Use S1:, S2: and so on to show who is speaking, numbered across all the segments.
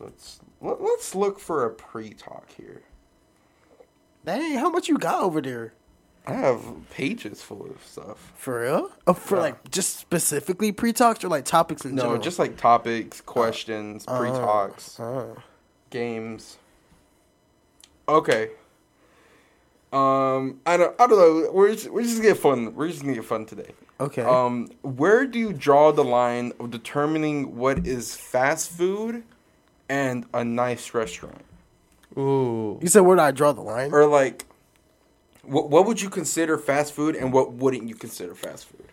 S1: let's let, let's look for a pre-talk here.
S2: Dang, how much you got over there?
S1: I have pages full of stuff.
S2: For real? Oh, for
S1: Yeah.
S2: like just specifically pre talks or like topics in
S1: No,
S2: general?
S1: just like topics, questions, pre-talks,
S2: Oh.
S1: games. Okay. Um, I don't, I don't know. We're just, we're just gonna get fun. We're just gonna get fun today.
S2: Okay.
S1: Um, where do you draw the line of determining what is fast food and a nice restaurant?
S3: Ooh.
S2: you said where do I draw the line?
S1: Or like, what what would you consider fast food and what wouldn't you consider fast food?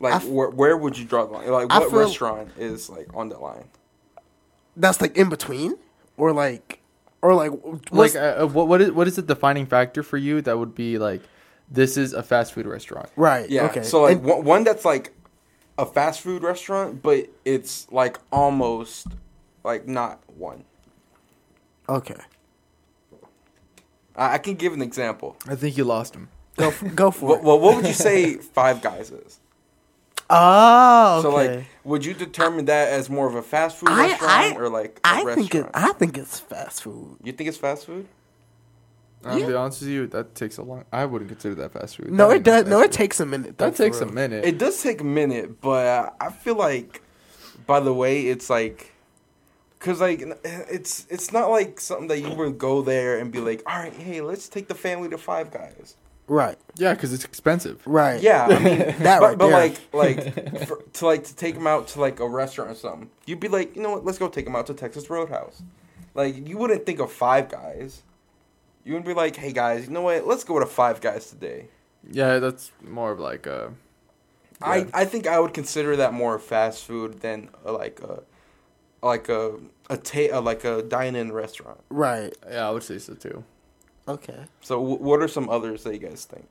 S2: I
S1: Like,
S2: f-
S1: where where would you draw the line? Like,
S2: I
S1: what
S2: feel-
S1: restaurant is like on that line?
S2: That's like in between, or like, or like,
S3: Like,
S2: what's-
S3: uh, uh, what what is what is the defining factor for you that would be like, this is a fast food restaurant?
S2: right?
S1: Yeah.
S2: Okay.
S1: So like
S2: And-
S1: one, one that's like a fast food restaurant, but it's like almost like not one.
S2: okay.
S1: I, I can give an example.
S3: I think you lost him.
S2: Go f- go for
S1: Well,
S2: it.
S1: well, what would you say Five Guys is?
S2: oh, okay.
S1: So like, would you determine that as more of a fast food
S2: I-
S1: restaurant
S2: I-
S1: or like a
S2: I
S1: restaurant?
S2: think it. I think it's fast food.
S1: you think it's fast food?
S3: I'm
S2: Yeah.
S3: be honest with you, that takes a long. I wouldn't consider that fast food.
S2: No,
S3: That
S2: it
S3: ain't no
S2: does.
S3: fast
S2: No, it
S3: food.
S2: takes a minute.
S3: That
S2: though,
S3: takes
S2: for
S3: a
S2: real.
S3: minute.
S1: It does take a minute, but I feel like, by the way, it's like, cause like it's it's not like something that you would go there and be like, all right, hey, let's take the family to Five Guys.
S2: Right.
S3: yeah, because it's expensive.
S2: Right.
S1: Yeah, I mean,
S2: That
S1: but,
S2: right
S1: but
S2: there.
S1: like, like for, to like to take them out to like a restaurant or something, you'd be like, you know what? Let's go take them out to Texas Roadhouse. Like, you wouldn't think of Five Guys. You would be like, hey guys, you know what? Let's go to Five Guys today.
S3: Yeah, that's more of like a. Yeah.
S1: I, I think I would consider that more fast food than uh, like a like a a ta- uh, like a dine-in restaurant.
S2: Right.
S3: Yeah, I would say so too.
S2: Okay.
S1: So w- what are some others that you guys think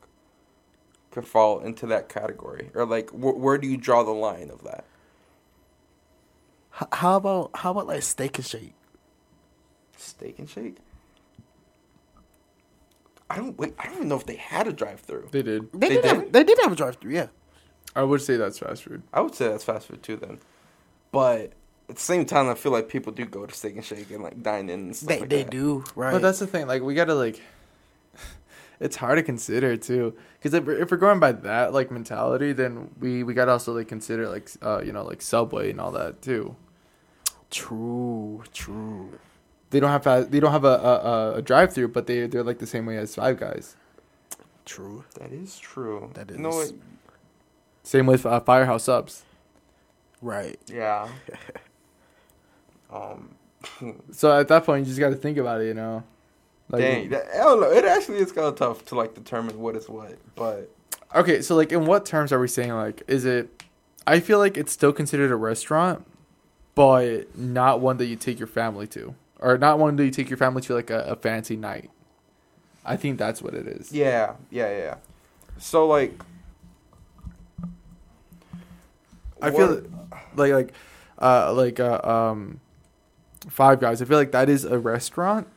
S1: could fall into that category, or like wh- where do you draw the line of that?
S2: H- how about how about like steak and shake?
S1: Steak and Shake. I don't wait. I don't even know if they had a drive-through.
S3: They did.
S2: They,
S1: They
S2: did. Have,
S1: didn't?
S2: they did have a drive through. Yeah.
S3: I would say that's fast food.
S1: I would say that's fast food too, then. But at the same time, I feel like people do go to Steak and Shake and like dine in. And stuff
S2: They
S1: like
S2: they
S1: that.
S2: do. Right.
S3: But that's the thing. Like, we gotta like. It's hard to consider too, because if, we're- if we're going by that like mentality, then we we gotta also like consider like s- uh you know like Subway and all that too.
S2: true. True.
S3: They don't have fa- they don't have a a, a- a drive through, but they they're like the same way as Five Guys.
S2: True.
S1: That is true.
S2: That
S1: You know
S2: is.
S1: what?
S3: Same with uh, Firehouse Subs.
S2: Right.
S1: Yeah. um.
S3: So at that point, you just gotta think about it, you know. Like,
S1: dang. That, I don't know. It actually is kind of tough to like determine what is what, but
S3: Okay, so like, in what terms are we saying? Like, is it? I feel like it's still considered a restaurant, but not one that you take your family to, or not one that you take your family to like a, a fancy night. I think that's what it is.
S1: yeah, yeah, yeah. So like,
S3: I feel
S1: what-
S3: like like uh like uh, um Five Guys. I feel like that is a restaurant,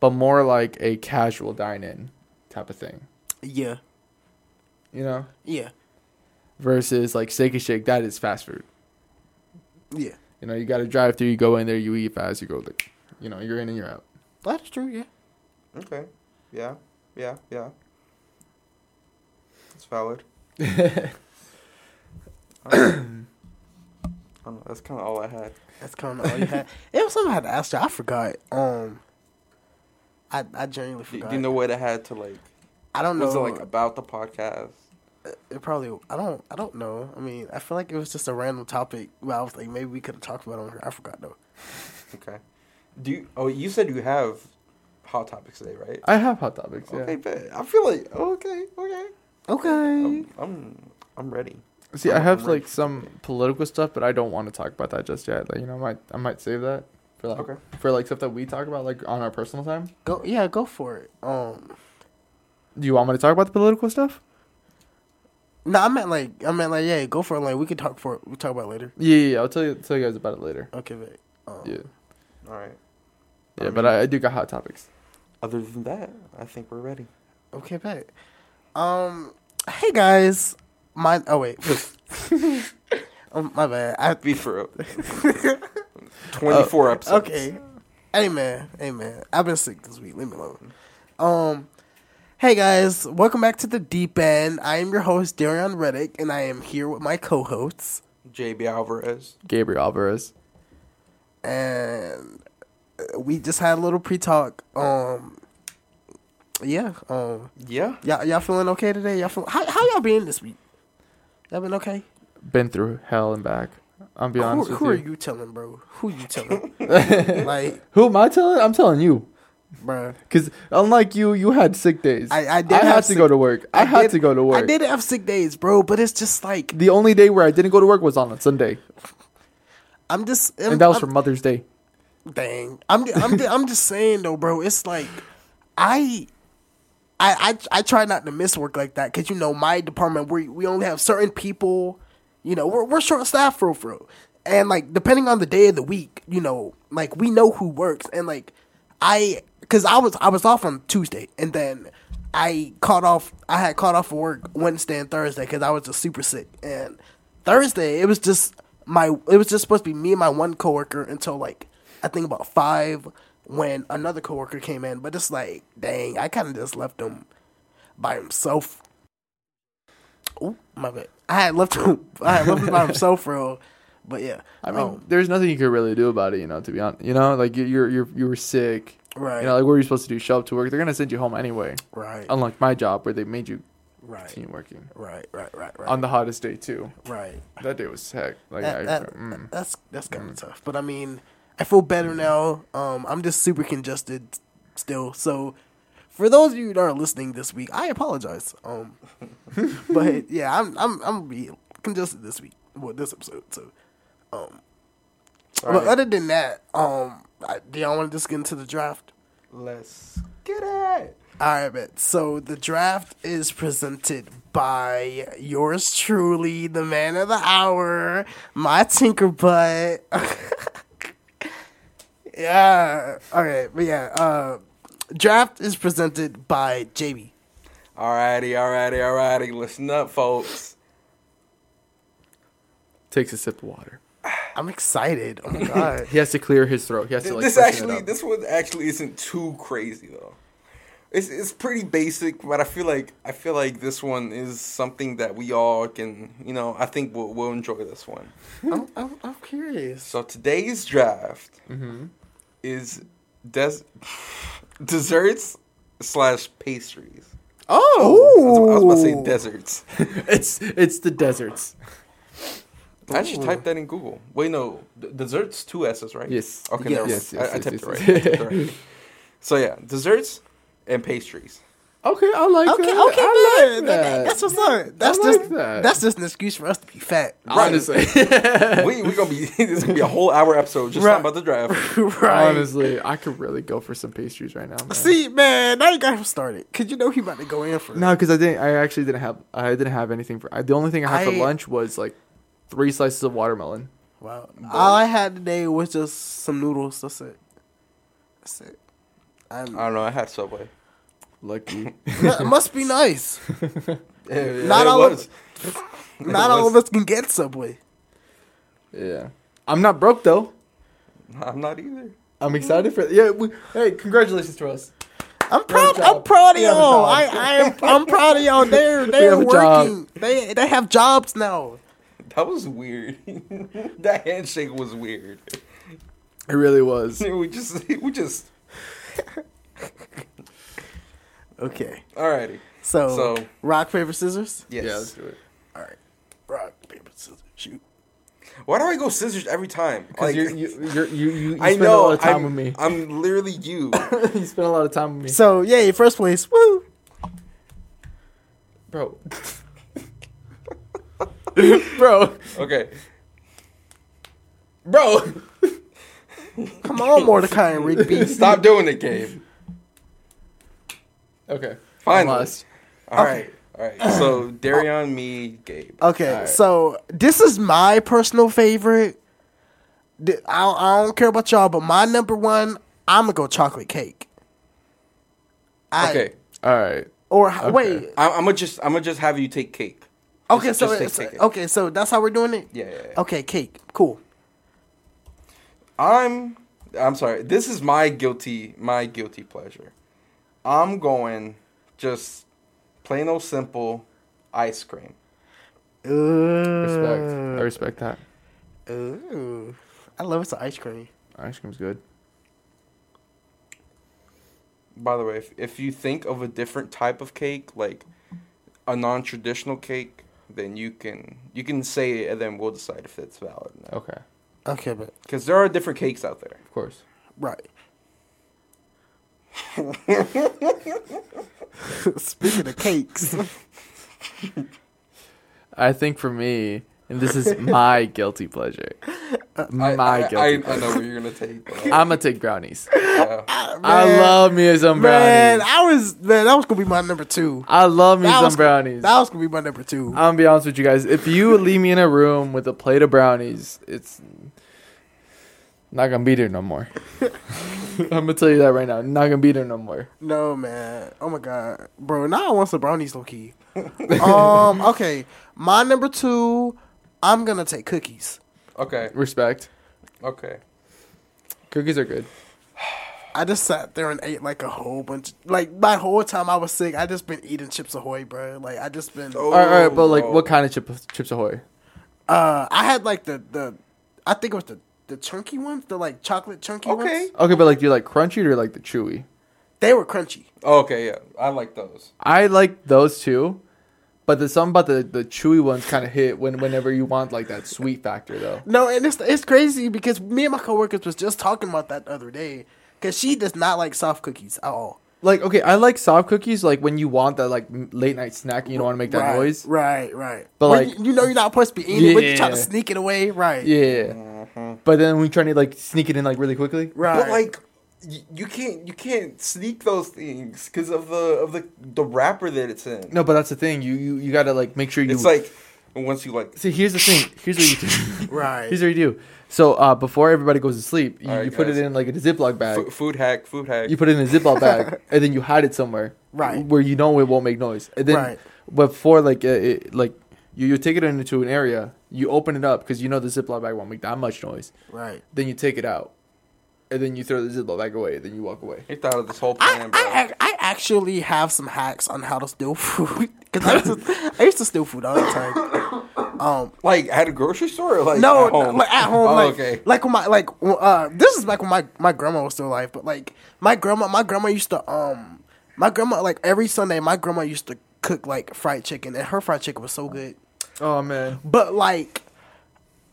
S3: but more like a casual dine-in type of thing.
S2: Yeah.
S3: You know,
S2: Yeah.
S3: versus like Steak and Shake. That is fast food.
S2: Yeah.
S3: You know, you got to drive through. You go in there, you eat fast, you go like, you know, you're in and you're out.
S2: That's true. Yeah.
S1: Okay. Yeah. Yeah. Yeah. It's valid. I don't know. That's kind of all I had.
S2: That's kind of all you had. it was something I had to ask you. I forgot. Um, I I genuinely
S1: Do,
S2: forgot.
S1: do you know what I had to like?
S2: I don't know.
S1: Was it like about the podcast?
S2: it probably. I don't. I don't know. I mean, I feel like it was just a random topic. Well, I was like, maybe we could have talked about it on here. I forgot though.
S1: Okay. Do you? Oh, you said you have hot topics today, right?
S3: I have hot topics. Yeah.
S1: Okay, bet. I feel like okay, okay.
S2: Okay. Um,
S1: I'm,
S3: Mm-hmm.
S1: I'm, I'm ready.
S3: See, I
S1: I'm-
S3: have
S1: I'm ready
S3: like
S1: for
S3: some political stuff, but I don't want to talk about that just yet. Like, you know, I might I might save that for like
S1: Okay.
S3: for like stuff that we talk about like on our personal time.
S2: Go. Yeah. Go for it. Um.
S3: Do you want me to talk about the political stuff?
S2: No, I meant like. I meant like. Yeah. Go for it. Like we could talk for. it. We talk about it later.
S3: Yeah, yeah, yeah, I'll tell you tell you guys about it later.
S2: Okay. But, um,
S3: Yeah,
S1: All right.
S3: yeah,
S1: I
S3: but I, I do got hot topics.
S1: Other than that, I think we're ready.
S2: Okay. Bet. Um. Hey guys. My. Oh wait. um. My bad. I.
S1: Be for real.
S3: Uh,
S1: 24 episodes.
S2: Okay. Hey man, hey man. I've been sick this week. Leave me alone. Um Hey guys, welcome back to the deep end. I am your host, Darion Reddick, and I am here with my co hosts.
S1: JB Alvarez.
S3: Gabriel Alvarez.
S2: And uh, we just had a little pre talk. Um Yeah, um
S1: Yeah.
S2: y'all y'all feeling okay today? Y'all feel how how y'all been this week? Y'all been okay?
S3: Been through hell and back. I'm be
S2: Who,
S3: honest
S2: who are
S3: with you.
S2: you telling, bro? Who you telling? like,
S3: Who am I telling? I'm telling you.
S2: bruh.
S3: Because unlike you, you had sick days.
S2: I- I did
S3: I
S2: have
S3: had to
S2: sick-
S3: go to work. I, had
S2: did-
S3: to go to work.
S2: I did have sick days, bro, but it's just like
S3: The only day where I didn't go to work was on a Sunday,
S2: I'm just
S3: and that was
S2: I'm,
S3: for Mother's Day.
S2: dang. I'm ju- I'm ju- I'm just saying though, bro. It's like I. I, I, I try not to miss work like that because you know my department we we only have certain people, you know we're we're short staffed for real, for real. and like depending on the day of the week you know like we know who works and like I because I was I was off on Tuesday and then I caught off I had caught off for work Wednesday and Thursday because I was just super sick and Thursday, it was just my it was just supposed to be me and my one coworker until like I think about five when another coworker came in. But it's like, dang, I kind of just left him by himself. Oh my bad. I had left him. I had left him by himself, bro. But yeah, um,
S3: I mean, Oh. there's nothing you could really do about it, you know. To be honest, you know, like you, you're you're you were sick,
S2: Right.
S3: You know, like what are you supposed to do? Show up to work? They're gonna send you home anyway.
S2: right,
S3: Unlike my job where they made you
S2: right,
S3: continue working
S2: right, right, right, right,
S3: on the hottest day too.
S2: right.
S3: That day was heck. Like I,
S2: that, that,
S3: mm.
S2: that's that's kind of tough. But I mean, I feel better now. Um, I'm just super congested still. So, for those of you that are listening this week, I apologize. Um, but yeah, I'm I'm I'm gonna be congested this week. Well, this episode. So, um, but
S1: Alright.
S2: other than that, um, I, do y'all want to just get into the draft?
S1: Let's get it.
S2: All right, bet. So the draft is presented by yours truly, the man of the hour, my Tinkerbutt. yeah. All right, but yeah. Uh, draft is presented by JB.
S1: Alrighty, alrighty, alrighty. Listen up, folks.
S3: takes a sip of water.
S2: I'm excited. Oh my god.
S3: He has to clear his throat. He has to like.
S1: this
S3: freshen it
S1: actually,
S3: up.
S1: this one actually isn't too crazy though. It's it's pretty basic, but I feel like I feel like this one is something that we all can, you know. I think we'll, we'll enjoy this one.
S2: I'm, I'm, I'm curious.
S1: So today's draft
S3: Mm-hmm.
S1: is des- desserts slash pastries. I was, I was about to say deserts.
S3: it's it's the deserts.
S1: I should type that in Google. Wait, no, d- desserts two s's, right?
S3: Yes.
S1: Okay. Yes.
S3: Yes.
S1: I, I
S3: Yes, yes,
S1: typed
S3: yes,
S1: it right.
S3: yes.
S1: I typed it right. so yeah, desserts and pastries.
S3: Okay, I like
S2: Okay, okay,
S3: that. I
S2: man.
S3: like that.
S2: That's what's up. That's
S3: like
S2: just
S3: that.
S2: that's just an excuse for us to be fat.
S3: honestly.
S1: we we gonna be this gonna be a whole hour episode just
S2: Right.
S1: talking about the draft.
S2: right.
S3: Honestly, I could really go for some pastries right now. man.
S2: See, man, now you got him started. Cause you know he about to go in for it.
S3: no, because I didn't. I actually didn't have. I didn't have anything for. I, the only thing I had for
S2: I-
S3: lunch was like three slices of watermelon.
S2: Wow. All I had today was just some noodles. That's it. That's it.
S1: I
S2: I'm,
S1: don't know. I had Subway.
S3: Lucky.
S2: it must be nice. Not
S1: It
S2: all of-
S1: was. It
S2: Not all of
S1: was.
S2: us can get Subway.
S3: yeah, I'm not broke though.
S1: I'm not either.
S3: I'm excited for. Yeah. We, hey, congratulations to us.
S2: I'm proud. I'm
S3: job.
S2: proud of
S3: We have a
S2: y'all.
S3: job.
S2: I, I am. I'm proud of y'all. They're they're
S3: have a job.
S2: working. They they have jobs now.
S1: That was weird. that handshake was weird.
S3: It really was.
S1: We just we just
S2: Okay.
S1: alrighty.
S2: So,
S1: So-
S2: rock paper scissors.
S1: Yes.
S3: Yeah. Let's do it.
S2: All right. Rock paper scissors. Shoot.
S1: Why do I go scissors every time?
S3: 'Cause
S1: Like
S3: you're, you, you're, you, you, you
S1: I
S3: spend
S1: know.
S3: a lot of time
S1: I'm,
S3: with me.
S1: I'm literally you.
S3: you spend a lot of time with me,
S2: So yay, first place. Woo.
S3: bro. bro,
S1: Okay.
S3: bro.
S2: Come on, Mordecai and Rigby.
S1: Stop doing it, Gabe.
S3: Okay.
S1: Finally.
S3: Unless-
S1: All right. All right. So Darion, me, Gabe.
S2: Okay,
S3: Alright.
S2: so this is my personal favorite. Th- I don't, I don't care about y'all, but my number one, I'm gonna go chocolate cake. I,
S1: Okay.
S3: All right.
S2: Or h- wait.
S1: I'm, I'm gonna just I'm gonna just have you take cake.
S2: Okay,
S1: Just-
S2: so
S1: just take-
S2: it's,
S1: take it.
S2: okay, so that's how we're doing it.
S1: Yeah, yeah, yeah.
S2: Okay, cake. Cool.
S1: I'm I'm sorry. This is my guilty my guilty pleasure. I'm going just plain old simple ice cream.
S3: Respect.
S1: Mm.
S3: I respect that.
S2: Ooh. I love some ice cream.
S3: Ice cream's good.
S1: By the way, if, if you think of a different type of cake, like a non-traditional cake, then you can you can say it, and then we'll decide if it's valid.
S3: Okay,
S2: Okay, but
S1: Because there are different cakes out there.
S3: of course.
S2: right. Speaking of cakes,
S3: I think for me, and this is my guilty pleasure. My
S1: I, I,
S3: guilty
S1: I, I
S3: pleasure.
S1: know what you're gonna take. but,
S3: I, am gonna take brownies.
S1: yeah.
S3: I
S2: Man.
S3: love me some
S2: man,
S3: brownies.
S2: I was man, that was gonna be my number two.
S3: I love me
S2: That
S3: some
S2: was-
S3: brownies. Uh,
S2: That was gonna be my number two.
S3: I'm gonna be honest with you guys. If you leave me in a room with a plate of brownies, it's not gonna be there no more. I'm gonna tell you that right now. Not gonna be there no more.
S2: No man. Oh my god. Bro, now I want some brownies low key. um, okay. My number two, I'm gonna take cookies.
S1: Okay.
S3: Respect.
S1: Okay.
S3: Cookies are good.
S2: I just sat there and ate like a whole bunch like my whole time I was sick, I just been eating chips ahoy, bro. Like I just been
S1: Oh,
S3: all right, all right, but like,
S1: bro.
S3: what kind of chip, chips ahoy?
S2: uh I had like the the I think it was the the chunky ones, the like chocolate chunky
S1: Okay.
S2: ones.
S3: Okay, but like, do you like crunchy or like the chewy?
S2: They were crunchy.
S1: Oh, Okay. Yeah, I like those.
S3: I like those two, but there's something about the, the chewy ones kind of hit when whenever you want like that sweet factor though.
S2: No, and it's it's crazy because me and my coworkers was just talking about that the other day. Cause she does not like soft cookies at all.
S3: Like okay, I like soft cookies like when you want that like m- late night snack and you don't want to make that
S2: right,
S3: noise.
S2: Right, right.
S3: But,
S2: But
S3: like-
S2: like, you, you know, you're not supposed to be eating, it, but you're trying to
S3: Yeah.
S2: sneak it away. Right.
S3: Yeah. But then we try to like sneak it in like really quickly.
S2: Right.
S1: But like, y- you can't you can't sneak those things because of the of the the wrapper that it's in.
S3: No, but that's the thing. You you, you gotta like make sure you
S1: It's like once you like.
S3: See here's the thing. Here's what you do.
S2: Right.
S3: here's what you do. So uh, before everybody goes to sleep, you,
S1: All right,
S3: you put it
S1: guys.
S3: in like a Ziploc bag.
S1: F- food hack, food hack.
S3: You put it in a Ziploc bag, and then you hide it somewhere,
S2: Right.
S3: Where you know it won't make noise. And then
S2: Right.
S3: before, like, uh, it, like you, you take it into an area, you open it up because you know the Ziploc bag won't make that much noise.
S2: Right.
S3: Then you take it out, and then you throw the Ziploc bag away. Then you walk away.
S1: he thought of this whole
S2: I,
S1: plan, bro.
S2: I, ac- I actually have some hacks on how to steal food because I, used to- I used to steal food all the time. Um,
S1: like at a grocery store, or like
S2: no,
S1: at home.
S2: like at home,
S1: Oh,
S2: like
S1: okay.
S2: like when my like when, uh, this is back when my my grandma was still alive, but like my grandma, my grandma used to um, my grandma like every Sunday, my grandma used to cook like fried chicken, and her fried chicken was so good.
S3: Oh man,
S2: But like,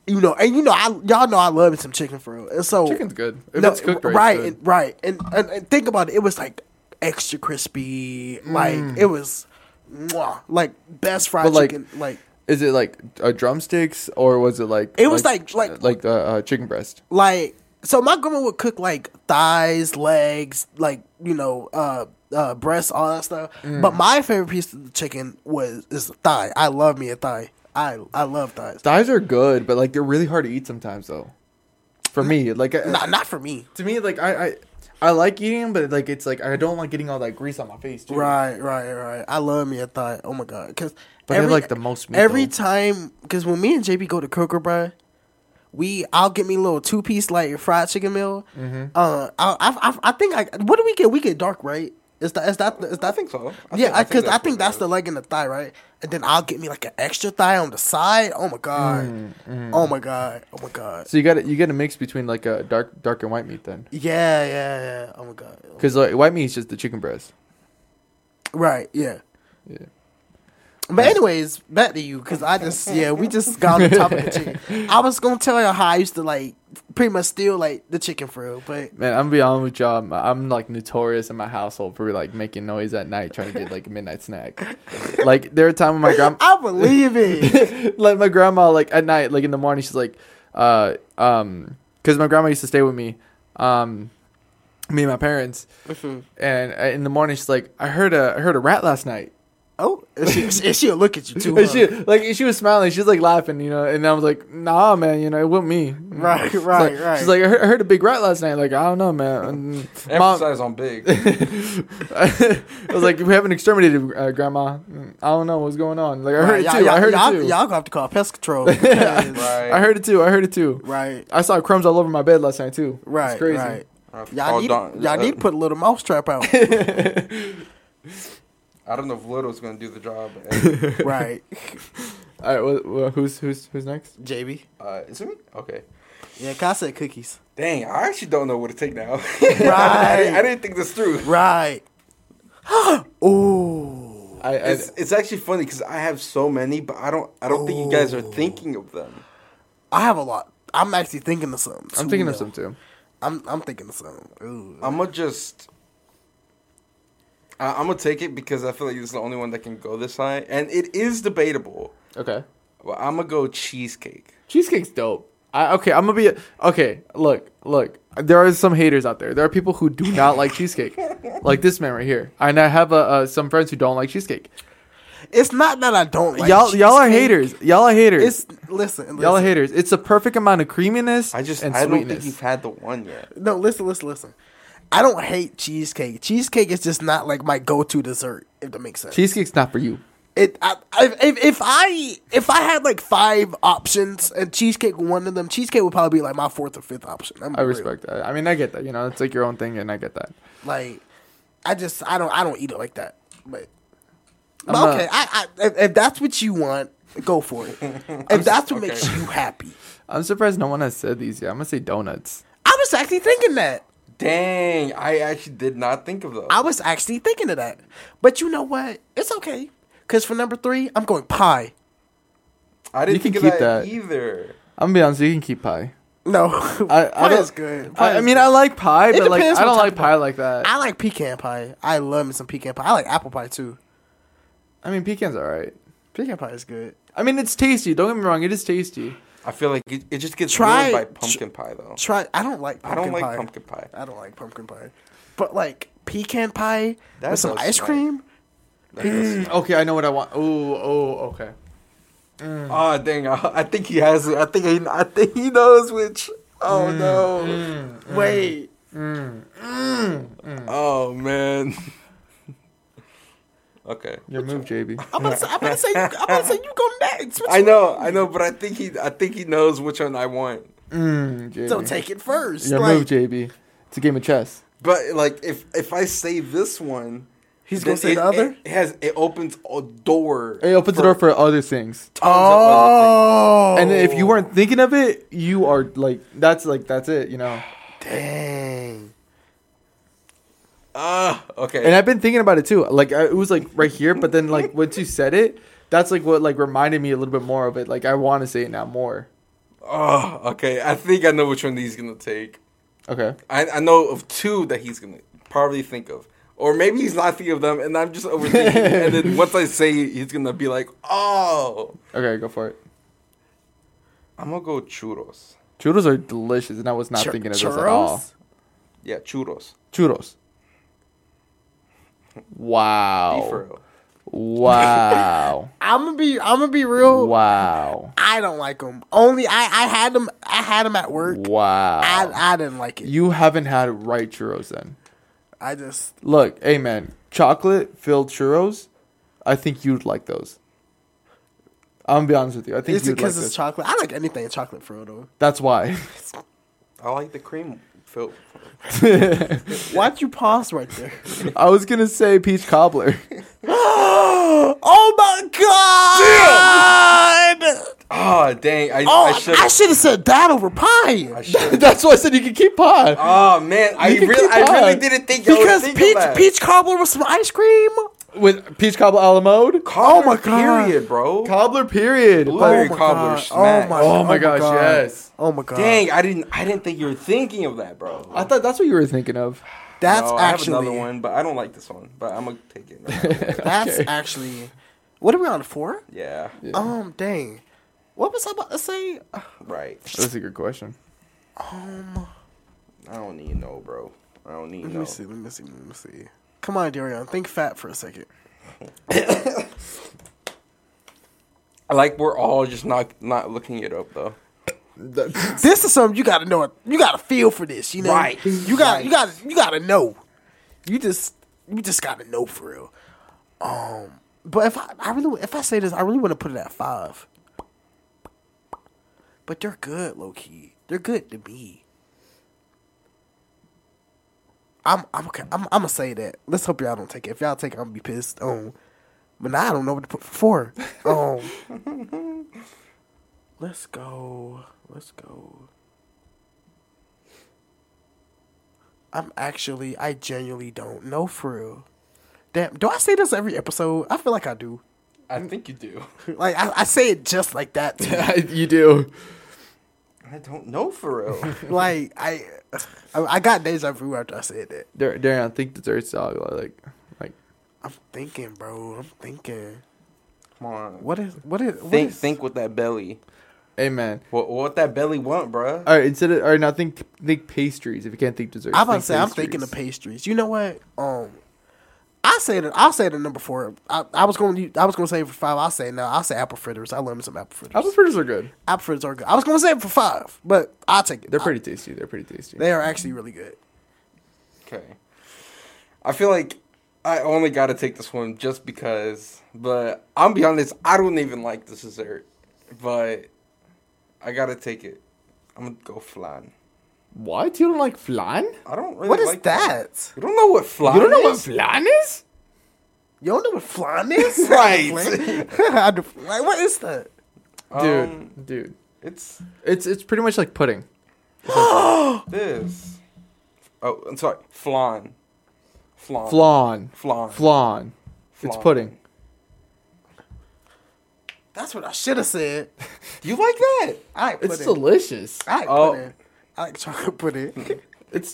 S2: you know, and you know, I y'all know I love some chicken for real. And so
S3: chicken's good. If
S2: No,
S3: it's cooked right,
S2: right,
S3: it's good.
S2: and- right. And, and and think about it, it was like extra crispy. Like it was, mwah, like best fried
S3: Mm. But, like,
S2: chicken. Like
S3: Is it like uh, drumsticks or was it like
S2: It was like- like-
S3: like uh, uh, chicken breast?
S2: like so, my grandma would cook like thighs, legs, like you know, uh, uh, breasts, all that stuff.
S3: Mm.
S2: But my favorite piece of the chicken was is the thigh. I love me a thigh. I I love thighs.
S3: Thighs are good, but like they're really hard to eat sometimes though. For me, like I-
S2: Not not for me.
S3: to me like I, I I like eating them, but like it's like I don't like getting all that grease on my face. Too.
S2: Right, right, right. I love me a thigh. Oh my god, because
S3: But they have, like, the most meat,
S2: every
S3: though.
S2: time, because when me and JB go to Kroger, bruh, we I'll get me a little two piece like fried chicken meal.
S3: Mm-hmm.
S2: Uh, I, I I I think I what do we get? We get dark, right? Is that is that is that
S1: I think so. I
S2: yeah,
S1: think- I think
S2: because I
S1: that's
S2: think,
S1: what it
S2: that's
S1: is.
S2: the leg and the thigh, right? And then I'll get me like an extra thigh on the side. Oh my god.
S3: Mm,
S2: Oh my god. Oh my god.
S3: So you got you get a mix between like a dark dark and white meat then,
S2: Yeah, yeah, yeah. Oh my god.
S3: because like white meat is just the chicken breast.
S2: Right. Yeah.
S3: Yeah.
S2: But anyways, back to you because I just yeah we just got on the top of the chicken. I was gonna tell y'all how I used to like pretty much steal like the chicken for real, but
S3: Man, I'm gonna be honest with y'all. I'm, I'm like notorious in my household for like making noise at night trying to get like a midnight snack. like there are times when Oh my grandma,
S2: I believe it.
S3: like my grandma like at night like in the morning she's like uh um because my grandma used to stay with me um
S2: Mm-hmm.
S3: me and my parents and uh, in the morning she's like i heard a i heard a rat last night
S2: Oh, and she, and she'll look at you too.
S3: And
S2: huh?
S3: she like she was smiling, she was like laughing, you know, and I was like, nah, man, you know, it wasn't me.
S2: Right,
S3: She's
S2: right,
S3: like-
S2: right.
S3: She's like, I heard, I heard a big rat last night. Like, I don't know, man. And Mom,
S1: Emphasize on big.
S3: I was like, we haven't exterminated uh, grandma. I don't know what's going on. Like, I heard
S2: Right,
S3: it
S2: y'all-
S3: too. I heard
S2: y'all,
S3: it too.
S2: Y'all gonna have to call pest control. because-
S1: Right.
S3: I heard it too. I heard it too.
S2: Right,
S3: I saw crumbs all over my bed last night too.
S2: right,
S3: it's crazy.
S2: right.
S1: I'll have to
S2: Y'all
S1: call
S2: need
S1: Don-
S2: y'all
S1: uh,
S2: need to put a little mouse trap out.
S1: I don't know if Little's gonna do the job. And,
S2: right,
S3: All right, wh- wh- who's who's who's next?
S2: JB.
S1: uh, is it me? Okay.
S2: Yeah, cause I said cookies.
S1: Dang, I actually don't know what to take now.
S2: Right.
S1: I, I didn't think this through.
S2: Right. Ooh.
S3: I, I
S1: It's, it's actually funny because I have so many, but I don't. I don't think you guys are
S2: Oh.
S1: thinking of them.
S2: I have a lot. I'm actually thinking of some.
S3: I'm
S2: too,
S3: thinking of
S2: though.
S3: some too.
S2: I'm I'm thinking of some. Ooh.
S1: I'm gonna just. I, I'm gonna take it because I feel like this is the only one that can go this high, and it is debatable.
S3: Okay,
S1: Well, I'm gonna go cheesecake.
S3: cheesecake's dope. I okay. I'm gonna be okay. Look, look. There are some haters out there. There are people who do not like cheesecake, like this man right here. And I have uh, uh, some friends who don't like cheesecake.
S2: It's not that I don't like
S3: y'all, y'all are
S2: cheesecake.
S3: haters. Y'all are haters.
S2: It's listen, listen.
S3: y'all are haters. It's the perfect amount of creaminess.
S1: I just.
S3: and
S1: I don't
S3: sweetness.
S1: think you've had the one yet.
S2: No, listen, listen, listen. I don't hate cheesecake. Cheesecake is just not like my go-to dessert, if that makes sense.
S3: cheesecake's not for you.
S2: It, I, I, if, if I if I had like five options and cheesecake was one of them, cheesecake would probably be like my fourth or fifth option. I'm
S3: I respect that. I mean, I get that. You know, it's like your own thing, and I get that.
S2: Like, I just I don't I don't eat it like that. But, but
S3: I'm not-
S2: okay, I, I if, if that's what you want, go for it. if that's what makes you happy,
S3: I'm surprised no one has said these yet. I'm gonna say donuts.
S2: I was actually thinking that.
S1: Dang, I actually did not think of those.
S2: I was actually thinking of that. But you know what? It's okay. Because for number three, I'm going pie.
S1: I didn't
S3: You can
S1: think of
S3: keep
S1: that,
S3: that.
S1: either.
S3: I'm gonna be honest. You can keep pie.
S2: No.
S3: I,
S2: pie
S3: I don't,
S2: is good. Pie
S3: I, I
S2: is
S3: mean,
S2: good.
S3: I like pie, but like
S2: depends
S3: I
S2: what
S3: don't
S2: type
S3: like
S2: of
S3: pie like that.
S2: I like pecan pie. I love me some pecan pie. I like apple pie too.
S3: I mean, pecan's alright.
S2: Pecan pie is good.
S3: I mean, it's tasty. Don't get me wrong. It is tasty.
S1: I feel like it, it just gets
S2: Try-
S1: ruined by pumpkin pie though.
S2: Try. I don't like.
S1: I
S2: Pumpkin
S1: don't like
S2: pie.
S1: pumpkin pie.
S2: I don't like pumpkin pie. But like pecan pie
S1: That
S2: with some
S1: does
S2: ice
S1: smell.
S2: cream.
S1: That does-
S3: Okay, I know what I want. Oh, oh, okay. Mm.
S1: Oh dang! I, I think he has it. I think he. I think he knows which. Oh
S3: Mm.
S1: no!
S2: Wait.
S1: Oh man! okay.
S3: Your move, JB.
S2: I'm gonna say. I'm gonna say. You, I'm gonna say you go next. What
S1: I
S2: you-
S1: know. I know. But I think he. I think he knows which one I want.
S3: Mm, JB.
S2: So take it first.
S3: Your
S2: like,
S3: move, JB. It's a game of chess.
S1: But like, if if I say this one,
S2: He's
S1: then
S2: gonna say
S1: it-
S2: the other?
S1: It has. It opens a door.
S3: It opens the door for other things.
S1: Oh.
S2: oh.
S3: And if you weren't thinking of it, you are like that's like that's it. You know.
S2: Dang.
S1: Ah. okay.
S3: And I've been thinking about it too. Like I, it was like right here, but then like once you said it, that's like what like reminded me a little bit more of it. Like I want to say it now more.
S1: oh. Okay. I think I know which one he's gonna take.
S3: Okay.
S1: I, I know of two that he's gonna probably think of, or maybe he's not thinking of them, and I'm just overthinking. and then once I say, it, he's gonna be like, "Oh,
S3: Okay, go for it.
S1: I'm gonna go churros."
S3: Churros are delicious, and I was not
S2: Chur-
S3: thinking of this at all.
S2: churros?
S1: Yeah, churros.
S3: Churros.
S2: Oh.
S1: Be
S3: Wow.
S1: for real.
S3: Wow.
S2: I'm gonna be. I'm gonna be real.
S3: wow.
S2: I don't like them. Only I, I had them. I had them at work.
S3: Wow.
S2: I, I didn't like it.
S3: you haven't had right churros then.
S2: I just
S3: Look, hey man, chocolate filled churros. I think you'd like those. I'm gonna be honest with you. I think
S2: it's
S3: you'd like
S2: because
S3: those.
S2: it's chocolate. I like anything chocolate filled though.
S3: That's why.
S1: I like the cream filled.
S2: Why'd you pause right there?
S3: I was gonna say peach cobbler.
S2: oh my god!
S1: Oh dang! I,
S2: Oh,
S1: I should.
S2: I should have said that over pie.
S1: I should.
S3: That's why I said you could keep pie.
S1: Oh man, I
S3: You can
S1: really,
S3: keep
S1: I really
S3: on.
S1: didn't think I would
S2: Because
S1: think
S2: peach
S1: of that.
S2: peach cobbler with some ice cream.
S3: With peach cobbler a la mode.
S1: Cobbler,
S2: oh my God.
S1: period, bro.
S3: Cobbler period.
S1: Blueberry
S3: But-
S2: my
S1: cobbler
S2: God.
S1: snack.
S2: Oh my,
S3: Oh my gosh,
S2: God.
S3: yes.
S2: Oh my god.
S1: Dang, I didn't. I didn't think you were thinking of that, bro.
S3: I thought that's what you were thinking of.
S2: That's
S1: No, I have
S2: actually
S1: another one, but I don't like this one. But I'm gonna take it. right now.
S2: that's actually what are we on four?
S1: yeah,
S2: Um dang. What was I about to say?
S1: right.
S3: That's a good question.
S1: I don't need no, bro. I don't need
S2: Let
S1: no.
S2: me see. Let me see. Let me see. Come on, Darion. Think fat for a second.
S1: I like we're all just not not looking it up though.
S3: That-
S2: This is something you got to know. You got to feel for this. You know,
S1: Right.
S2: You got you
S1: Right.
S2: got you got to know. You just you just got to know for real. Um, but if I, I really if I say this, I really want to put it at five. But they're good, low key. They're good to me. I'm I'm okay. I'm I'm gonna say that. Let's hope y'all don't take it. If y'all take it, I'm gonna be pissed. Um, but now I don't know what to put for four. Um, let's go. Let's go. I'm actually, I genuinely don't know for real. Damn, do I say this every episode? I feel like I do.
S1: I think you do.
S2: Like I, I say it just like that. too.
S3: you do.
S1: I don't know for real.
S2: like I, I, I got deja vu after I said that.
S3: Dar- Darian, I think dessert's dog. Like, like
S2: I'm thinking, bro. I'm thinking.
S1: Come on.
S2: What is what is what
S1: think
S2: is-
S1: think with that belly.
S3: hey man.
S1: What what that belly want, bruh?
S3: All right, instead of all right, now think think pastries. If you can't think desserts,
S2: I'm about to
S3: think
S2: say I'm thinking
S3: pastries.
S2: of pastries. You know what? Um, I say that I'll say the number four. I, I was going to I was going to say it for five. I'll say no. I'll say apple fritters. I love me some apple fritters.
S3: Apple fritters are good.
S2: apple fritters are good. I was going to say it for five, but I'll take it.
S3: They're
S2: I-
S3: pretty tasty. They're pretty tasty.
S2: they are actually really good.
S1: Okay. I feel like I only got to take this one just because. But I'm be honest, I don't even like this dessert, but I gotta take it. I'm gonna go flan.
S3: what? You don't like flan?
S2: Uh,
S1: I don't really.
S2: What is
S1: like
S2: that?
S1: You don't know what flan?
S3: You don't know what
S1: is?
S3: flan is?
S2: You don't know what flan is,
S1: Right.
S2: I do- like what is that?
S3: Dude,
S1: Um,
S3: dude.
S1: It's
S3: It's it's pretty much like pudding.
S1: this. Oh, I'm sorry. Flan. Flan.
S3: Flan.
S1: Flan.
S3: Flan. It's
S1: Flan.
S3: pudding.
S2: That's what I should have said.
S1: You like that?
S2: I like
S3: It's
S2: pudding.
S3: delicious.
S2: I like
S1: Oh.
S2: pudding. I like chocolate pudding.
S3: It's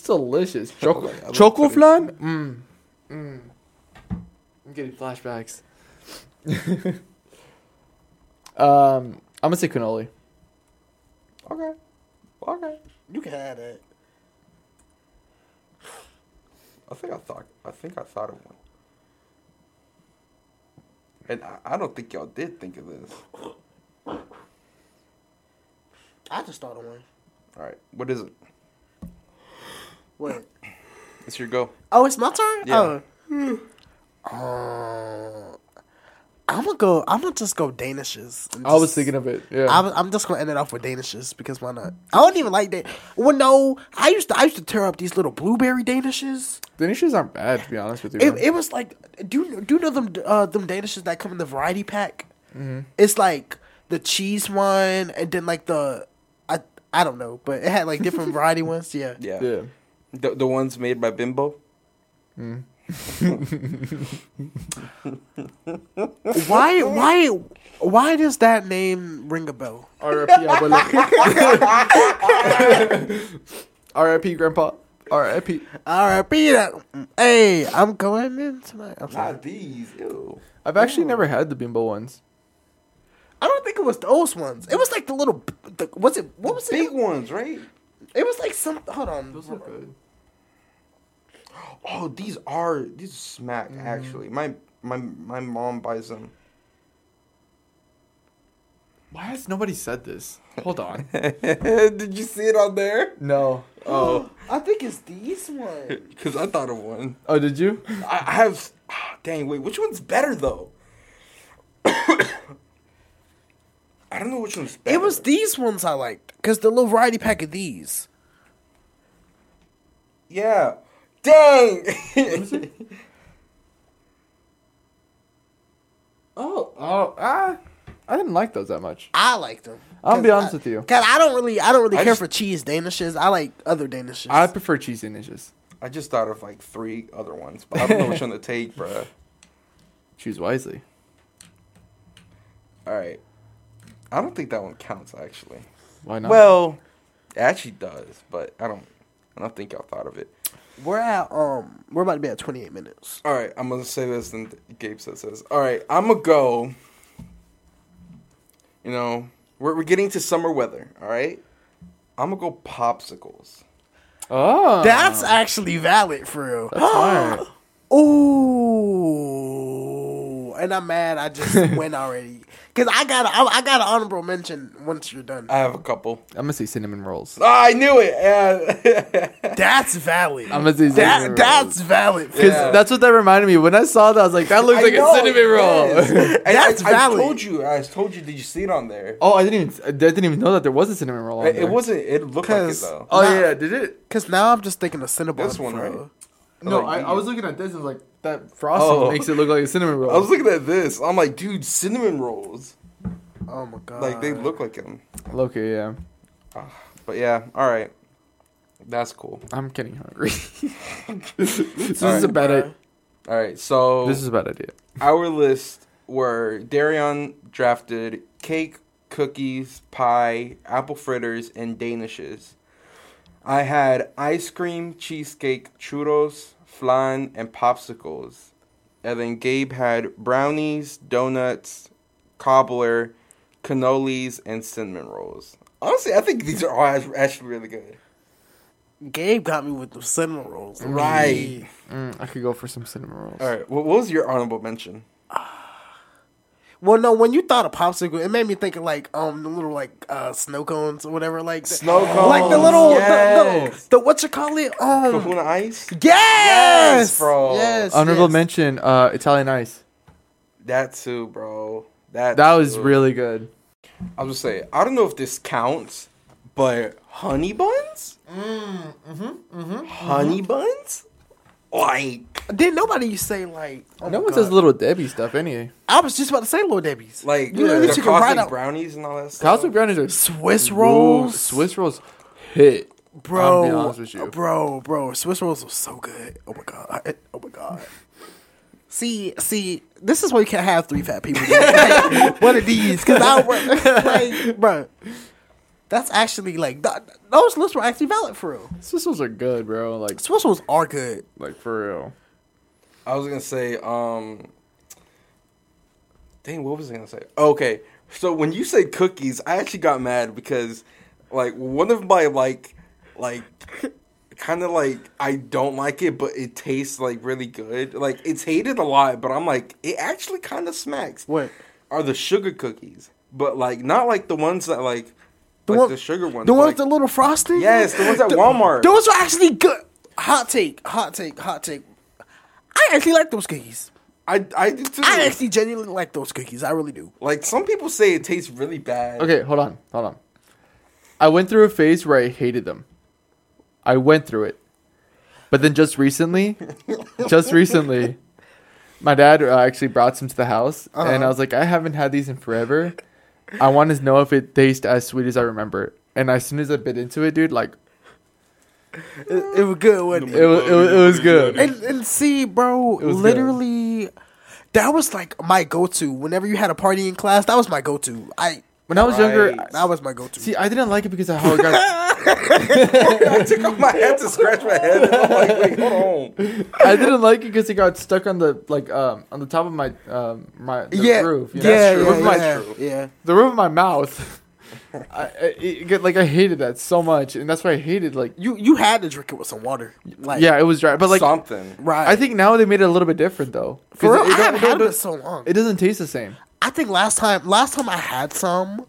S3: delicious. Choco, choco flan? Mmm. Mmm. I'm getting flashbacks. um, I'm gonna say cannoli.
S1: Okay. Okay.
S2: you can have that.
S1: I think I thought. I think I thought of one. And I, I don't think y'all did think of this.
S2: I just thought of one.
S1: All right. What is it?
S2: What?
S1: It's your go.
S2: Oh, it's my turn.
S1: Yeah.
S2: Oh. Uh, I'm gonna go. I'm gonna just go Danishes. and
S3: I was
S2: just-
S3: thinking of it. Yeah.
S2: I was- I'm just gonna end it off with Danishes because why not? I don't even like that. Well, no, I used to. I used to tear up these little blueberry Danishes.
S3: Danishes aren't bad, to be honest with you.
S2: It, it was like, do you, do you know them uh, them Danishes that come in the variety pack?
S1: Mm-hmm.
S2: It's like the cheese one, and then like the I I don't know, but it had like different variety ones. Yeah,
S1: Yeah.
S3: yeah.
S1: The the ones made by Bimbo.
S2: Why why why does that name ring a bell?
S3: R.I.P. Abuelo. R.I.P. Grandpa. R.I.P.
S2: All right, beat that. Hey, I'm going in tonight. I'm sorry.
S1: Not Ah, these. Ew.
S3: I've actually never had the bimbo ones.
S2: I don't think it was those ones. It was like the little. The, was it? What was
S1: Big
S2: it?
S1: ones, right?
S2: It was like some. Hold on.
S1: Oh, these are these smack actually. My my my mom buys them.
S3: Why has nobody said this? Hold on.
S1: Did you see it on there?
S3: no.
S1: Oh,
S2: I think it's these ones.
S1: because I thought of one.
S3: Oh, did you?
S1: I, I have. ah, dang, wait, which one's better though? I don't know which one's better.
S2: It was these ones I liked because the little variety pack of these.
S1: yeah. Dang.
S3: Oh. Oh. Ah. I didn't like those that much.
S2: I like them.
S3: I'll be honest with you.
S2: Cause I don't really, I don't really
S1: I
S2: care
S1: just-
S2: for cheese danishes. I like other danishes.
S3: I prefer cheese danishes.
S1: I just thought of like three other ones, but I don't know which one to take, bruh.
S3: Choose wisely.
S1: All right. I don't think that one counts actually.
S3: Why not?
S1: Well, it actually does, but I don't. I don't think y'all thought of it.
S2: we're at um, we're about to be at 28 minutes.
S1: All right, I'm gonna say this, and Gabe says this. All right, I'm gonna go. You know, we're we're getting to summer weather. All right, I'm gonna go popsicles.
S3: Oh.
S2: That's actually valid for real.
S3: That's fire.
S2: Ooh. and I'm mad. I just went already because I got I, I got an honorable mention. Once you're done,
S1: I have a couple.
S3: I'm gonna say cinnamon rolls.
S1: Ah, I knew it. Yeah.
S2: that's valid.
S3: I'm gonna say cinnamon
S2: That
S3: rolls.
S2: that's valid.
S3: Because
S1: Yeah.
S3: that's what that reminded me. When I saw that, I was like, that looks
S1: I
S3: like
S1: know,
S3: a cinnamon
S1: yes.
S3: roll.
S1: And
S2: That's
S1: I,
S2: valid.
S1: I told you. I told you. Did you see it on there?
S3: oh, I didn't even I didn't even know that there was a cinnamon roll. On
S1: It,
S3: there.
S1: it wasn't. It looked like it
S2: 'Cause-
S1: though.
S3: Oh
S2: Nah.
S3: yeah, did it?
S2: Because now I'm just thinking of Cinnabon.
S1: This one,
S2: bro.
S1: right?
S3: No,
S1: Like,
S3: I,
S1: you-
S3: I was looking at this and was like, that frosting
S1: Oh.
S3: makes it look like a cinnamon roll.
S1: I was looking at this. I'm like, dude, cinnamon rolls.
S2: Oh my god!
S1: Like they look like them.
S3: Loki, yeah.
S1: But yeah, all right. That's cool.
S3: I'm getting hungry. this is
S1: Alright.
S3: a bad idea.
S1: All right. So
S3: This is a bad idea.
S1: our list were Darion drafted cake, cookies, pie, apple fritters, and danishes. I had ice cream, cheesecake, churros, flan, and popsicles. And then Gabe had brownies, donuts, cobbler, cannolis, and cinnamon rolls. Honestly, I think these are all act- actually really good.
S2: Gabe got me with the cinnamon rolls.
S1: Right.
S3: Mm, I could go for some cinnamon rolls.
S1: All right. What what was your honorable mention?
S2: Well, no, when you thought of popsicle, it made me think of like um the little like uh snow cones or whatever, like the-
S1: Snow
S2: like the
S1: cones,
S2: little the,
S1: yes.
S2: the, the what you call it um
S1: Kahuna Ice?
S2: yes, yes
S1: bro.
S2: yes
S3: Honorable
S2: yes.
S3: mention, uh, Italian ice.
S1: That too, bro. That
S3: That was
S1: too.
S3: really good.
S1: I was gonna say I don't know if this counts, but honey buns. Mm, mm-hmm, honey buns. Like,
S2: Didn't nobody say like oh
S3: no
S2: my
S3: one
S2: God.
S3: says little Debbie stuff, any.
S2: I was just about to say little Debbie's
S1: like uh,
S2: You know
S1: the
S2: that you can ride
S1: cosmic
S2: out-
S1: brownies and all that stuff.
S3: Cosmic brownies are
S2: Swiss
S3: Ooh,
S2: rolls
S3: Swiss rolls hit.
S2: bro
S3: I'll be honest with you.
S2: bro bro Swiss rolls was so good oh my god oh my god. See, see, this is why you can't have three fat people. dude. Like, one of these, because I work like, bro. That's actually like th- those lists were actually valid for real.
S3: Swiss rolls are good, bro. Like,
S2: Swiss rolls are good.
S3: like for real.
S1: I was gonna say, um, dang, what was I gonna say? Okay, so when you said cookies, I actually got mad because, like, one of my like, like, kind of like I don't like it, but it tastes like really good. Like it's hated a lot, but I'm like, it actually kind of smacks.
S2: What?
S1: are the sugar cookies? But like, not like the ones that like, like
S2: one-
S1: the sugar ones.
S2: The
S1: but,
S2: one
S1: like,
S2: with the little frosting?
S1: Yes, the ones at Walmart.
S2: Those are actually good. Hot take, hot take, hot take. I actually like those cookies.
S1: I I do too.
S2: I actually genuinely like those cookies. I really do.
S1: like some people say it tastes really bad.
S3: Okay, hold on, hold on. I went through a phase where I hated them. I went through it, but then just recently, just recently, my dad uh, actually brought some to the house, and I was like, I haven't had these in forever. I want to know if it tastes as sweet as I remember. it. And as soon as I bit into it, dude, like
S2: It, it was good, wasn't
S3: it, wa-
S2: it?
S3: it, wa- it was good.
S2: And, and see, bro,
S3: was good.
S2: literally, that was like my go to. Whenever you had a party in class, that was my go to. I
S3: When I was younger,
S1: Right.
S2: That was my go to.
S3: see, I didn't like it because of how it got.
S1: I took off my hat to scratch my head. And I'm like, wait, hold on.
S3: I didn't like it because it got stuck on the like um on the top of my um my the
S2: yeah,
S3: roof. you know?
S2: yeah,
S3: It was
S2: yeah,
S3: my-
S2: yeah, yeah.
S3: the roof of my mouth. I, I it, get- like I hated that so much, and that's why I hated like
S2: You you had to drink it with some water. Like,
S3: yeah, it was dry. But like
S1: Something.
S2: right.
S3: I think now they made it a little bit different though. 'Cause
S2: for real,
S3: it, it
S2: I
S3: don't-
S2: haven't
S3: don't-
S2: had it in
S3: don't-
S2: so long.
S3: it doesn't taste the same.
S2: I think last time, last time I had some,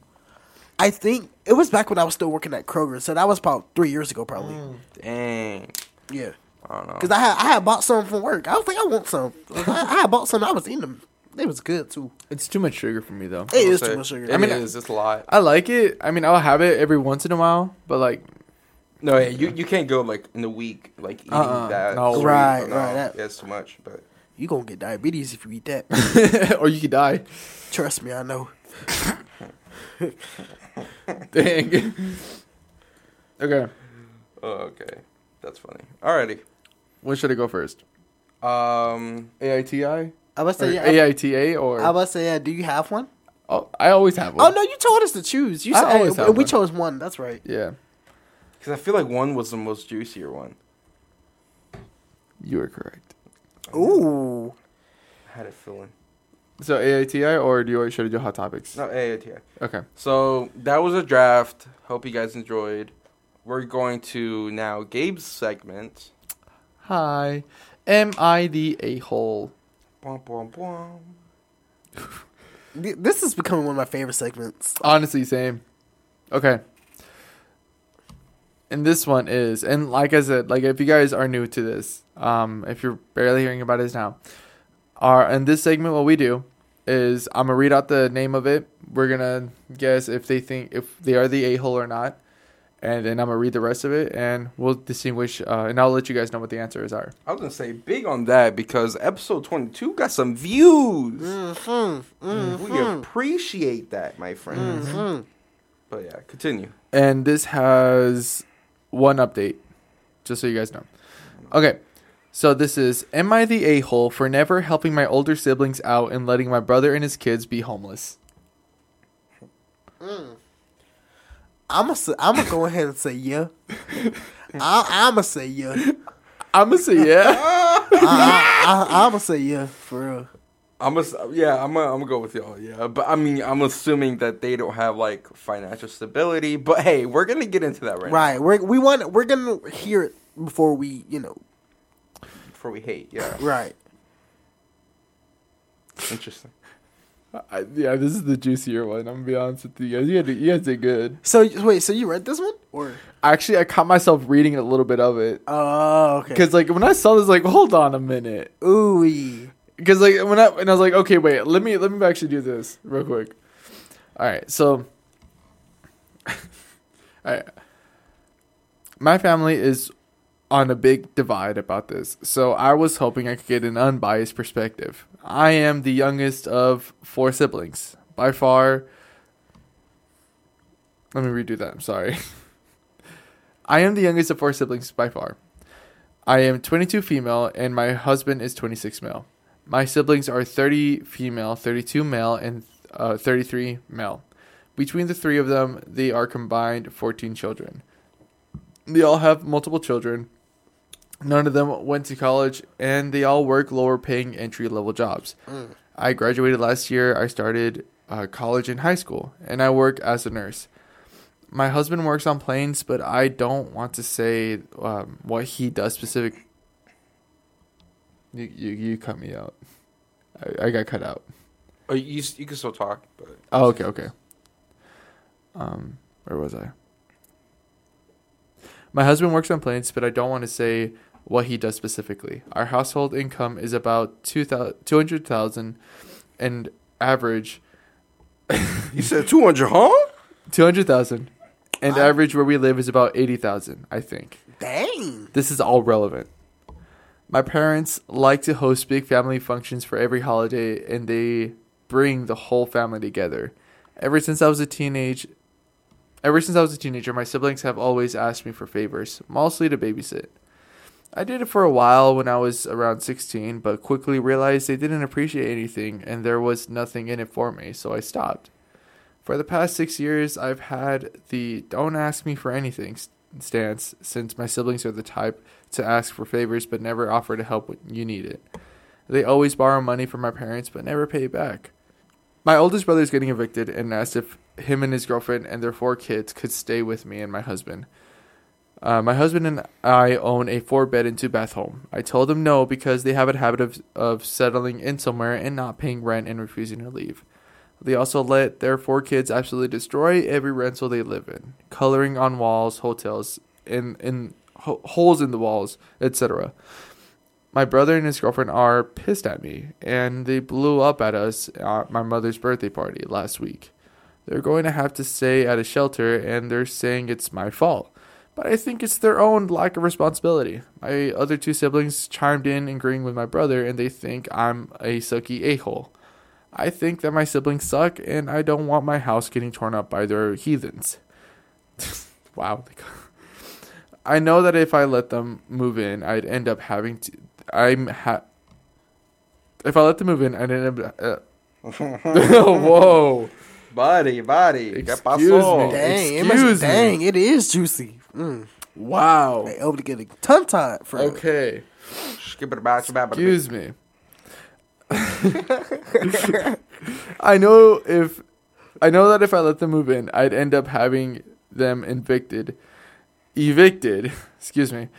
S2: I think it was back when I was still working at Kroger, so that was about three years ago, probably.
S3: Mm.
S1: Dang.
S2: Yeah,
S1: I don't know.
S2: because I had I had bought some from work. I was like, I want some. I, I had bought some. I was eating them. They was good too.
S3: It's too much sugar for me though.
S2: It is too much sugar.
S1: I
S2: I
S1: mean, uh,
S2: mean,
S1: it is. It's a lot.
S3: I like it. I mean, I'll have it every once in a while, but like
S1: No, yeah, you, you can't go like in a week like eating
S3: Uh-uh,
S1: that.
S3: no.
S1: sweet.
S2: Right,
S1: No,
S2: right, that-
S1: yeah, it's too much. But
S2: you gonna get diabetes if you eat that.
S3: or you could die.
S2: Trust me, I know.
S3: Dang. okay,
S1: oh, okay, that's funny. Alrighty.
S3: when should I go first?
S1: Um,
S3: AITI
S2: I was
S3: or
S2: say yeah. I-
S3: AITA or
S2: I was say yeah. Do you have one?
S3: oh, I always have
S2: Oh
S3: one.
S2: no, you told us to choose. You
S3: I
S2: said
S3: always have
S2: and we
S3: one.
S2: chose one. That's right.
S3: Yeah,
S1: because I feel like one was the most juicier one.
S3: you are correct.
S2: Ooh,
S1: I had a feeling.
S3: So AITI or do you should I do hot topics?
S1: No, AATI.
S3: Okay.
S1: So that was a draft. Hope you guys enjoyed. We're going to now Gabe's segment.
S3: Hi. Am I the a hole?
S1: Bum, bum, bum.
S2: Th- This is becoming one of my favorite segments.
S3: Honestly, same. Okay. And this one is, and like I said, like if you guys are new to this, um, if you're barely hearing about it now, our in this segment, what we do is I'm gonna read out the name of it. We're gonna guess if they think if they are the a hole or not, and then I'm gonna read the rest of it, and we'll distinguish. Uh, and I'll let you guys know what the answers are.
S1: I was gonna say big on that because episode twenty two got some views. We appreciate that, my friends. But yeah, continue.
S3: And this has one update, just so you guys know. Okay, so this is Am I the a hole for never helping my older siblings out and letting my brother and his kids be homeless?
S2: I'm gonna I'm gonna go ahead and say yeah. I, I'm gonna say yeah.
S3: I'm gonna say, yeah.
S2: I, I, I'm gonna say yeah for real.
S1: I'm a, yeah, I'm gonna I'm gonna go with y'all. Yeah, but I mean, I'm assuming that they don't have like financial stability. But hey, we're gonna get into that right,
S2: Right. We're, we want we're gonna hear it before we you know.
S1: now before we hate. Yeah,
S2: Right.
S1: interesting.
S3: I, yeah, this is the juicier one. I'm gonna be honest with you guys. You guys, you guys did good.
S2: So wait. So you read this one or?
S3: Actually, I caught myself reading a little bit of it
S2: Oh okay.
S3: because, like, when I saw this, like, hold on a minute.
S2: ooh.
S3: because like when I and I was like, okay, wait, let me let me actually do this real quick. All right, so, all right, my family is on a big divide about this, so I was hoping I could get an unbiased perspective. I am the youngest of four siblings, by far. Let me redo that. I'm sorry. I am the youngest of four siblings by far. I am 22 female and my husband is 26 male. My siblings are 30 female, 32 male, and uh, 33 male. Between the three of them, they are combined 14 children. They all have multiple children. None of them went to college, and they all work lower paying entry level jobs. I graduated last year. I started uh, college and high school, and I work as a nurse my husband works on planes, but I don't want to say um, what he does specific. You you, you cut me out. I, I got cut out.
S1: Oh, you s- you can still talk, but
S3: Oh, okay, okay. Um, where was I? My husband works on planes, but I don't want to say what he does specifically. Our household income is about two hundred thousand, and average
S1: you said two hundred, huh?
S3: two hundred thousand, and average where we live is about eighty thousand, I think.
S2: Dang.
S3: This is all relevant. My parents like to host big family functions for every holiday and they bring the whole family together. Ever since I was a teenage ever since I was a teenager, my siblings have always asked me for favors, mostly to babysit. I did it for a while when I was around 16, but quickly realized they didn't appreciate anything and there was nothing in it for me, so I stopped. For the past six years, I've had the don't ask me for anything s- stance since my siblings are the type to ask for favors but never offer to help when you need it. They always borrow money from my parents but never pay it back. My oldest brother is getting evicted and asked if him and his girlfriend and their four kids could stay with me and my husband. Uh, my husband and I own a four bed and two bath home. I told them no because they have a habit of, of settling in somewhere and not paying rent and refusing to leave. They also let their four kids absolutely destroy every rental they live in, coloring on walls, hotels, in in ho- holes in the walls, etc. My brother and his girlfriend are pissed at me, and they blew up at us at my mother's birthday party last week. They're going to have to stay at a shelter, and they're saying it's my fault. But I think it's their own lack of responsibility. My other two siblings chimed in, agreeing with my brother, and they think I'm a sucky a hole. I think that my siblings suck, and I don't want my house getting torn up by their heathens. wow. I know that if I let them move in, I'd end up having to. I'm ha. If I let them move in, I'd end up. Uh, whoa!
S1: Buddy, buddy,
S3: Excuse
S1: get pasó?
S3: me.
S2: Dang. It must,
S3: Oh, Excuse me.
S2: dang. It is juicy. Mm.
S3: Wow.
S2: They able to get a tongue tie for real.
S3: Okay.
S1: Skip it about, skip it about.
S3: Excuse me. I know if I know that if I let them move in, I'd end up having them evicted, evicted. Excuse me,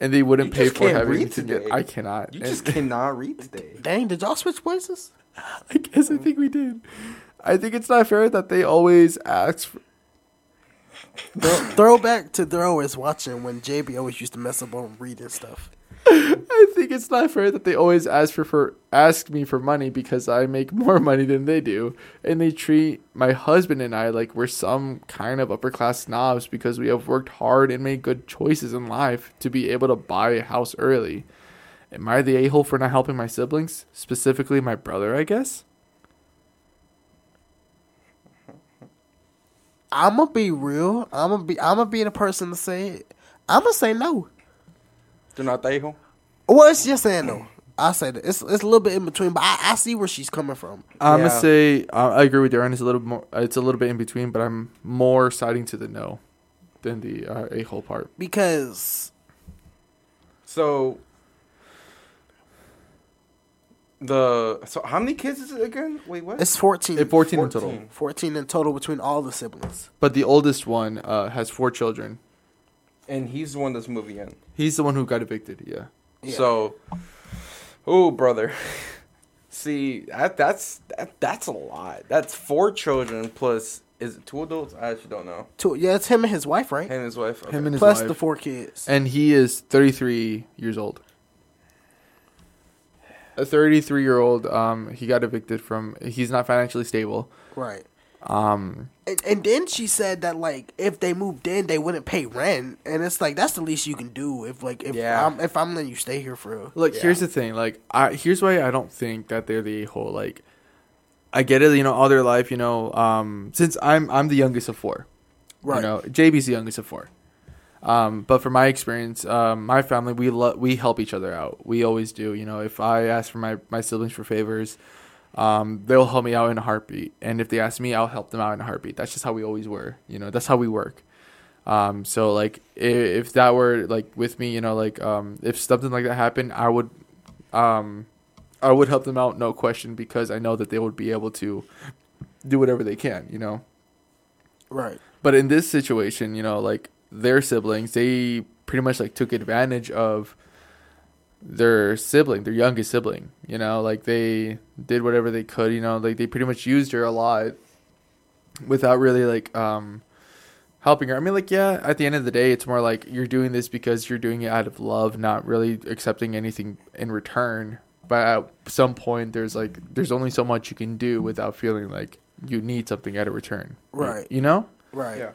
S3: and they wouldn't
S1: You
S3: pay
S1: just
S3: for
S1: can't
S3: having
S1: read
S3: to get.
S1: today.
S3: I cannot.
S1: You
S3: And-
S1: just cannot read today.
S2: Dang. Did y'all switch places?
S3: I guess I think we did. I think it's not fair that they always ask. For,
S2: Throw- Throwback to throw is watching when JB always used to mess up on reading stuff.
S3: I think it's not fair that they always ask for, for ask me for money because I make more money than they do, and they treat my husband and I like we're some kind of upper class snobs because we have worked hard and made good choices in life to be able to buy a house early. Am I the a hole for not helping my siblings, specifically my brother? I guess.
S2: I'm gonna be real. I'm gonna be. I'm gonna be the person to say it. I'm gonna say no.
S1: They're not that home.
S2: Well, it's yes and no. I say that it's it's a little bit in between, but I, I see where she's coming from.
S3: I'm
S1: Yeah.
S3: gonna say uh, I agree with Darren. It's a little more. It's a little bit in between, but I'm more siding to the no than the uh, a hole part.
S2: because
S1: So the so how many kids is it again? Wait, what?
S2: it's 14,
S3: At 14, in
S1: 14.
S3: total.
S2: 14 in total between all the siblings.
S3: But the oldest one uh, has four children.
S1: and he's the one that's moving in.
S3: He's the one who got evicted. Yeah.
S2: Yeah.
S1: So, oh brother, see that that's that, that's a lot. That's four children plus is it two adults? I actually don't know.
S2: Two, yeah, it's him and his wife, right?
S1: Him and his wife. Okay.
S3: Him and his
S2: Plus
S3: wife.
S2: the four kids.
S3: and he is 33 years old. A 33 year old. Um, he got evicted from. He's not financially stable.
S2: right.
S3: Um,
S2: And, and then she said that like if they moved in, they wouldn't pay rent, and it's like that's the least you can do if like if
S1: Yeah.
S2: I'm if I'm letting you stay here for real.
S3: Look,
S1: Yeah.
S3: here's the thing. Like, I here's why I don't think that they're the a hole. Like, I get it. You know, all their life. You know, um, since I'm I'm the youngest of four.
S2: Right.
S3: You know, JB's the youngest of four. Um, but from my experience, um, my family we lo- we help each other out. We always do. You know, if I ask for my my siblings for favors, um, they'll help me out in a heartbeat. And if they ask me, I'll help them out in a heartbeat. That's just how we always were. You know, that's how we work. Um, so like if, if that were like with me, you know, like um, if something like that happened, I would, um, I would help them out, no question, because I know that they would be able to do whatever they can, you know.
S2: Right.
S3: But in this situation, you know, like their siblings, they pretty much like took advantage of their sibling, their youngest sibling. You know, like they did whatever they could. You know, like they pretty much used her a lot without really like um helping her. I mean, like yeah, at the end of the day, it's more like you're doing this because you're doing it out of love, not really accepting anything in return. But at some point, there's like there's only so much you can do without feeling like you need something out of return.
S2: Right.
S3: You know.
S2: Right.
S1: yeah.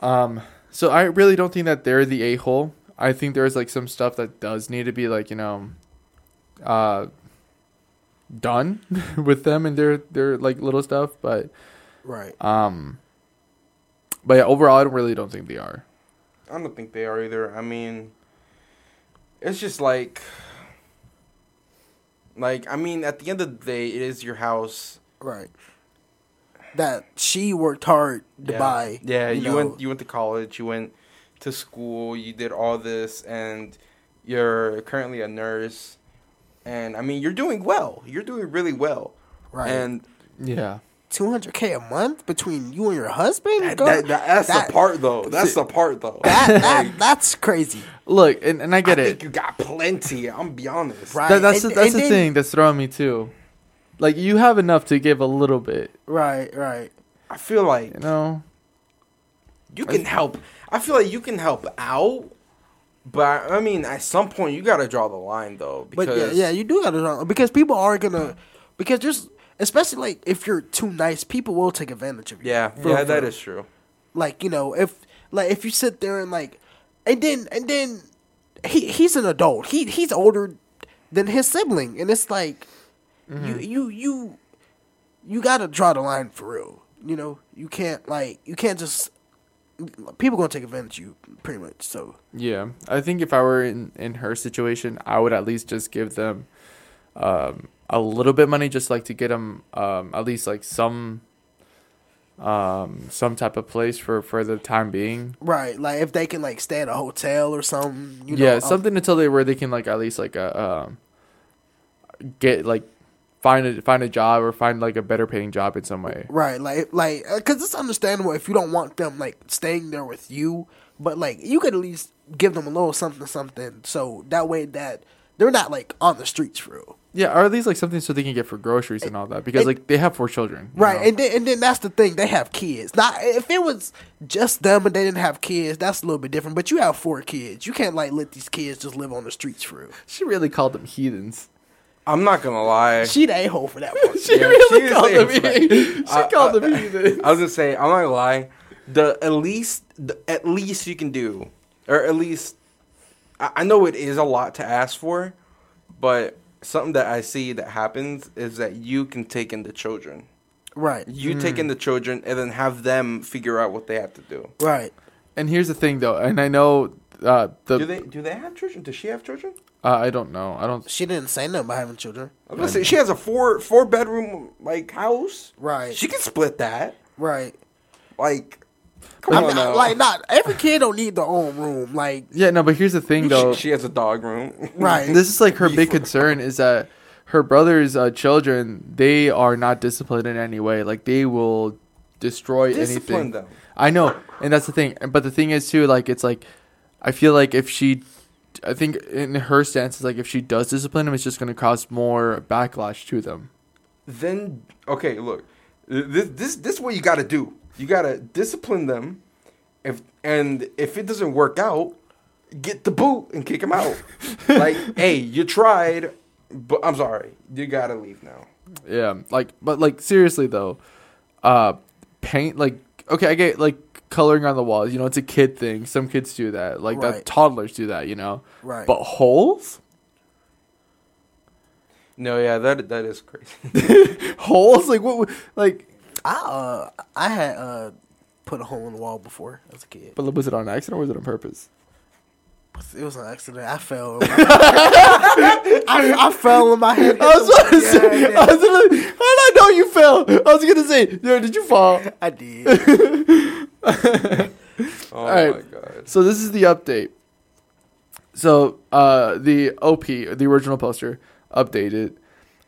S3: Um, so I really don't think that they're the a hole. I think there's like some stuff that does need to be like you know, uh, done with them and their their like little stuff. But
S2: Right.
S1: Uh,
S3: um, but yeah, overall, I don't really don't think they are.
S1: I don't think they are either. I mean, it's just like, like I mean, at the end of the day, it is your house.
S2: Right. That she worked hard to
S1: Yeah.
S2: buy.
S1: Yeah, you,
S2: know.
S1: went you went to college, you went to school, you did all this, and you're currently a nurse. And I mean, you're doing well. You're doing really well.
S2: Right.
S1: And
S3: Yeah.
S2: two hundred k a month between you and your husband.
S1: that,
S2: Girl,
S1: that, that- that's
S2: that-
S1: the part, though. That's the part, though.
S2: that- that- that's crazy.
S3: Look, and, and I
S1: I
S3: get
S1: think
S3: it.
S1: you got plenty. I'm gonna be honest.
S2: Right.
S3: That, that's
S2: And-
S3: the, that's
S2: and
S3: the
S2: then-
S3: thing that's throwing me too. Like you have enough to give a little bit,
S2: Right. Right.
S1: I feel like
S3: you know.
S1: you can help. I feel like you can help out, but I mean, at some point, you gotta draw the line, though. Because
S2: But yeah, yeah, you do got to know because people are gonna because just especially like if you're too nice, people will take advantage of you.
S1: yeah,
S2: For-
S1: yeah,
S2: for-
S1: that is true.
S2: like you know if like if you sit there and like and then and then he he's an adult. He he's older than his sibling, and it's like
S1: Mm-hmm.
S2: you you you you got to draw the line for real. You know you can't like you can't just people gonna take advantage of you pretty much. So
S3: Yeah, I think if I were in in her situation, I would at least just give them um, a little bit money, just like to get them um, at least like some um, some type of place for for the time being.
S2: right, like if they can like stay at a hotel or something. You know,
S3: yeah,
S2: I'll-
S3: something until they where they can like at least like uh, um, get like find a find a job or find like a better paying job in some way.
S2: Right, like, like, because it's understandable if you don't want them like staying there with you, but like you could at least give them a little something, something, so that way that They're not like on the streets, real.
S3: Yeah, or at least like something so they can get for groceries and all that because like they have four children, you
S2: Right,
S3: know?
S2: and then and then that's the thing. They have kids. Not if it was just them and they didn't have kids, that's a little bit different. But you have four kids. You can't like let these kids just live on the streets for real.
S3: she really called them heathens.
S1: I'm not gonna lie.
S2: She the a hole for that one.
S3: She
S1: Yeah,
S3: really
S1: she is
S3: called them.
S1: a-
S3: heathens. she
S1: I-
S3: called
S1: I-
S3: them heathens.
S1: I was gonna say, I'm not gonna lie. The at least, the at least you can do, or at least, I, I know it is a lot to ask for, but something that I see that happens is that you can take in the children.
S2: right,
S1: You take in the children and then have them figure out what they have to do.
S2: right.
S3: And here's the thing, though, and I know uh, the
S1: Do they? Do they have children? Does she have children?
S3: uh, I don't know, I don't.
S2: She didn't say nothing about having children.
S1: I was gonna say she has a four four bedroom like house.
S2: Right.
S1: She can split that.
S2: Right.
S1: Like, come
S2: I'm
S1: on
S2: not,
S1: now.
S2: like not every kid don't need their own room. Like
S3: Yeah, no, but here's the thing, though.
S1: she, she has a dog room.
S2: right.
S3: this is like her big concern is that her brother's uh, children they are not disciplined in any way like they will destroy
S1: Discipline
S3: anything
S1: them.
S3: i know and that's the thing but the thing is too like it's like i feel like if she i think in her stance it's like if she does discipline them it's just going to cause more backlash to them
S1: then okay, look, this this this is what you got to do. You got to discipline them, if and if it doesn't work out, get the boot and kick them out. like, hey, you tried, but I'm sorry, you got to leave now.
S3: yeah like but like seriously though uh paint like okay i get like coloring on the walls you know it's a kid thing some kids do that like
S2: Right.
S3: that toddlers do that you know
S2: Right.
S3: but holes
S1: No, yeah, that that is crazy.
S3: holes like what would- like
S2: I uh I had uh put a hole in the wall before as a kid.
S3: but was it on accident or was it on purpose
S2: It was an accident. I fell. I, I fell in my head.
S3: i was about to
S1: Yeah,
S3: say
S1: yeah.
S3: i was gonna how did i know you fell i was gonna say yo did you fall
S2: I did.
S1: oh
S3: right.
S1: my god.
S3: so this is the update so uh the op the original poster updated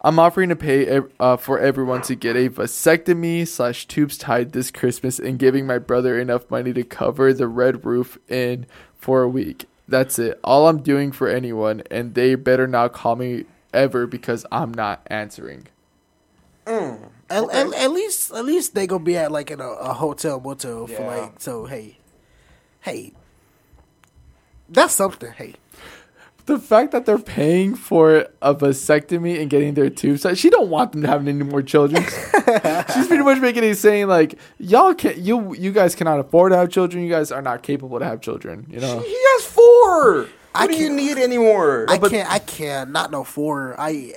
S3: i'm offering to pay ev- uh, for everyone to get a vasectomy slash tubes tied this christmas and giving my brother enough money to cover the red roof in for a week that's it all i'm doing for anyone and they better not call me ever because i'm not answering
S2: At, at, at least, at least they gonna be at like in a, a hotel motel for
S1: Yeah.
S2: like. So hey, hey, that's something. Hey,
S3: the fact that they're paying for a vasectomy and getting their tubes tied, she don't want them to have any more children. She's pretty much making it saying like, y'all can you you guys cannot afford to have children. You guys are not capable to have children. You know.
S1: He has four.
S2: I
S1: What do you
S2: can't-
S1: need anymore?
S2: I can't. I can't. Not no four. I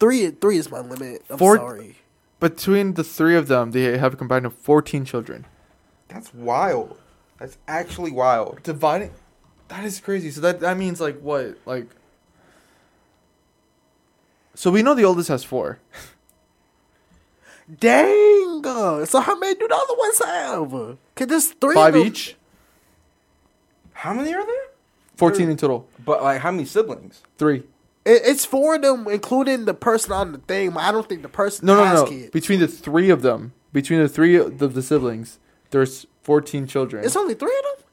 S2: three. Three is my limit. I'm
S3: Four-
S2: sorry.
S3: Between the three of them, they have a combined of fourteen children.
S1: That's wild. That's actually wild.
S3: Dividing, that is crazy. So that that means like what like. So we know the oldest has four.
S2: Dang. uh, So how many do the other ones have? Cause there's three. of
S3: Five
S2: them-
S3: each,
S1: How many are there?
S3: fourteen in total.
S1: But like, how many siblings?
S3: Three.
S2: It, it's four of them, including the person on the thing. But I don't think the person
S3: No, no,
S2: has
S3: no.
S2: kids.
S3: Between the three of them, between the three of the, the siblings, there's 14 children.
S2: It's only three of them.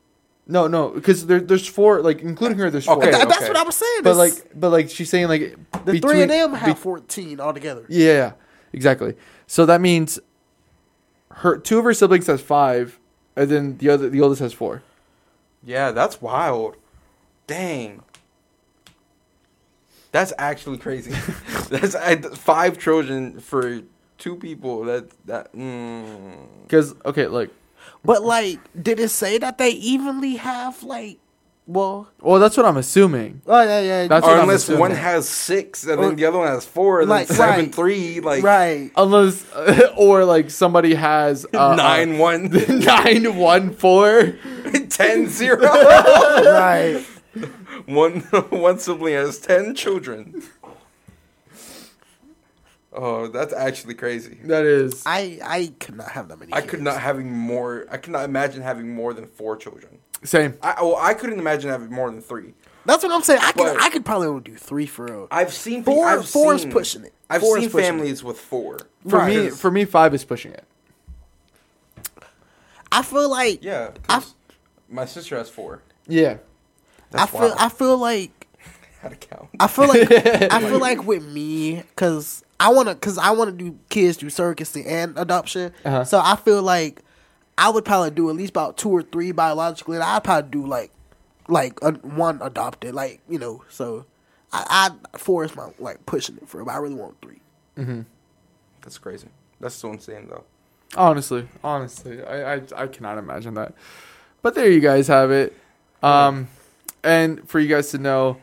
S3: no, no, because there, there's four, like including her, there's four.
S1: Okay,
S2: Th- That's
S1: okay.
S2: what I was saying.
S3: But
S2: it's-
S3: like, but like she's saying like
S2: the three of them have fourteen altogether.
S3: Yeah, yeah, exactly. So that means her two of her siblings has five, and then the other the oldest has four.
S1: Yeah, that's wild. Dang. That's actually crazy. that's I, five Trojan for two people. That that. Mm.
S3: Because okay, like,
S2: But like, did it say that they evenly have like? Well,
S3: well, that's what I'm assuming.
S2: oh yeah, yeah.
S3: That's
S1: Or
S3: what I'm
S1: unless
S3: assuming.
S1: one has six and
S2: Or-
S1: then the other one has four and
S2: Like,
S1: then seven
S2: right.
S1: three like
S2: right.
S3: Unless, or like somebody has uh,
S1: nine one
S3: uh, nine, one, four.
S1: ten zero.
S3: Oh,
S2: right.
S1: one one sibling has ten children. Oh, that's actually crazy.
S3: That is.
S2: I I could not have that many.
S1: I
S2: kids.
S1: could not having more. I could not imagine having more than four children.
S3: Same.
S1: I well, I couldn't imagine having more than three.
S2: That's what I'm saying. I could
S1: But-
S2: I could probably only do three for real.
S1: I've seen
S2: Four-
S1: I've
S2: four is pushing it.
S1: I've
S2: Four is
S1: seen
S2: pushing
S1: families with four.
S3: For
S2: Right.
S3: me, for me, five is pushing it.
S2: I feel like
S1: yeah,
S2: I
S1: 'cause my sister has four.
S3: Yeah.
S2: I
S1: That's
S2: feel
S1: wild.
S2: I feel like
S1: how to count.
S2: I feel like I feel like with me, cause I wanna, cause I wanna do kids do surrogacy and adoption.
S3: Uh-huh.
S2: So I feel like I would probably do at least about two or three biologically. And I'd probably do like, like a, one adopted, like you know. So I, I four is my like pushing it for, but I really want three.
S1: That's crazy. That's so insane, though.
S3: Honestly, honestly, I, I I cannot imagine that. But there you guys have it. Um, and for you guys to know,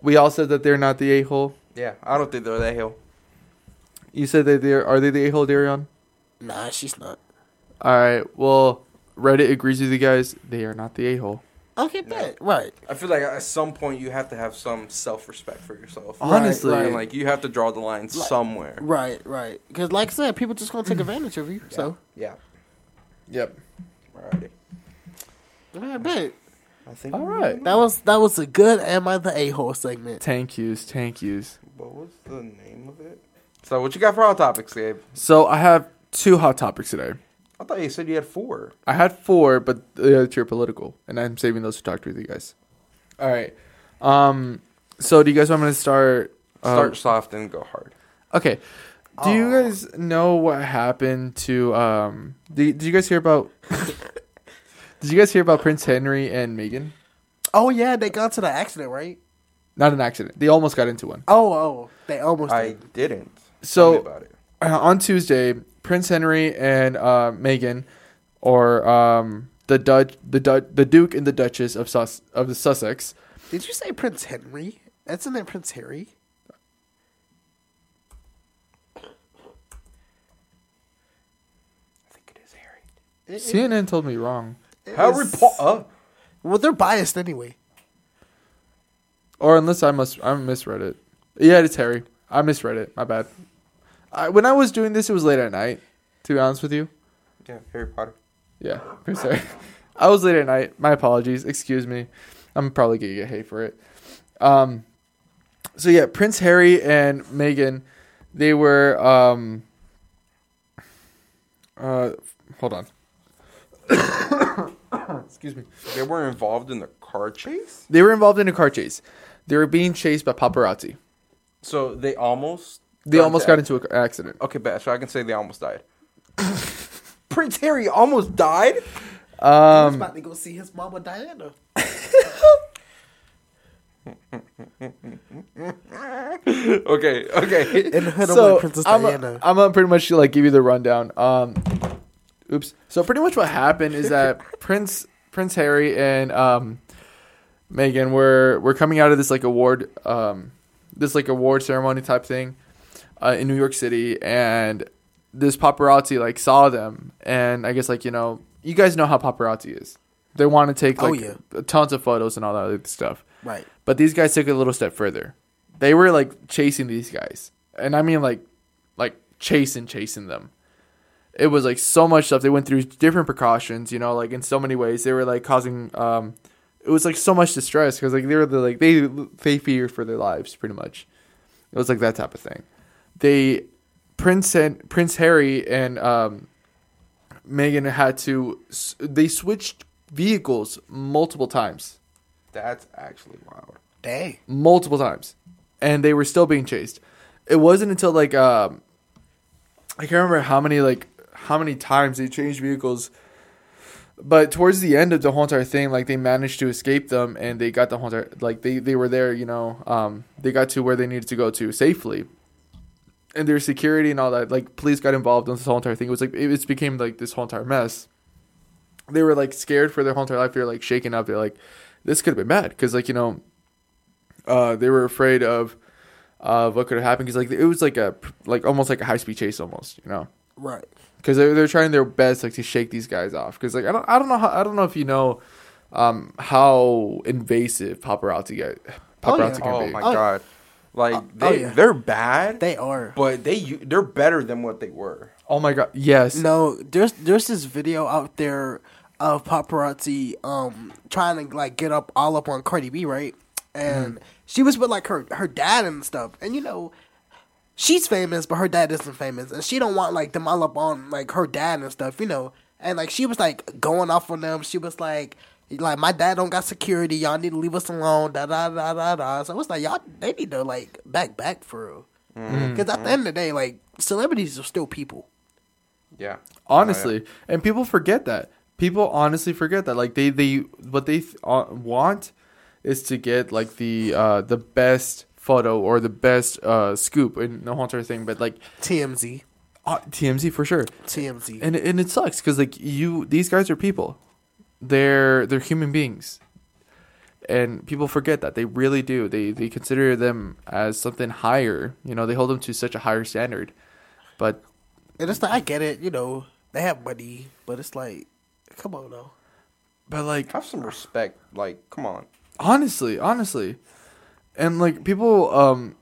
S3: we all said that they're not the a hole.
S1: Yeah, I don't think they're that hill.
S3: You said that they're are they the a hole, Darion?
S2: Nah, she's not.
S3: All right. Well, Reddit agrees with you guys. They are not the a hole.
S2: Okay, bet right.
S1: I feel like at some point you have to have some self respect for yourself.
S2: Right,
S3: Honestly,
S2: right.
S1: And like you have to draw the line somewhere.
S2: Right, right. Because, like I said, people just gonna take advantage of you. So,
S1: Yeah.
S3: yep.
S1: Alrighty.
S2: I bet
S1: I think.
S3: All right.
S2: that was that was a good "Am I the a hole" segment.
S3: Tank yous, tank yous.
S1: What was the name of it? So what you got for hot topics, Gabe?
S3: So I have two hot topics today.
S1: I thought you said you had four.
S3: I had four, but the other two are political, and I'm saving those to talk to with you guys. All right. Um. So do you guys want me to start? uh,
S1: Start soft and go hard.
S3: Okay. Do you guys know what happened to um? Did, did you guys hear about? did you guys hear about Prince Henry and Megan?
S2: Oh yeah, they got to the accident, right?
S3: Not an accident. They almost got into one.
S2: Oh, oh, they almost.
S1: I
S2: did.
S1: didn't.
S3: So-
S1: Tell me about it.
S3: Uh, on Tuesday, Prince Henry and uh, Megan, or um, the Dutch, the Dutch, the Duke and the Duchess of Sus of the Sussex.
S2: Did you say Prince Henry? That's in there, Prince Harry.
S1: I think it is Harry.
S3: CNN told me wrong,
S1: Harry uh, Potter.
S2: Well, they're biased anyway.
S3: or unless I must I misread it. Yeah, it's Harry. I misread it. My bad. I, when I was doing this, it was late at night. To be honest with you.
S1: Yeah, Harry Potter.
S3: Yeah, I'm sorry. I was late at night. My apologies. Excuse me. I'm probably gonna get hate for it. Um, so yeah, Prince Harry and Meghan, they were um. Uh, hold on. Excuse me.
S1: They were involved in the car chase.
S3: They were involved in a car chase. They were being chased by paparazzi.
S1: So they almost.
S3: They almost got into an accident.
S1: Okay, bad. So I can say they almost died. Prince Harry almost died.
S2: He
S3: Um,
S2: was about to go see his mama Diana.
S1: okay, okay.
S2: In the hood of
S3: so
S2: like Princess
S3: I'm,
S2: Diana.
S3: I'm gonna pretty much like give you the rundown. Um, oops. So pretty much what happened is that Prince Prince Harry and um, Megan were were coming out of this like award um, this like award ceremony type thing uh, in New York City, and this paparazzi like saw them, and I guess like you know you guys know how paparazzi is. They want to take
S2: Oh,
S3: like
S2: yeah.
S3: tons of photos and all that other stuff.
S2: right.
S3: But these guys took it a little step further. They were like chasing these guys. And I mean like like chasing chasing them. It was like so much stuff. They went through different precautions, you know, like in so many ways. They were like causing um it was like so much distress because like they were the, like they they fear for their lives pretty much. It was like that type of thing. They Prince and Prince Harry and um Megan had to s- they switched vehicles multiple times
S1: That's actually wild.
S2: Dang.
S3: multiple times, and they were still being chased. It wasn't until like um, I can't remember how many like how many times they changed vehicles, but towards the end of the whole entire thing, like they managed to escape them, and they got the whole entire like they they were there, you know, um, they got to where they needed to go to safely. And their security and all that, like police got involved in this whole entire thing. It was like it, it became like this whole entire mess they were like scared for their whole entire life. They were like shaken up. They're like, this could have been bad because like you know, uh, they were afraid of of what could have happened because like it was like a like almost like a high speed chase almost you know
S2: Right.
S3: because they're they're trying their best like to shake these guys off because like I don't I don't know how, I don't know if you know um how invasive paparazzi guys
S2: Oh, yeah.
S3: paparazzi can
S1: Oh
S3: be.
S1: my
S2: Oh.
S1: god. Like they
S2: oh, yeah.
S1: they're bad.
S2: They are.
S1: but they u- they're better than what they were.
S3: Oh my god! Yes.
S2: No, there's there's this video out there of paparazzi um trying to like get up all up on Cardi B, right? And she was with like her her dad and stuff, and you know. She's famous, but her dad isn't famous, and she don't want like them all up on like her dad and stuff, you know. And like she was like going off on them. She was like, Like my dad don't got security. Y'all need to leave us alone. Da da da da da. So it's like y'all they need to like back back for real. Because at the end of the day, like celebrities are still people.
S1: Yeah.
S3: honestly Oh, and people forget that people honestly forget that like they they what they th- uh, want is to get like the uh the best photo or the best uh scoop and the whole entire thing but like
S2: TMZ,
S3: uh, tmz for sure
S2: TMZ.
S3: and and it sucks because like you these guys are people they're they're human beings and people forget that they really do they they consider them as something higher you know they hold them to such a higher standard but
S2: And it's like I get it, you know, they have money, but it's like, come on though.
S3: but like
S1: Have some respect. Like, come on.
S3: honestly honestly and like people um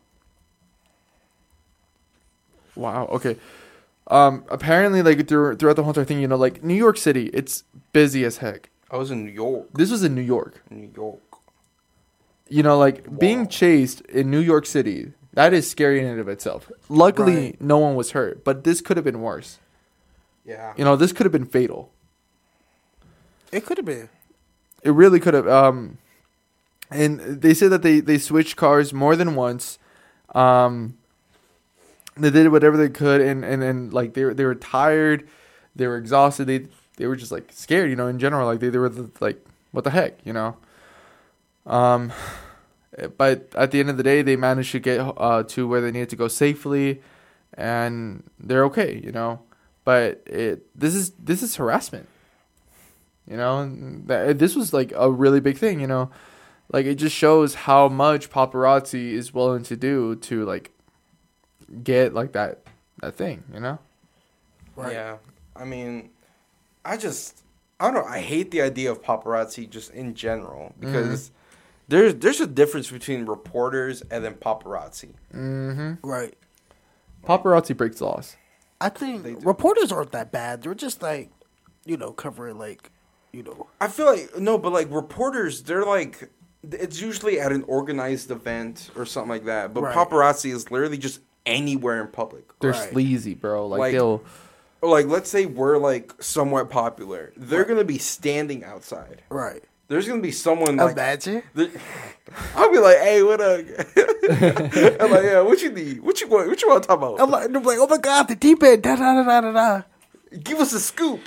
S3: wow okay um apparently like through, throughout the whole entire thing you know like new york city it's busy as heck
S1: I was in New York.
S3: this was in new york
S1: New York.
S3: you know like being chased in new york city that is scary in and of itself luckily
S2: Right.
S3: no one was hurt but this could have been worse
S1: Yeah.
S3: you know this could have been fatal
S2: It could have been.
S3: It really could have. Um, and they said that they they switched cars more than once. Um, they did whatever they could, and and, and like they were, they were tired, they were exhausted. They they were just like scared, you know. In general, like they they were like, what the heck, you know. Um, but at the end of the day, they managed to get uh, to where they needed to go safely, and they're okay, you know. But it this is this is harassment, you know. and That, eh, this was like a really big thing, you know. Like it just shows how much paparazzi is willing to do to like get like that that thing, you know.
S1: Yeah. I mean, I just I don't know, I hate the idea of paparazzi just in general because there's there's a difference between reporters and then paparazzi.
S2: Right.
S3: Paparazzi breaks laws.
S2: I think reporters aren't that bad. They're just like, you know, covering like, you know,
S1: I feel like no, but like reporters, they're like it's usually at an organized event or something like that. But
S2: Right.
S1: paparazzi is literally just anywhere in public.
S3: They're
S2: Right.
S3: sleazy, bro. Like,
S1: Like-
S3: they'll
S1: Or like let's say we're like somewhat popular. They're gonna be standing outside.
S2: right.
S1: There's gonna be someone like
S2: Imagine.
S1: The- I'll be like, hey, what up? I'm like, yeah, what you need? What you want? What you want to talk about?
S2: I'm like, I'm like, oh my god, the deep end, da da da da da da.
S1: Give us a scoop.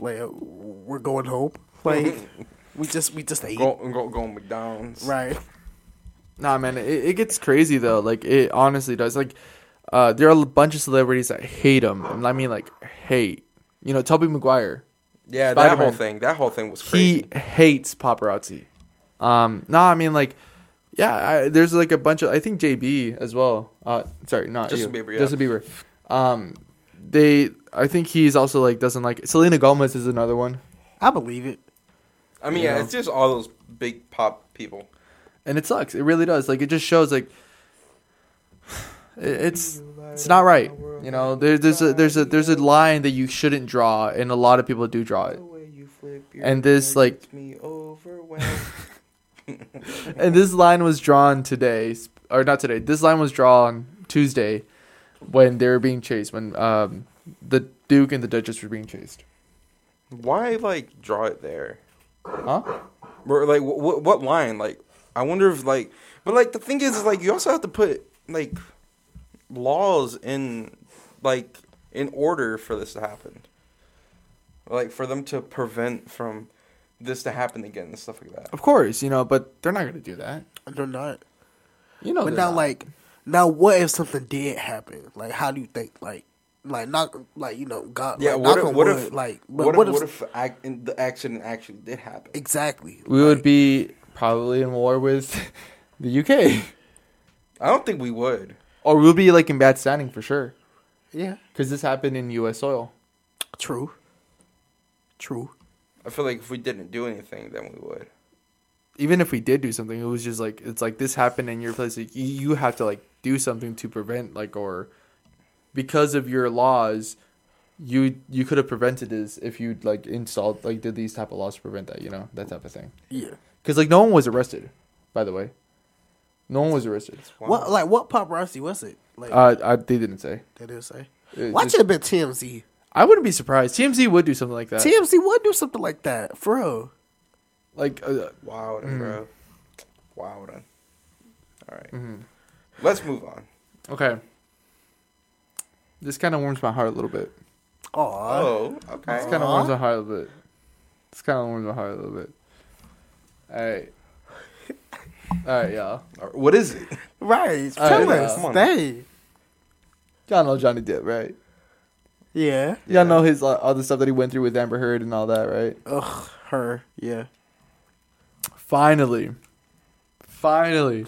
S2: Like, uh, we're going home. Like, we just we just ate.
S1: Go, go, go McDonald's.
S2: Right.
S3: Nah, man, it, it gets crazy though. Like it honestly does. Like, uh, there are a bunch of celebrities that hate him, and I mean like hate. You know, Tobey Maguire,
S1: Yeah, that
S3: Spider-Man.
S1: whole thing. That whole thing was crazy.
S3: he hates paparazzi. Um, nah, I mean like, yeah, I, there's like a bunch of. I think JB as well. Uh, sorry, not
S1: Justin
S3: you.
S1: Bieber, yeah.
S3: Justin Bieber. Um, they. I think he's also like doesn't like Selena Gomez is another one,
S2: I believe it.
S1: I mean, yeah, it's just all those big pop people.
S3: and it sucks. It really does. Like it just shows like. it- It's it's not right, you know. There, there's a there's a there's a line that you shouldn't draw, and a lot of people do draw it. And this, like- and this line was drawn today, sp- or not today. This line was drawn Tuesday, when they were being chased, when um, the Duke and the Duchess were being chased.
S1: Why, like, draw it there?
S3: Huh?
S1: Or, like, what, what line? Like, I wonder if, like, but, like, the thing is, is, like, you also have to put, like, laws in, like, in order for this to happen. Like, for them to prevent from this to happen again and stuff like that.
S3: Of course, you know, but they're not gonna do that.
S2: They're not.
S3: You know,
S2: But
S3: they're
S2: now,
S3: not.
S2: like, now what if something did happen? Like, how do you think? Like, like not like you know, God.
S1: Yeah,
S2: like,
S1: what
S2: knock
S1: if,
S2: on
S1: what
S2: wood,
S1: if,
S2: like, but
S1: what,
S2: what
S1: if,
S2: if,
S1: what if ac- in- the accident actually did happen?
S2: exactly?
S3: we would be probably in war with the UK,
S1: I don't think we would.
S3: or we'll be like in bad standing for sure,
S2: Yeah.
S3: because this happened in U.S. soil.
S2: True. True.
S1: I feel like if we didn't do anything, then we would.
S3: Even if we did do something, it was just like it's like this happened in your place. Like, you, you have to like do something to prevent like or because of your laws, you you could have prevented this if you like installed like did these type of laws to prevent that. You know that type of thing.
S2: Yeah.
S3: Because like no one was arrested, by the way, no one was arrested.
S1: Wow.
S2: What like what paparazzi was it? Like
S3: Uh, I, they didn't say.
S2: they didn't say.
S3: it
S2: Why
S3: just-
S2: should have been TMZ? Uh,
S3: I wouldn't be surprised. TMZ would do something like that.
S2: TMZ would do something like that for real.
S3: Like, uh,
S1: Wow,
S2: Mm-hmm.
S1: then, bro. Wow, then. All right.
S2: Mm-hmm.
S1: Let's move on.
S3: okay. This kind of warms my heart a little bit.
S2: Aw.
S1: Oh, okay.
S3: This kind of
S2: Aw.
S3: warms my heart a little bit. This kind of warms my heart a little bit. All right. All right, y'all.
S1: All right, What is it?
S2: Right.
S3: All
S2: Tell
S3: right,
S2: us.
S1: come on.
S2: Hey.
S3: Y'all know Johnny Depp, right?
S2: Yeah.
S1: Yeah.
S3: Y'all know his uh, all the stuff that he went through with Amber Heard and all that, right?
S2: Ugh. Her. Yeah.
S3: Finally, finally.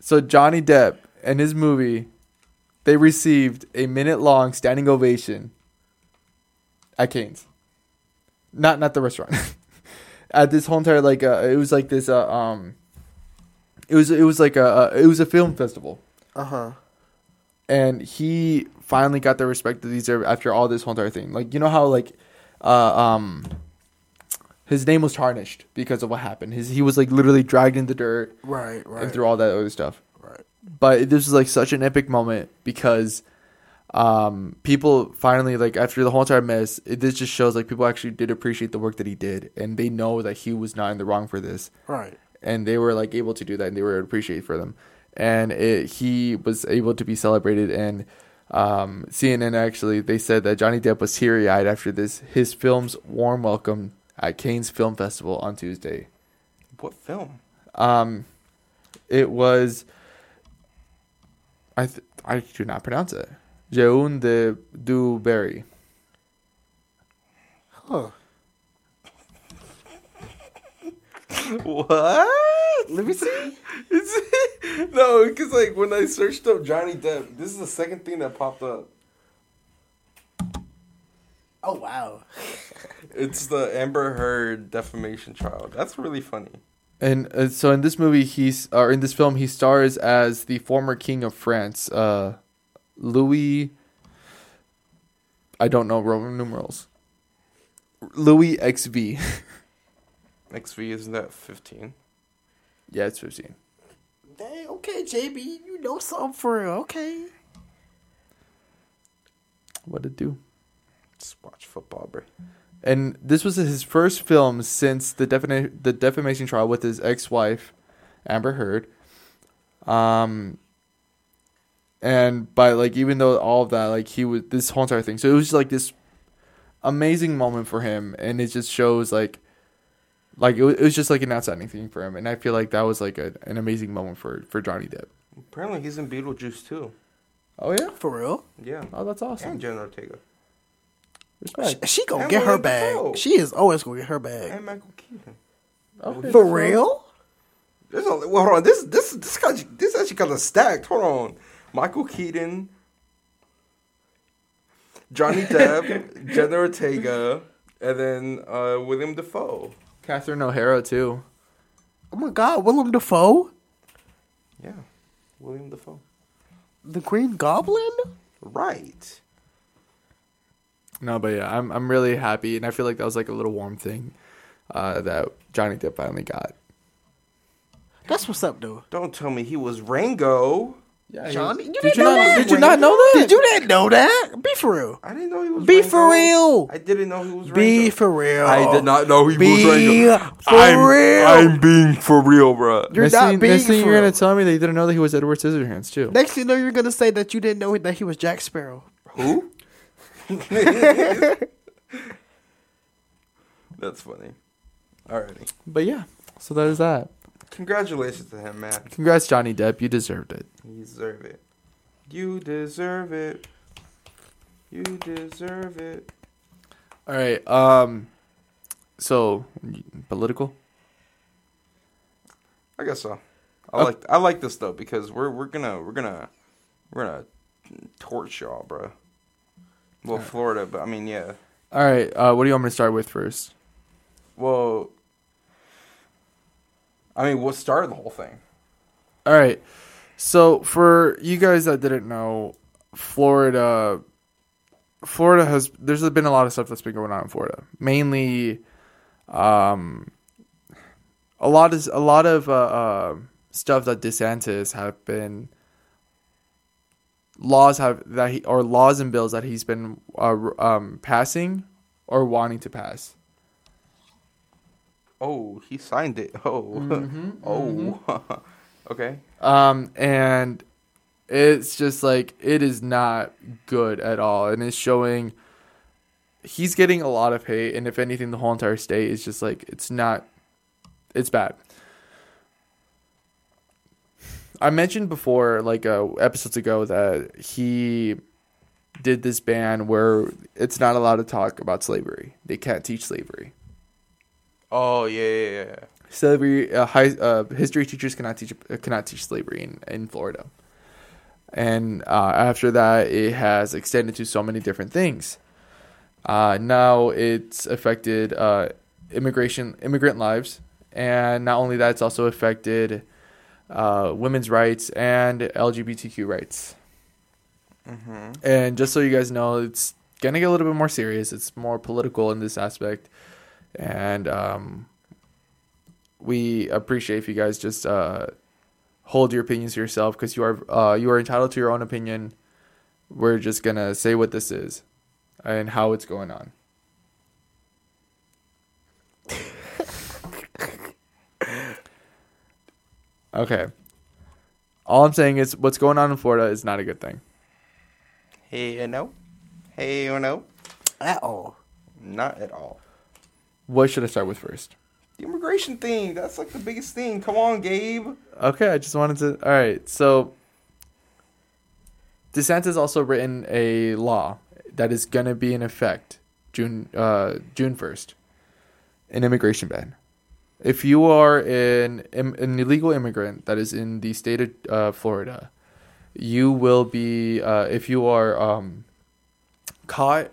S3: So Johnny Depp and his movie, they received a minute-long standing ovation at Canes. Not not the restaurant. at this whole entire like uh, it was like this uh, um. It was it was like a uh, it was a film festival.
S2: Uh huh.
S3: and he finally got the respect that he deserved after all this whole entire thing. Like you know how like uh, um his name was tarnished because of what happened. His he was like literally dragged in the dirt
S2: Right. Right.
S3: and through all that other stuff.
S2: right.
S3: But this was like such an epic moment because um people finally like after the whole entire mess, it, this just shows like people actually did appreciate the work that he did and they know that he was not in the wrong for this
S2: Right.
S3: and they were like able to do that and they were appreciated for them and it, he was able to be celebrated and um, cnn actually they said that johnny depp was teary-eyed after this his film's warm welcome at Cannes film festival on tuesday
S1: What film?
S3: um, it was i th- i do not pronounce it jeun de du berry
S2: Huh.
S1: What?
S2: Let me see.
S1: It's- no, because like when I searched up Johnny Depp, this is the second thing that popped up.
S2: Oh wow.
S1: It's the Amber Heard defamation trial. That's really funny.
S3: And uh, so in this movie, he's or in this film, he stars as the former king of France, uh, Louis. I don't know Roman numerals. Louis XV.
S1: XV isn't that fifteen?
S3: yeah, it's fifteen.
S2: Dang. Okay, JB, you know something for real. Okay.
S3: What did it do?
S1: Just watch football, bro.
S3: And this was his first film since the defina- the defamation trial with his ex-wife, Amber Heard. Um. And by like, even though all of that, like he was this whole entire thing. So it was just like this amazing moment for him, and it just shows like, like it was, it was just like an outstanding thing for him. And I feel like that was like a, an amazing moment for for Johnny Depp.
S1: Apparently, he's in Beetlejuice too.
S3: Oh yeah,
S2: For real.
S1: Yeah,
S3: oh that's
S1: and
S3: awesome.
S1: Jen Ortega
S2: She,
S3: Respect.
S2: she gonna
S1: I'm
S2: get her
S1: willing to
S2: bag.
S1: go.
S2: She is always gonna get her bag.
S1: and Michael Keaton.
S3: Okay.
S2: For real?
S1: There's a, well, hold on. This this this got this actually got of stacked. Hold on, Michael Keaton, Johnny Depp, Jenna Ortega, and then uh, William Defoe.
S3: Catherine O'Hara too.
S2: Oh my God, Willem Dafoe,
S1: Yeah, William Defoe.
S2: the Green Goblin.
S1: Right.
S3: No, but yeah, I'm I'm really happy, and I feel like that was like a little warm thing uh, that Johnny Depp finally got.
S2: That's what's up, though.
S1: Don't tell me he was Rango.
S3: Yeah,
S2: Johnny, you
S3: did
S2: didn't
S3: you
S2: know
S3: not?
S2: that?
S3: Did you not know that?
S2: Did you not know that? Be for real.
S1: I didn't know he was.
S2: Be for real.
S1: I didn't know he was.
S2: Be
S1: Rango.
S2: for real.
S1: I did not know he was
S2: Be
S1: Rango.
S2: for
S1: I'm,
S2: real.
S1: I'm being for real, bro.
S2: You're
S3: Next
S2: not
S3: thing,
S2: being
S3: next thing
S2: for
S3: you're gonna
S2: real.
S3: tell me that you didn't know that he was Edward Scissorhands too.
S2: Next thing you know, you're gonna say that you didn't know that he was Jack Sparrow.
S1: Who? That's funny. Alrighty.
S3: But yeah, so that is that.
S1: Congratulations to him, man.
S3: Congrats, Johnny Depp. You deserved it.
S1: You deserve it. You deserve it. You deserve it.
S3: All right. Um. So political.
S1: I guess so. I like I like this though because we're we're gonna we're gonna we're gonna torch y'all, bro. Well, Florida, but I mean, yeah.
S3: All right. Uh, what do you want me to start with first?
S1: Well, I mean, what started the whole thing?
S3: All right. So for you guys that didn't know, Florida, Florida has there's been a lot of stuff that's been going on in Florida. Mainly, um, a lot is a lot of uh, uh, stuff that DeSantis have been laws have that he or laws and bills that he's been uh, um, passing or wanting to pass.
S1: Oh, he signed it. Oh, oh. okay.
S3: Um, and it's just like it is not good at all, and it's showing. He's getting a lot of hate, and if anything, the whole entire state is just like it's not. It's bad. I mentioned before, like uh, episodes ago, that he did this ban where it's not allowed to talk about slavery. They can't teach slavery.
S1: Oh yeah, yeah, yeah.
S3: slavery uh, high, uh, history teachers cannot teach uh, cannot teach slavery in, in Florida. And uh, after that, it has extended to so many different things. Uh, now it's affected uh, immigration immigrant lives, and not only that, it's also affected uh, women's rights and LGBTQ rights. And just so you guys know, it's gonna get a little bit more serious. It's more political in this aspect, and um, we appreciate if you guys just uh, hold your opinions to yourself because you are uh, you are entitled to your own opinion. We're just gonna say what this is and how it's going on. okay. All I'm saying is what's going on in Florida is not a good thing.
S1: Hey, you know. Hey, you know.
S2: At all.
S1: Not at all.
S3: What should I start with first?
S1: The immigration thing. That's like the biggest thing. Come on, Gabe.
S3: Okay, I just wanted to. All right, so DeSantis also written a law that is going to be in effect June uh, June first, an immigration ban. If you are an im- an illegal immigrant that is in the state of uh, Florida, you will be uh, if you are um, caught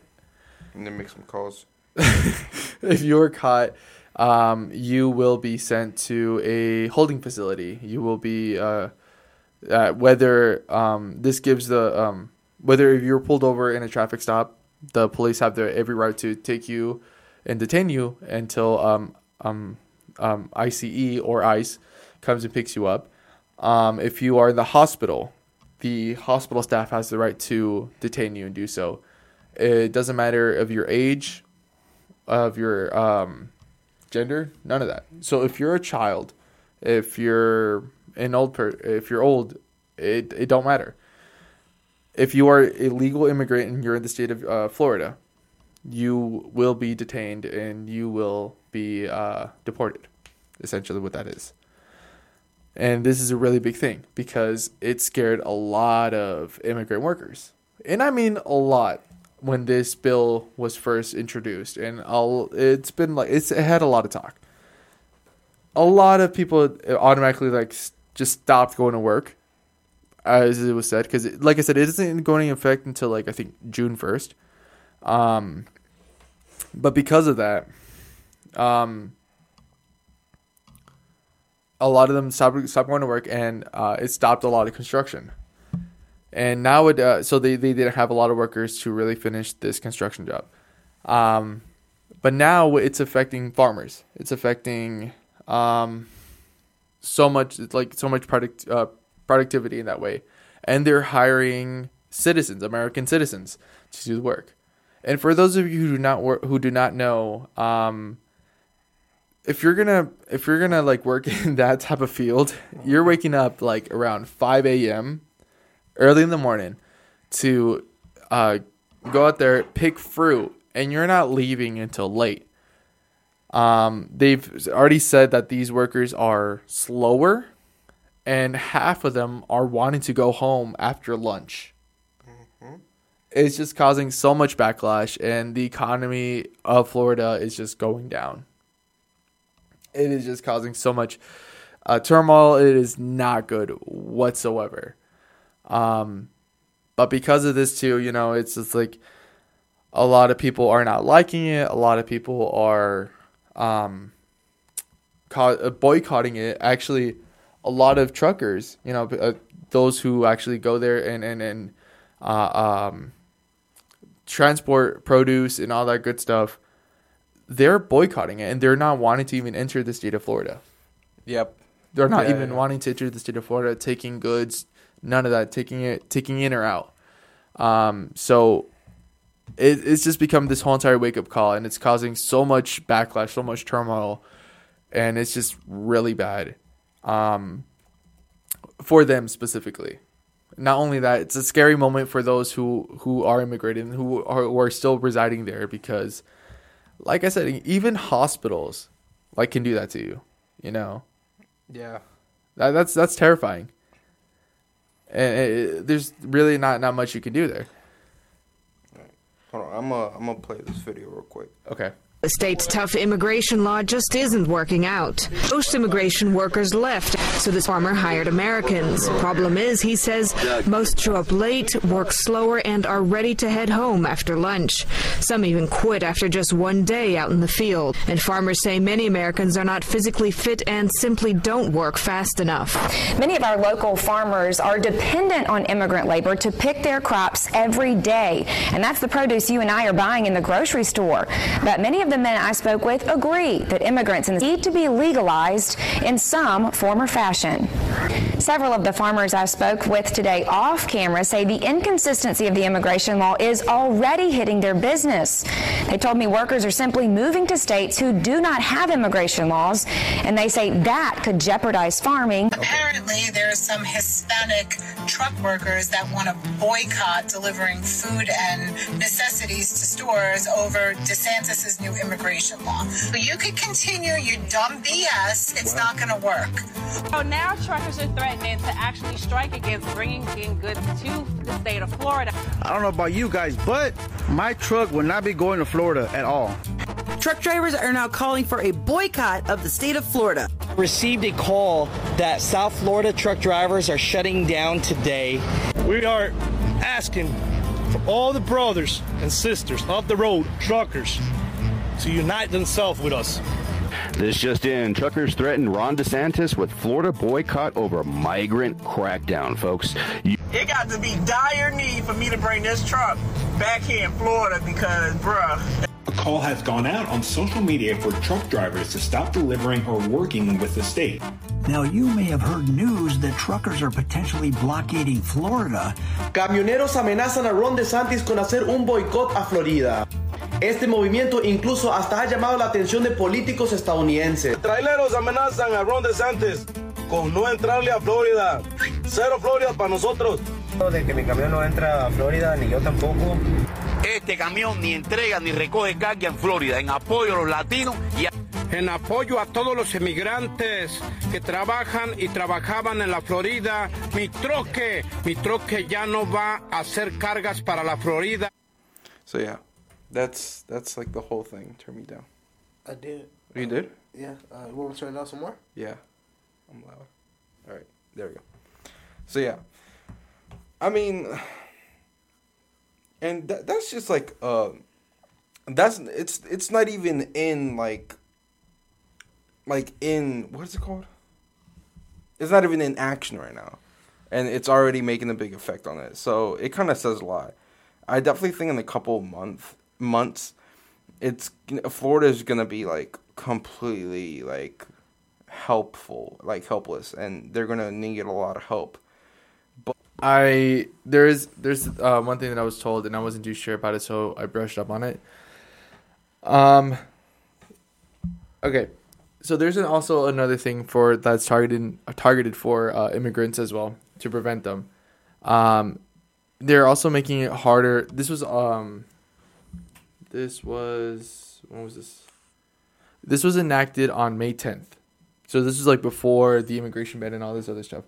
S1: And then make some calls.
S3: if you are caught, um, you will be sent to a holding facility. You will be uh, uh, whether um, this gives the um, whether if you're pulled over in a traffic stop, the police have their every right to take you and detain you until um, um, um, ICE or ICE comes and picks you up. Um, if you are in the hospital, the hospital staff has the right to detain you and do so. It doesn't matter of your age, of your um, gender, none of that. So if you're a child, if you're an old per, if you're old, it it don't matter. If you are a legal immigrant and you're in the state of uh, Florida, you will be detained and you will be uh, deported. Essentially, what that is. And this is a really big thing because it scared a lot of immigrant workers. And I mean a lot when this bill was first introduced. And I'll, it's been like, it's, it had a lot of talk. A lot of people automatically like s- just stopped going to work, as it was said. Because, like I said, it isn't going into effect until like I think June 1st. Um, but because of that, um, a lot of them stopped, stopped going to work and uh, it stopped a lot of construction. And now it, uh, so they, they didn't have a lot of workers to really finish this construction job. Um, but now it's affecting farmers. It's affecting um, so much, it's like so much product uh, productivity in that way. And they're hiring citizens, American citizens, to do the work. And for those of you who do not work, who do not know, um, if you're gonna if you're gonna like work in that type of field, you're waking up like around five a.m. early in the morning to uh, go out there pick fruit, and you're not leaving until late. Um, they've already said that these workers are slower, and half of them are wanting to go home after lunch it's just causing so much backlash and the economy of Florida is just going down. It is just causing so much uh, turmoil. It is not good whatsoever. Um, but because of this too, you know, it's just like a lot of people are not liking it. A lot of people are um, ca- uh, boycotting it. Actually, a lot of truckers, you know, uh, those who actually go there and and and uh, um, transport produce and all that good stuff, they're boycotting it and they're not wanting to even enter the state of Florida.
S1: Yep.
S3: They're not
S1: Yeah,
S3: even
S1: yeah.
S3: wanting to enter the state of Florida, taking goods, none of that, taking it, taking in or out. Um, so it, it's just become this whole entire wake up call, and it's causing so much backlash, so much turmoil, and it's just really bad um, for them specifically. Not only that, it's a scary moment for those who who are immigrated and who are, who are still residing there because, like I said, even hospitals like can do that to you. You know,
S1: Yeah.
S3: that, that's that's terrifying. And it, there's really not not much you can do there.
S1: Hold on, I'm gonna I'm gonna play this video real quick.
S3: Okay.
S4: The state's tough immigration law just isn't working out. Most immigration workers left, so this farmer hired Americans. Problem is, he says, most show up late, work slower, and are ready to head home after lunch. Some even quit after just one day out in the field. And farmers say many Americans are not physically fit and simply don't work fast enough.
S5: Many of our local farmers are dependent on immigrant labor to pick their crops every day, and that's the produce you and I are buying in the grocery store. But many of the men I spoke with agree that immigrants need to be legalized in some form or fashion. Several of the farmers I spoke with today off camera say the inconsistency of the immigration law is already hitting their business. They told me workers are simply moving to states who do not have immigration laws, and they say that could jeopardize farming
S6: Apparently, there are some Hispanic truck workers that want to boycott delivering food and necessities to stores over DeSantis's new immigration law. So you could continue your dumb BS. It's not going to work.
S7: So now truckers are threatening to actually strike against bringing in goods to the state of Florida.
S8: I don't know about you guys, but my truck will not be going to Florida at all.
S9: Truck drivers are now calling for a boycott of the state of Florida.
S10: received a call that South Florida truck drivers are shutting down today.
S11: We are asking for all the brothers and sisters of the road truckers to unite themselves with us.
S12: This just in, truckers threatened Ron DeSantis with Florida boycott over migrant crackdown, folks. You-
S11: It got to be dire need for me to bring this truck back here in Florida because, bruh.
S10: A call has gone out on social media for truck drivers to stop delivering or working with the state.
S8: Now, you may have heard news that truckers are potentially blockading Florida.
S10: Camioneros amenazan a Ron DeSantis con hacer un boicot a Florida. Este movimiento incluso hasta ha llamado la atención de políticos estadounidenses.
S11: Traileros amenazan a Ron DeSantis con no entrarle a Florida. Cero Florida para nosotros.
S10: De que mi camión no entra a Florida, ni yo tampoco.
S11: Este camión ni entrega ni recoge carga en Florida en apoyo a los latinos y en apoyo a todos los emigrantes que trabajan y trabajaban en la Florida. Mi troque, mi troque ya no va a hacer cargas para la Florida.
S1: So yeah, that's that's like the whole thing. Turn me down.
S2: I did.
S1: You did?
S2: Yeah. Uh, you want me to turn it down some more?
S1: Yeah. I'm loud. All right. There we go. So yeah. I mean and tha that's just like uh that's it's it's not even in like like in what is it called? It's not even in action right now. And it's already making a big effect on it. So it kind of says a lot. I definitely think in a couple month months it's Florida's going to be like completely like helpful, like helpless, and they're gonna need a lot of help.
S3: I there is there's uh, one thing that I was told and I wasn't too sure about it, so I brushed up on it. Um. Okay, so there's an, also another thing for that's targeted targeted for uh, immigrants as well to prevent them. Um, they're also making it harder. This was um. This was when was this? This was enacted on May 10th. So this is like before the immigration ban and all this other stuff.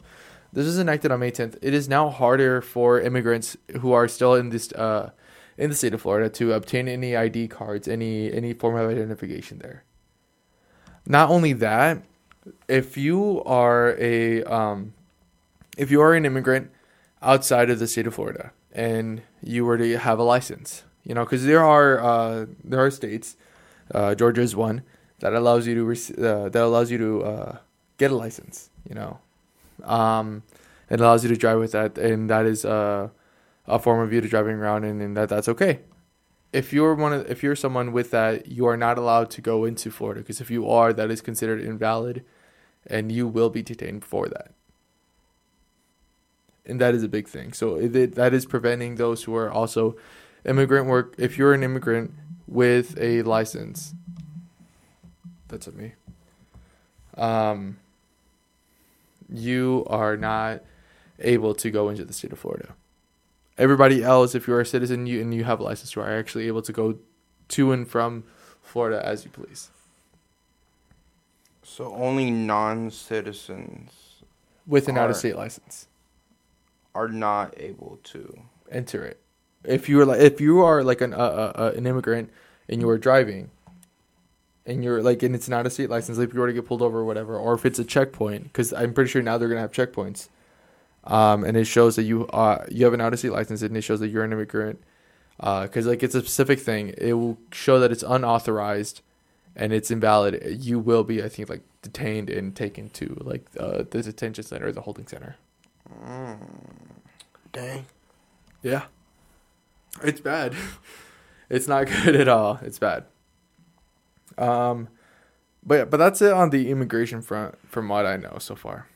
S3: This was enacted on May 10th. It is now harder for immigrants who are still in this uh, in the state of Florida to obtain any ID cards, any any form of identification there. Not only that, if you are a um, if you are an immigrant outside of the state of Florida and you were to have a license, you know, because there are uh, there are states, uh, Georgia is one that allows you to rec- uh, that allows you to uh, get a license. You know, um, it allows you to drive with that, and that is uh, a form of you to driving around, and, and that that's okay. If you're one of, if you're someone with that, you are not allowed to go into Florida because if you are, that is considered invalid, and you will be detained for that and that is a big thing. So it, it- that is preventing those who are also immigrant work. If you're an immigrant with a license, that's on me. um, you are not able to go into the state of Florida. Everybody else, if you're a citizen you, and you have a license, you are actually able to go to and from Florida as you please.
S1: So only non-citizens
S3: With an
S1: are-
S3: out-of-state license.
S1: are not able to.
S3: Enter it. If you are like, if you are like an uh, uh, uh, an immigrant and you are driving, and you're like, and it's not a state license, like if you were to get pulled over or whatever, or if it's a checkpoint, because I'm pretty sure now they're gonna have checkpoints, um, and it shows that you uh you have an out-of-state license and it shows that you're an immigrant, because like it's a specific thing, it will show that it's unauthorized, and it's invalid. You will be, I think, like detained and taken to like uh, the detention center or the holding center.
S2: Dang.
S3: Yeah. It's bad. It's not good at all. It's bad. Um but but that's it on the immigration front from what I know so far.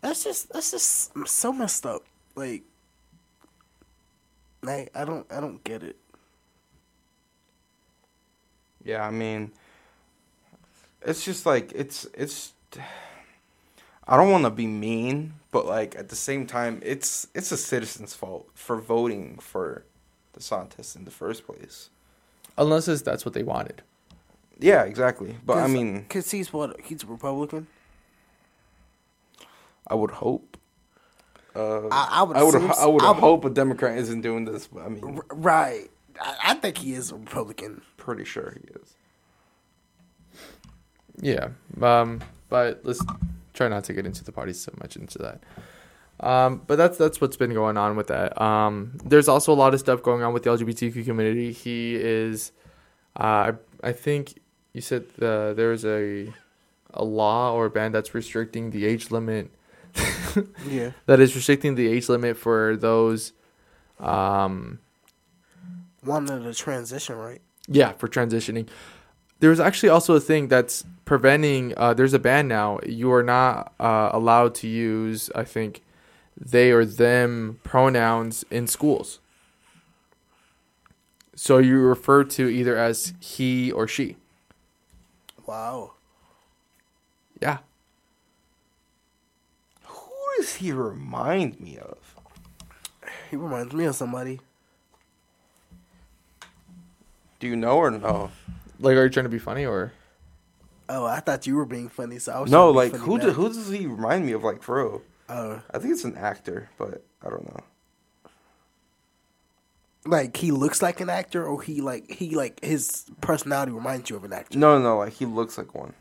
S2: That's just that's just so messed up. Like, like I don't I don't get it.
S1: Yeah, I mean, it's just like it's it's. I don't want to be mean, but like at the same time, it's it's a citizen's fault for voting for DeSantis in the first place.
S3: Unless it's, that's what they wanted.
S1: Yeah, exactly. But I
S2: Cause-
S1: mean,
S2: cause he's what he's a Republican.
S1: I would hope. Uh,
S2: I- I would
S1: I would.
S2: assume
S1: I
S2: so.
S1: would
S2: I would-
S1: hope a Democrat isn't doing this. But I mean,
S2: R- right. I, I think he is a Republican.
S1: pretty sure he is.
S3: Yeah. Um but let's try not to get into the party so much into that. Um but that's that's what's been going on with that. Um there's also a lot of stuff going on with the LGBTQ community. He is uh I, I think you said the, there's a a law or a ban that's restricting the age limit
S2: Yeah.
S3: that is restricting the age limit for those um
S2: Wanted to transition, right?
S3: yeah for transitioning there's actually also a thing that's preventing uh there's a ban now you are not uh, allowed to use i think they or them pronouns in schools so you refer to either as he or she
S2: Wow.
S3: yeah
S1: Who does he remind me of?
S2: He reminds me of somebody.
S1: Do you know or no?
S3: like are you trying to be funny or
S2: Oh, I thought you were being funny, so I was
S1: No,
S2: trying
S1: like
S2: to be
S1: who
S2: funny
S1: do, who does he remind me of? Like for real?
S2: back. Uh,
S1: I think it's an actor, but I don't know.
S2: like he looks like an actor, or he like he like his personality reminds you of an actor.
S1: No, no, like he looks like one.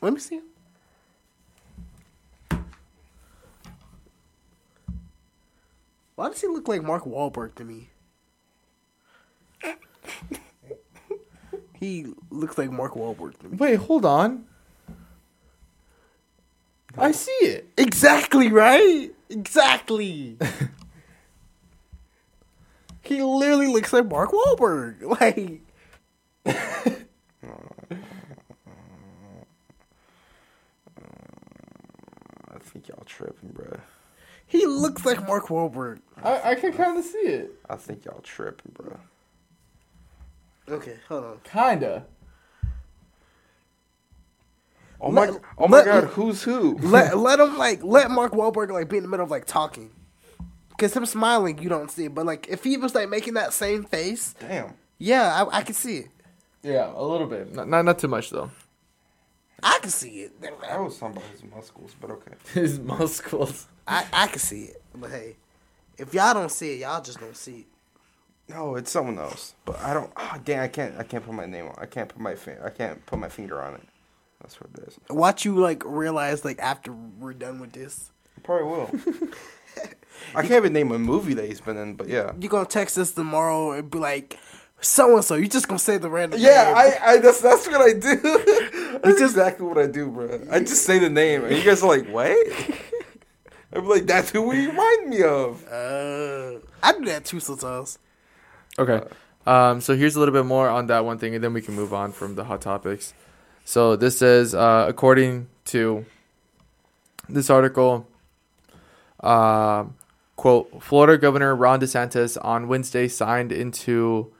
S2: Let me see. Why does he look like Mark Wahlberg to me? he looks like Mark Wahlberg to me.
S3: wait hold on i see it
S2: Exactly, right? Exactly. he literally looks like Mark Wahlberg. Like
S1: I think y'all tripping, bruh.
S2: he looks like Mark Wahlberg.
S3: i, I can kind of see it
S1: I think y'all tripping, bruh.
S2: Okay, hold on.
S3: kinda
S1: Oh my,
S2: Let-
S1: oh my
S2: let-
S1: God, who's who?
S2: Let let him like let Mark Wahlberg like be in the middle of like talking. Cause him smiling, you don't see it. But like if he was like making that same face,
S1: Damn.
S2: yeah, I, I can see it.
S3: yeah a little bit not not, not too much though
S2: I can see it.
S1: That was somebody's muscles, but okay.
S3: his muscles
S2: I, I can see it. But hey, if y'all don't see it, y'all just don't see it.
S1: No, it's someone else. But I don't. Oh, dang, I can't. I can't put my name on. I can't put my. Fin- I can't put my finger on it. That's what it is.
S2: Watch you like realize like after we're done with this.
S1: I probably will. I can't even name a movie that he's been in, but yeah.
S2: you gonna text us tomorrow and be like, so and so. You just gonna say the random.
S1: Yeah,
S2: name.
S1: I, I that's that's what I do. That's exactly what I do, bro. I just say the name, and you guys are like, "What?" I'm like, "That's who we remind me of."
S2: Uh, I do that too sometimes.
S3: Okay. Um, so here's a little bit more on that one thing, and then we can move on from the hot topics. So this says, uh, according to this article, uh, quote, Florida Governor Ron DeSantis on Wednesday signed into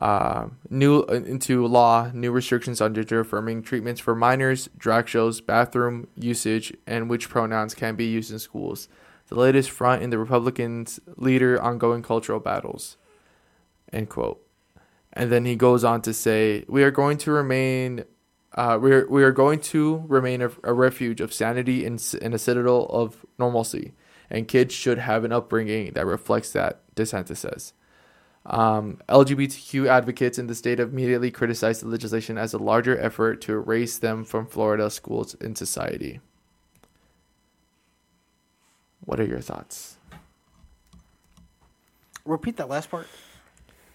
S3: uh, new into law new restrictions on gender affirming treatments for minors, drag shows, bathroom usage, and which pronouns can be used in schools. The latest front in the Republicans' leader ongoing cultural battles. End quote. And then he goes on to say, "We are going to remain." Uh, we, are, we are going to remain a, a refuge of sanity and, s- and a citadel of normalcy, and kids should have an upbringing that reflects that, DeSantis says. Um, LGBTQ advocates in the state have immediately criticized the legislation as a larger effort to erase them from Florida schools and society. What are your thoughts?
S2: Repeat that last part.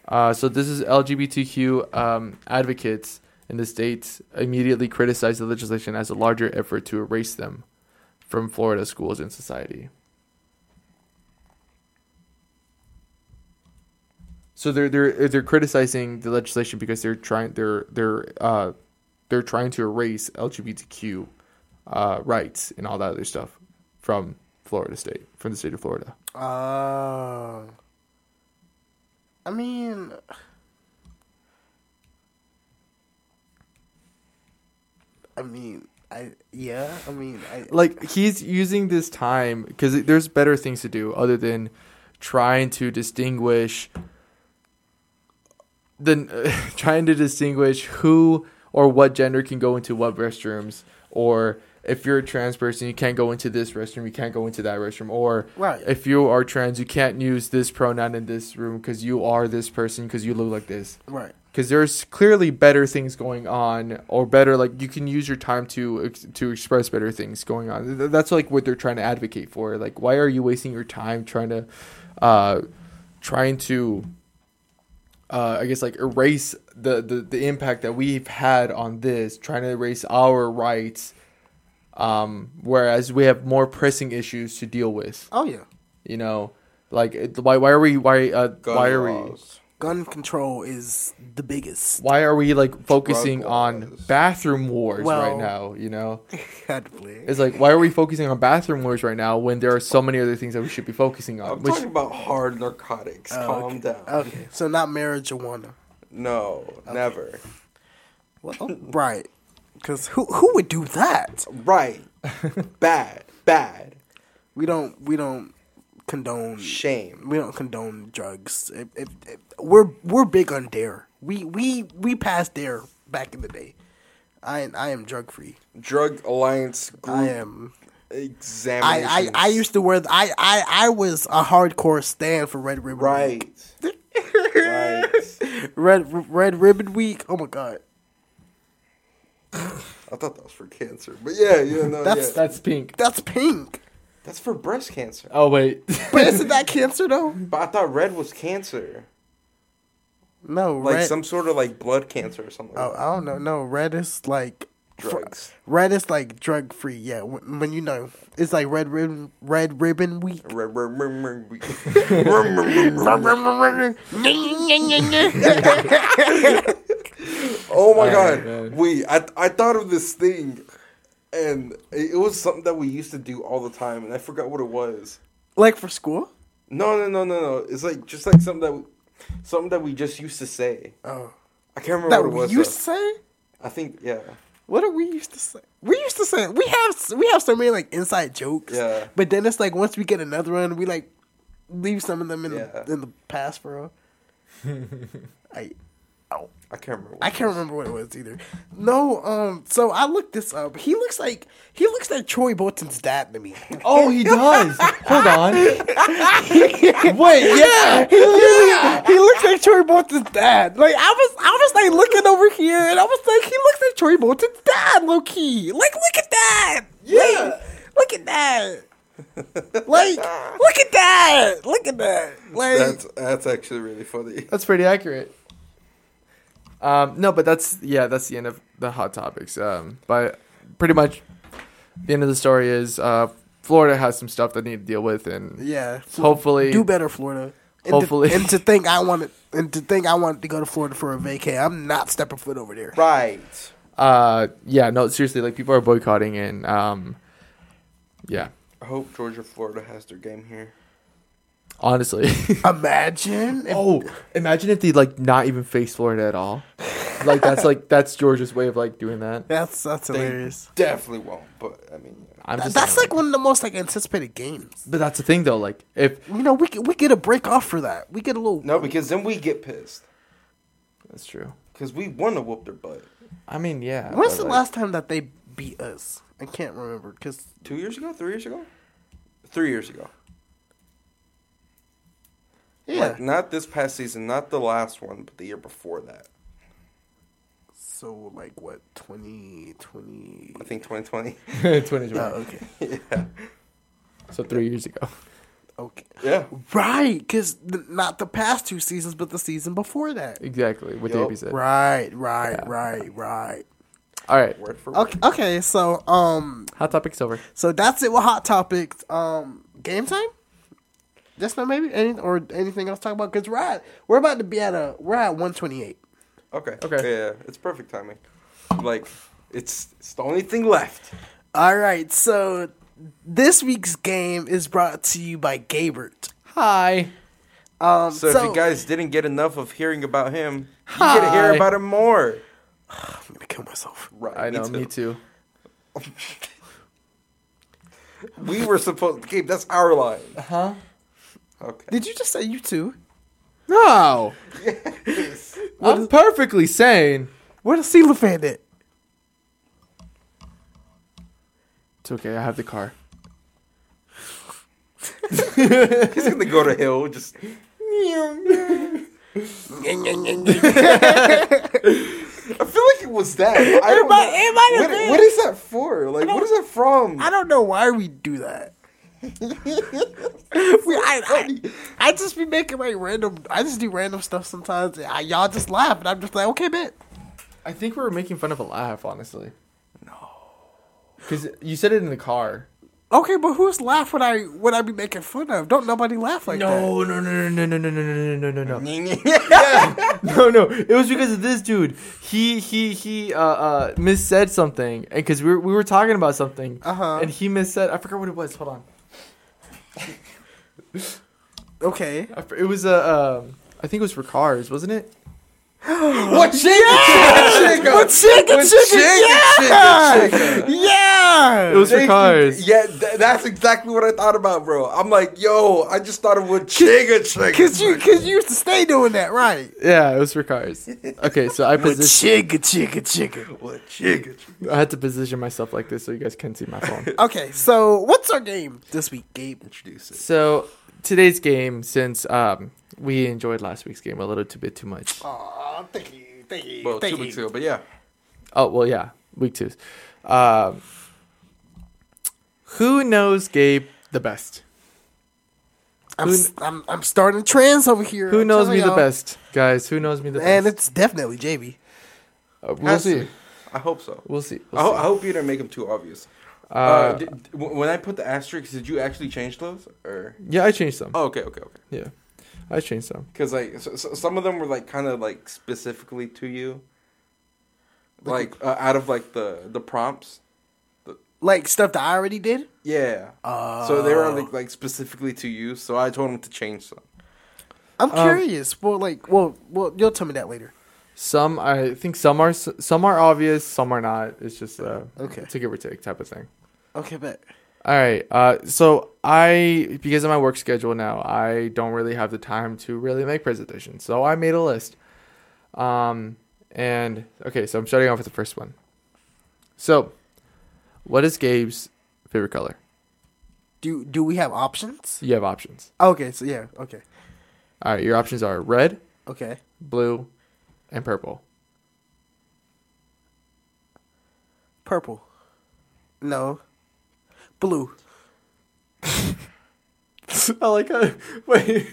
S3: Uh, so this is LGBTQ um, advocates in the states immediately criticized the legislation as a larger effort to erase them from Florida schools and society. So they're they're they're criticizing the legislation because they're trying they're they're uh, they're trying to erase LGBTQ uh, rights and all that other stuff from Florida state from the state of Florida.
S2: Uh, I mean, I mean, I yeah, I mean, I
S3: like he's using this time because there's better things to do other than trying to distinguish than trying to distinguish who or what gender can go into what restrooms or if you're a trans person you can't go into this restroom you can't go into that restroom or
S2: Right.
S3: if you are trans you can't use this pronoun in this room because you are this person because you look like this
S2: Right.
S3: because there's clearly better things going on or better like you can use your time to ex- to express better things going on Th- that's like what they're trying to advocate for like why are you wasting your time trying to uh trying to uh, I guess like erase the, the the impact that we've had on this, trying to erase our rights, um, whereas we have more pressing issues to deal with.
S2: Oh, yeah.
S3: you know, like it- why why are we why uh, why are we
S2: Gun control is the biggest.
S3: why are we like focusing on bathroom wars
S2: Well-
S3: right now? You know,
S2: Probably.
S3: it's like why are we focusing on bathroom wars right now when there are so many other things that we should be focusing on?
S1: I'm talking about hard narcotics. Calm
S2: Oh, okay.
S1: down.
S2: Okay, so not marijuana.
S1: No, never.
S2: Well, oh, right. Because who who would do that?
S1: Right. bad. Bad.
S2: We don't we don't condone
S1: Shame.
S2: We don't condone drugs. If- if- if- we're we're big on dare. We we we passed dare back in the day. I I am drug free.
S1: Drug Alliance Group
S2: I am. I,
S1: examination.
S2: I I used to wear. The, I I I was a hardcore stand for Red Ribbon. Week.
S1: right. right.
S2: Red Red Ribbon Week. Oh my god.
S1: I thought that was for cancer, but yeah, yeah, no,
S2: That's-
S1: yeah.
S3: That's pink.
S2: That's pink.
S1: That's for breast cancer.
S3: Oh wait,
S2: But isn't that cancer though?
S1: But I thought red was cancer,
S2: No,
S1: like
S2: red.
S1: some sort of like blood cancer or something.
S2: oh, I don't know. No, red is like fr-
S1: Drugs.
S2: red is like drug free. Yeah, when, when you know it's like Red Ribbon Red Ribbon Week.
S1: Red, red, red, red, red. Red, red, red, red. Oh my god, we I I thought of this thing, and it, it was something that we used to do all the time, and I forgot what it was.
S2: like for school?
S1: No, no, no, no, no. It's like just like something that something that we just used to say.
S2: Oh,
S1: I can't remember
S2: that
S1: what it
S2: we
S1: was.
S2: used to
S1: though.
S2: say.
S1: I think yeah.
S2: What did we used to say? We used to say we have we have so many like inside jokes.
S1: Yeah.
S2: But then it's like once we get another one, we like leave some of them in the
S1: Yeah.
S2: in the past for. I
S1: I can't remember. What
S2: I can't remember what it was either. No, um. So I looked this up. He looks like he looks like Troy Bolton's dad to me.
S3: oh he does. Hold on. Wait, yeah.
S2: He, literally- he looks like Troy Bolton's dad. Like I was, I was like looking over here, and I was like, he looks like Troy Bolton's dad, low key. Like, look at that. Yeah. look at that. like, look at that. Look at that. Like,
S1: That's that's actually really funny.
S3: That's pretty accurate. Um, no, but that's yeah, that's the end of the hot topics. Um, but pretty much the end of the story is uh, Florida has some stuff they need to deal with, and
S2: yeah.
S3: hopefully,
S2: do better, Florida. And
S3: Hopefully.
S2: to, and to think I wanted, and to think I wanted to go to Florida for a vacay. I'm not stepping foot over there.
S1: Right.
S3: Uh, yeah, no, seriously, like people are boycotting, and um, yeah,
S1: I hope Georgia Florida has their game here.
S3: Honestly.
S2: Imagine. If,
S3: oh, imagine if they like not even face Florida at all. Like that's like that's Georgia's way of like doing that.
S2: That's that's
S1: They
S2: hilarious.
S1: Definitely won't. But I mean,
S3: I'm just
S2: that's like one of the most like anticipated games.
S3: But that's the thing though, like if
S2: You know, we get, we get a break off for that. We get a little
S1: no, because then we get pissed
S3: that's true.
S1: because we want to whoop their butt.
S3: I mean, yeah.
S2: When's the
S3: but, like,
S2: last time that they beat us? I can't remember because
S1: Two years ago, three years ago, three years ago.
S2: yeah,
S1: Like, not this past season, not the last one, but the year before that.
S2: so like what 2020?
S1: I think 2020.
S3: 2020.
S2: Oh, okay,
S1: yeah.
S3: So 3 years ago.
S2: okay,
S1: Yeah.
S2: right? Because th- not the past two seasons, but the season before that.
S3: Exactly. What
S1: Yup.
S3: Davey said.
S2: Right, right, right, right.
S3: All right.
S1: Word for word.
S2: Okay, okay. So, um,
S3: Hot topic's over.
S2: so that's it with hot topics. Um, game time. Just now, maybe any or anything else to talk about because we're at we're about to be at a we're at 128.
S1: Okay.
S3: Okay.
S1: Yeah, yeah, it's perfect timing. Like, it's it's the only thing left.
S2: All right, so this week's game is brought to you by Gabert.
S3: Hi.
S2: Um,
S1: So,
S2: so,
S1: if you guys didn't get enough of hearing about him, you get to hear
S3: Hi.
S1: about him more.
S2: I'm gonna kill myself.
S1: Right.
S3: I know. Me too.
S1: We were supposed to keep. That's our line. Huh? Okay.
S2: Did you just say you two?
S3: No. I'm perfectly sane.
S2: Where the Celofan at?
S3: It's okay. I have the car.
S1: He's gonna go to hell. Just I feel like it was that. I don't
S2: might-
S1: know.
S2: it might have
S1: What-
S2: been.
S1: what is that for? Like, what is that from?
S2: I don't know why we do that. we, I, I, I just be making like random. I just do random stuff sometimes. And I, y'all just laugh, and I'm just like, okay, bet.
S3: I think we were making fun of a laugh, honestly. No. Because you said it in the car.
S2: Okay, but who's laugh when I when I be making fun of? Don't nobody laugh like that.
S3: no, no, no, no, no, no, no, no, no, no, no. No, no. It was because of this dude. He he he uh uh missaid something, and because we were, we were talking about something,
S2: Uh-huh.
S3: and he missaid. I forgot what it was. Hold on.
S2: Okay.
S3: I f- It was a. Uh, um, I think it was for cars, wasn't it?
S1: What chicken? chicken?
S2: But chicken, chicken, yeah, yeah.
S3: It was for cars.
S1: Yeah, th- that's exactly what I thought about, bro. I'm like, yo, I just thought it would chigga chigga.
S2: Cause you, cause you used to stay doing that, right?
S3: Yeah, it was for cars. Okay, so I position.
S2: Chicka, chicka, chicka.
S1: What chigga chigga?
S3: I had to position myself like this so you guys can see my phone.
S2: Okay, so what's our game this week, Gabe?
S1: Introduce it.
S3: So today's game, since um, we enjoyed last week's game a little too bit too much.
S2: Aw, thank you, thank you,
S1: Well,
S2: thank
S1: two
S2: you.
S1: weeks ago, but yeah.
S3: Oh well, yeah, week twos. Um, who knows Gabe the best?
S2: I'm,
S3: Who-
S2: s- I'm, I'm starting trends over here.
S3: Who
S2: I'm
S3: knows
S2: telling
S3: me the
S2: y'all.
S3: best, guys? Who knows me the
S2: And
S3: best?
S2: it's definitely JB.
S3: Uh, we'll
S1: Has to
S3: see.
S1: be. I hope so.
S3: We'll see.
S1: I, ho-
S3: We'll
S1: I
S3: see.
S1: hope you didn't make them too obvious. Uh, d- d- w- when I put the asterisks, did you actually change those? Or
S3: Yeah, I changed some.
S1: oh, okay, okay, okay.
S3: Yeah, I changed some.
S1: Because like so, so some of them were like kind of like specifically to you, like uh, out of like the the prompts.
S2: Like stuff that I already did.
S1: Yeah. so they were like, like specifically to you. So I told them to change some.
S2: I'm
S3: Um,
S2: curious. Well, like, well, well, you'll tell me that later.
S3: Some I think some are s- some are obvious, some are not. It's just uh,
S2: Okay.
S3: to give or take type of thing.
S2: Okay, but
S3: All right. Uh, so I, because of my work schedule now, I don't really have the time to really make presentations. So I made a list. Um, and okay, so I'm starting off with the first one. So, what is Gabe's favorite color?
S2: do do we have options?
S3: You have options.
S2: Okay, so yeah, okay,
S3: All right, your options are red,
S2: okay.
S3: blue, and purple.
S2: Purple. No. Blue.
S3: I like how. Wait.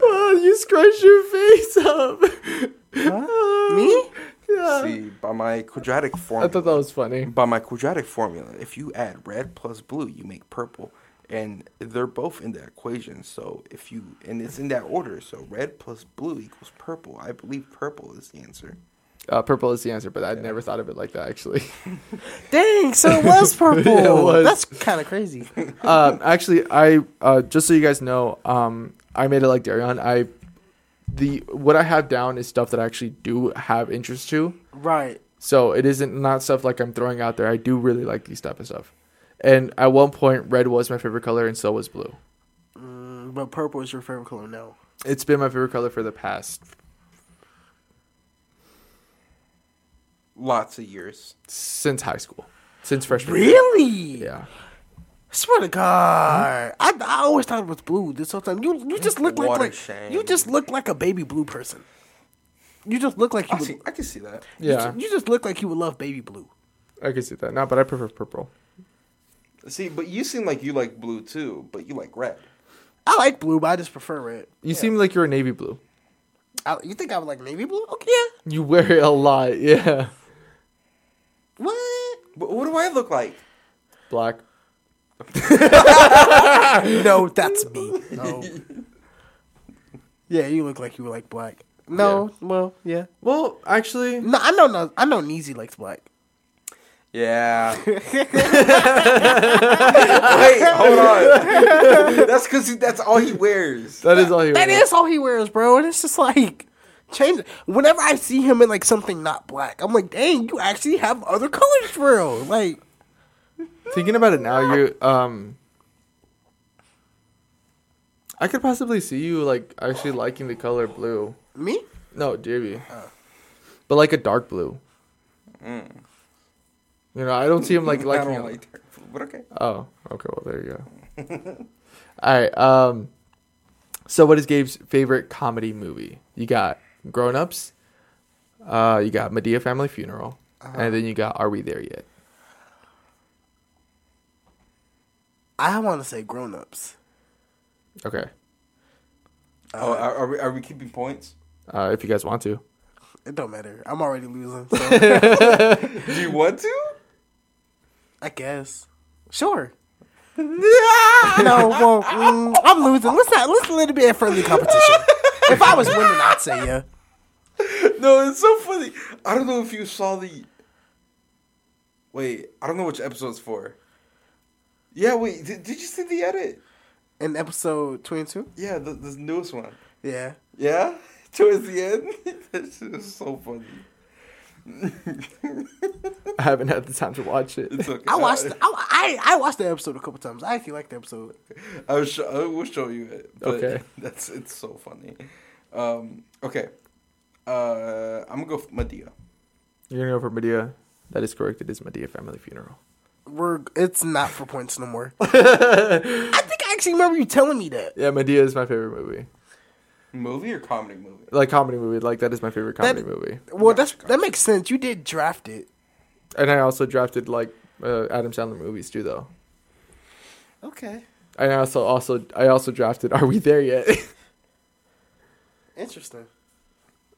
S3: oh, you scratched your face up.
S2: Me?
S3: Yeah.
S1: See, by my quadratic
S3: I
S1: formula.
S3: thought that was funny.
S1: by my quadratic formula, if you add red plus blue, you make purple, and they're both in the equation. So if you and it's in that order, so red plus blue equals purple. I believe purple is the answer.
S3: Uh, purple is the answer, but I'd never thought of it like that actually.
S2: Dang, so it was purple.
S3: Yeah, it was.
S2: That's kind of crazy.
S3: um, actually, I uh, just so you guys know, um, I made it like Darion. I the what I have down is stuff that I actually do have interest to.
S2: Right.
S3: So it isn't not stuff like I'm throwing out there. I do really like these type of stuff. And at one point, red was my favorite color, and so was blue.
S2: Mm, but purple is your favorite color now.
S3: It's been my favorite color for the past
S1: Lots of years.
S3: since high school, since freshman. year.
S2: Really?
S3: Yeah.
S2: Swear to God, I, I always thought it was blue. This whole time, you you just look like,
S1: Water
S2: like
S1: shame.
S2: you just look like a baby blue person. You just look like you
S1: I,
S2: would,
S1: see, I can see that.
S2: you
S3: Yeah.
S2: ju- You, just look like you would love baby blue.
S3: I can see that now, but I prefer purple.
S1: See, but you seem like you like blue too, but you like red.
S2: I like blue, but I just prefer red.
S3: You seem like you're a navy blue.
S2: I, you think I would like navy blue? Okay, yeah.
S3: You wear it a lot, yeah.
S2: What?
S1: But what do I look like?
S3: Black.
S2: no, that's me. No. yeah, you look like you would like black. No, well, yeah.
S3: Well, actually,
S2: No, I know. No, I know. Neezy likes black.
S1: Yeah. Wait, hold on. that's because that's all he wears.
S3: that is all you.
S2: That is all he wears, bro. And it's just like change. Whenever I see him in like something not black, I'm like, dang, you actually have other colors, bro. Like,
S3: Thinking about it now, you um, I could possibly see you like actually liking the color blue.
S2: me?
S3: No, Davey. But like a dark blue. You know, I don't see him like
S1: Mm. I
S3: liking.
S1: don't
S3: it.
S1: like Uh, that. But okay.
S3: Oh, okay. Well, there you go. All right. Um, so what is Gabe's favorite comedy movie? You got Grown Ups. Uh, you got Medea Family Funeral, and then you got Are We There Yet?
S2: I want to say grown ups.
S3: Okay.
S1: Oh, are, are, we, are we keeping points?
S3: Uh, if you guys want to.
S2: It don't matter. I'm already losing. So
S1: Do you want to?
S2: I guess. Sure. no, well, mm, I'm losing. Let's not. Let's let it be a friendly competition. If I was winning, I'd say yeah.
S1: No, it's so funny. I don't know if you saw the. Wait, I don't know which episode it's for. Yeah, wait, did, did you see the edit?
S2: In episode 22.
S1: Yeah, the, the newest one.
S2: Yeah.
S1: Yeah? Towards the end? that shit is so funny.
S3: I haven't had the time to watch it.
S1: It's okay.
S2: I watched. I, I I watched the episode a couple times. I actually liked the episode.
S1: I will show, I will show you it. But
S3: Okay.
S1: That's it's so funny. Um, okay. Uh, I'm gonna go for Medea.
S3: You're gonna go for Medea. That is correct. It is Medea Family Funeral.
S2: We're it's not for points no more. I think I actually remember you telling me that.
S3: Yeah, Medea is my favorite movie.
S1: Movie or comedy movie?
S3: Like comedy movie. Like that is my favorite comedy
S2: That-
S3: movie.
S2: Well, that's that makes sense. You did draft it.
S3: And I also drafted like uh, Adam Sandler movies too, though.
S2: Okay,
S3: I also also I also drafted Are We There Yet?
S2: interesting.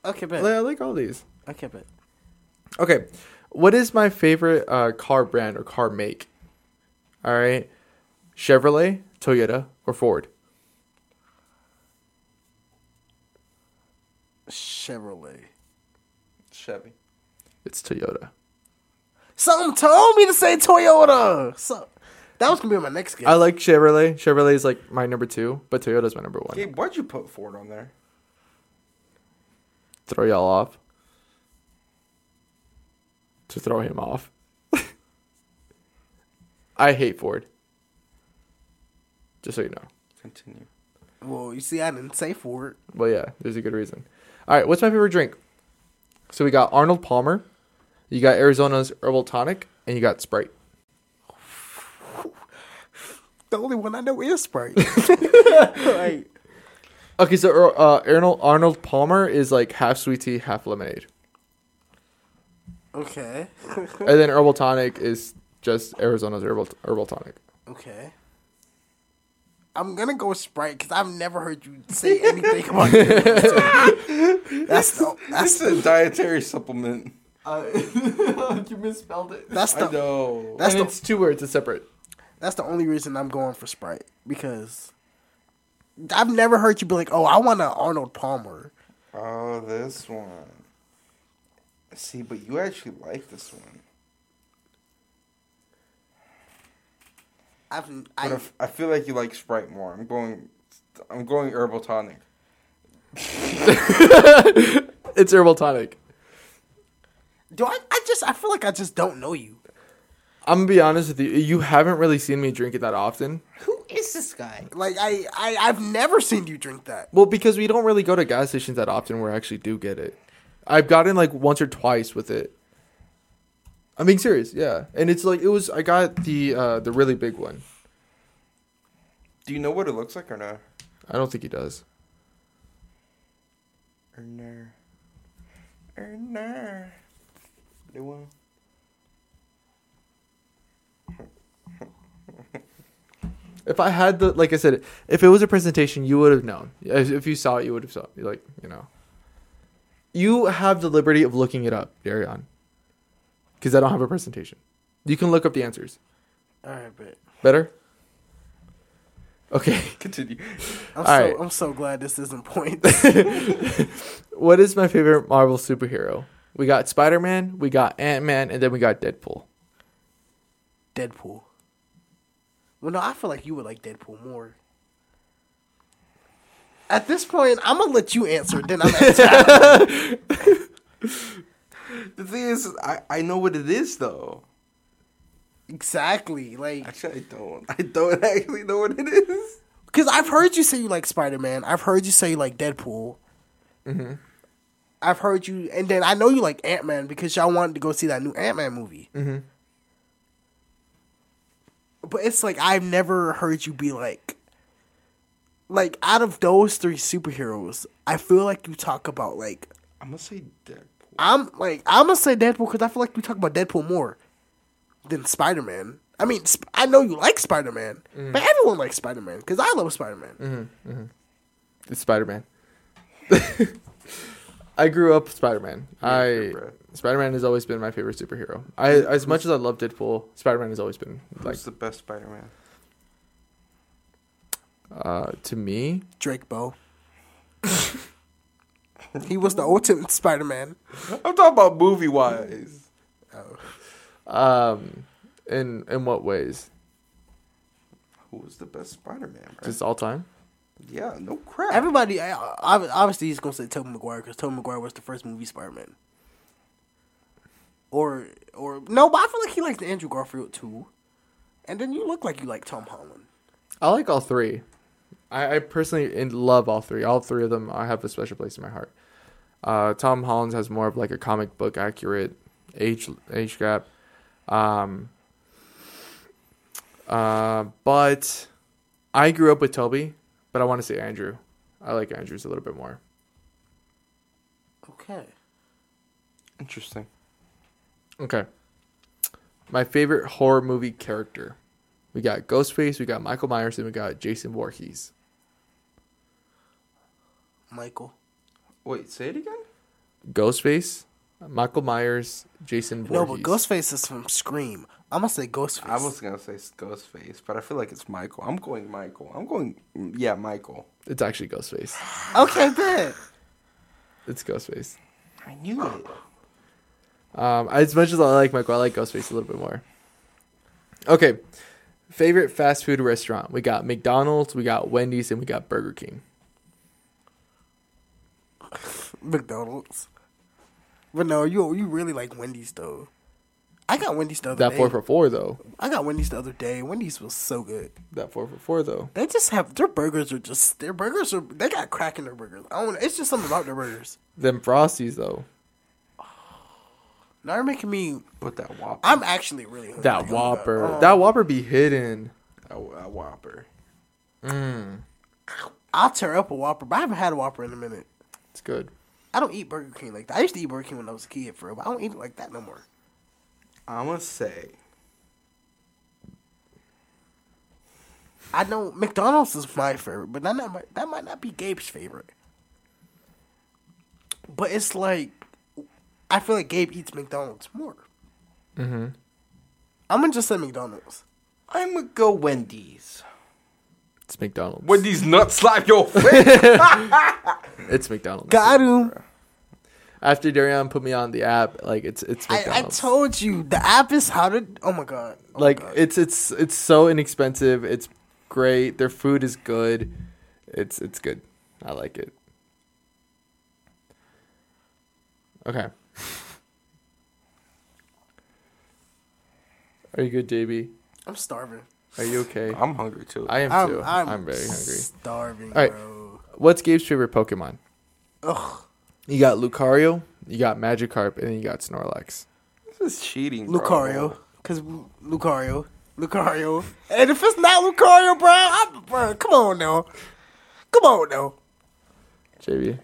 S2: Okay, bet.
S3: I like all these.
S2: okay, bet.
S3: Okay, what is my favorite uh, car brand or car make? All right, Chevrolet, Toyota, or Ford?
S2: Chevrolet.
S1: Chevy.
S3: It's Toyota.
S2: Something told me to say Toyota. So that was gonna be my next game.
S3: I like Chevrolet. Chevrolet is like my number two, but Toyota's my number one.
S1: Gabe, why'd you put Ford on there?
S3: Throw y'all off. To throw him off. I hate Ford. Just so you know.
S1: Continue.
S2: well, you see, I didn't say Ford.
S3: Well, yeah, there's a good reason. All right, what's my favorite drink? So we got Arnold Palmer, you got Arizona's herbal tonic, and you got Sprite.
S2: The only one I know is Sprite. like,
S3: Okay, so uh, Arnold Arnold Palmer is like half sweet tea, half lemonade,
S2: okay,
S3: and then herbal tonic is just Arizona's herbal herbal tonic.
S2: okay. I'm gonna go with Sprite because I've never heard you say anything about it. That's the that's
S1: That's a dietary supplement.
S3: you misspelled it.
S2: That's
S1: I
S2: the
S1: know.
S2: that's
S3: and
S2: the
S3: it's two words. It's separate.
S2: that's the only reason I'm going for Sprite because I've never "Oh, heard you be like, "Oh, I want an Arnold Palmer."
S1: Oh, this one. See, but you actually like this one.
S2: I've
S1: But I, f- I feel like you like Sprite more. I'm going, I'm going herbal tonic.
S3: it's herbal tonic.
S2: do I, I just I feel like I just don't know you.
S3: I'm gonna be honest with you. You haven't really seen me drink it that often.
S2: Who is this guy? Like I, I I've never seen you drink that.
S3: Well, because we don't really go to gas stations that often where I actually do get it. I've gotten like once or twice with it. I'm being serious, yeah. And it's like it was I got the uh the really big one.
S1: Do you know what it looks like or no?
S3: I don't think he does.
S1: Or no? Or no? Do one.
S3: If I had the like I said, if it was a presentation, you would have known. If if you saw it, you would have saw it. like, you know. You have the liberty of looking it up, Darion. Cuz I don't have a presentation. You can look up the answers.
S2: All right, but
S3: Better? Okay.
S1: Continue.
S2: I'm
S3: All
S2: so
S3: right.
S2: I'm so glad this isn't point.
S3: what is my favorite Marvel superhero? We got Spider Man, we got Ant Man, and then we got Deadpool.
S2: Deadpool. Well, no, I feel like you would like Deadpool more. At this point, I'm gonna let you answer. Then I'm answering.
S1: The thing is, I, I know what it is though.
S2: exactly like
S1: actually I don't. I don't actually know what it is.
S2: because I've heard you say you like Spider Man. I've heard you say you like Deadpool.
S3: Mm-hmm.
S2: I've heard you, and then I know you like Ant Man because y'all wanted to go see that new Ant Man movie.
S3: Mm-hmm.
S2: But it's like I've never heard you be like, like out of those three superheroes, I feel like you talk about like
S1: I'm gonna say Deadpool.
S2: I'm like I'm gonna say Deadpool because I feel like we talk about Deadpool more than Spider Man. I mean, sp- I know you like Spider Man,
S3: Mm.
S2: but everyone likes Spider Man because I love Spider Man.
S3: Mm-hmm. mm-hmm. It's Spider Man. I grew up Spider Man. I Spider Man has always been my favorite superhero. I as much as I love Deadpool, Spider Man has always been like
S1: Who's the best Spider Man?
S3: uh, to me.
S2: Drake Bow. he was the ultimate Spider Man.
S1: I'm talking about movie wise.
S3: Um, in in what ways?
S1: Who was the best Spider Man?
S3: Just all time.
S1: Yeah, no crap.
S2: Everybody, I- I- obviously, he's gonna say Tobey Maguire because Tobey Maguire was the first movie Spider Man. Or, or no, but I feel like he likes Andrew Garfield too. And then you look like you like Tom Holland.
S3: I like all three. I, I personally in love all three. All three of them I have a special place in my heart. Uh, Tom Holland has more of like a comic book accurate age age gap. Um, uh, but I grew up with Toby, but I want to say Andrew. I like Andrews a little bit more.
S2: Okay.
S1: Interesting.
S3: Okay. My favorite horror movie character. We got Ghostface, we got Michael Myers, and we got Jason Voorhees.
S2: Michael.
S1: Wait, say it again?
S3: Ghostface, Michael Myers, Jason
S2: No,
S3: Voorhees.
S2: but Ghostface is from Scream. I'm gonna say Ghostface.
S1: I was gonna say Ghostface, but I feel like it's Michael. I'm going Michael. I'm going yeah, Michael.
S3: It's actually Ghostface.
S2: Okay, bet.
S3: It's Ghostface.
S1: I knew it.
S3: Um, as much as I like Michael, I like Ghostface a little bit more. Okay, favorite fast food restaurant. We got McDonald's, we got Wendy's, and we got Burger King.
S2: McDonald's. But no, you you really like Wendy's though. I got Wendy's the other
S3: That
S2: day.
S3: four for four though.
S2: I got Wendy's the other day. Wendy's was so good.
S3: That four for four though.
S2: They just have their burgers are just their burgers are they got crack in their burgers. I don't know. It's just something about their burgers.
S3: Them Frosties though.
S2: Now you're making me.
S1: Put that Whopper.
S2: I'm actually really hungry.
S3: That Whopper. That Whopper be hidden.
S1: A, a Whopper.
S3: Mm,
S2: I'll tear up a Whopper, but I haven't had a Whopper in a minute.
S3: it's good.
S2: I don't eat Burger King like that. I used to eat Burger King when I was a kid, for real, but I don't eat it like that no more.
S1: I'm gonna say
S2: I know McDonald's is my favorite, but that not my, that might not be Gabe's favorite. But it's like, I feel like Gabe eats McDonald's more.
S3: Mm-hmm.
S2: I'm gonna just say McDonald's.
S1: I'm gonna go Wendy's.
S3: It's McDonald's.
S1: Wendy's nuts slap your face.
S3: It's McDonald's.
S2: Got him.
S3: after Darian put me on the app, like it's it's
S2: I
S3: McDonald's.
S2: told you the app is how to. Oh my god.
S3: like it's it's it's so inexpensive. It's great. Their food is good. It's it's good. I like it. Okay. Are you good, JB?
S2: I'm starving.
S3: Are you okay?
S1: I'm hungry too.
S3: I am
S2: I'm-
S3: too. I'm,
S2: I'm
S3: very hungry.
S2: starving,
S3: All right. What's Gabe's favorite Pokemon?
S2: Ugh.
S3: You got Lucario, you got Magikarp, and then you got Snorlax.
S1: This is cheating, bro.
S2: Lucario, because Lucario, Lucario, and if it's not Lucario, bro, I'm, bro, come on now, come on now.
S3: JB.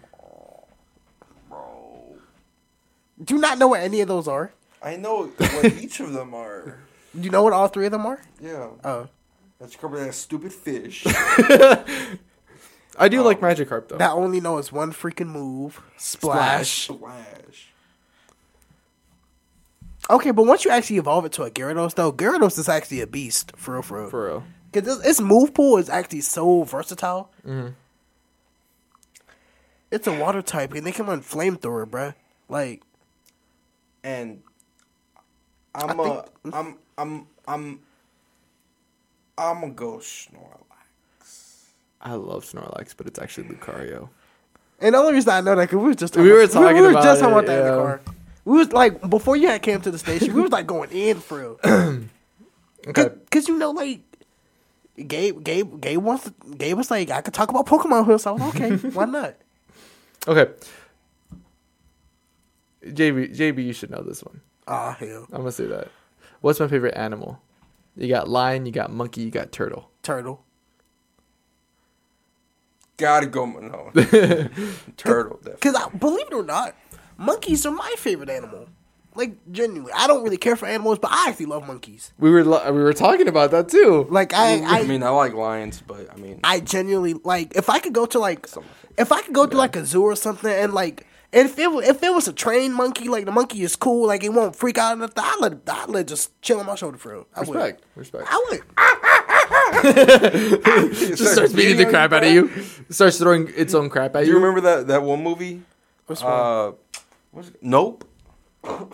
S2: Do you not know what any of those are?
S1: I know what each of them are.
S2: Do you know what all three of them are?
S1: Yeah.
S2: Oh.
S1: That's covered that stupid fish.
S3: I do like Magikarp though.
S2: Oh. That only know is one freaking move. Splash.
S1: Splash.
S2: Okay, but once you actually evolve it to a Gyarados, though, Gyarados is actually a beast, for real, for real.
S3: For real.
S2: Because its move pool is actually so versatile.
S3: Mhm.
S2: It's a water type, and they can run flamethrower, bruh. Like,
S1: And I'm a, I'm I'm I'm I'm a go Snorlax.
S3: I love Snorlax, but it's actually Lucario.
S2: and the only reason I know that because we were just
S3: We were talking
S2: we were
S3: about
S2: just
S3: it,
S2: talking about that in
S3: yeah.
S2: the car. We was like before you had came to the station, we was like going in for real.
S3: Okay.
S2: Because you know, like Gabe, Gabe, Gabe wants, to, Gabe was like, I could talk about Pokemon with him, so I was okay, why not?
S3: Okay. JB, JB, you should know this one.
S2: Ah, hell.
S3: I'm gonna say that. What's my favorite animal? You got lion, you got monkey, you got turtle.
S2: Turtle.
S1: Gotta go no. Turtle definitely.
S2: Because I believe it or not, monkeys are my favorite animal. Like genuinely, I don't really care for animals, but I actually love monkeys.
S3: We were lo- we were talking about that too.
S2: Like I,
S1: I,
S2: I,
S1: mean, I like lions, but I mean,
S2: I genuinely like. If I could go to like, if I could go to like a zoo or something, and like, if it wa- if it was a trained monkey, like the monkey is cool, like it won't freak out or nothing. I let I let it just chill on my shoulder for real. I would.
S3: Respect, respect.
S2: I would.
S3: Just starts beating the crap out of you. Starts throwing its own crap at
S1: do
S3: you.
S1: you remember that that one movie?
S2: Which one?
S1: Uh, what's it? Nope.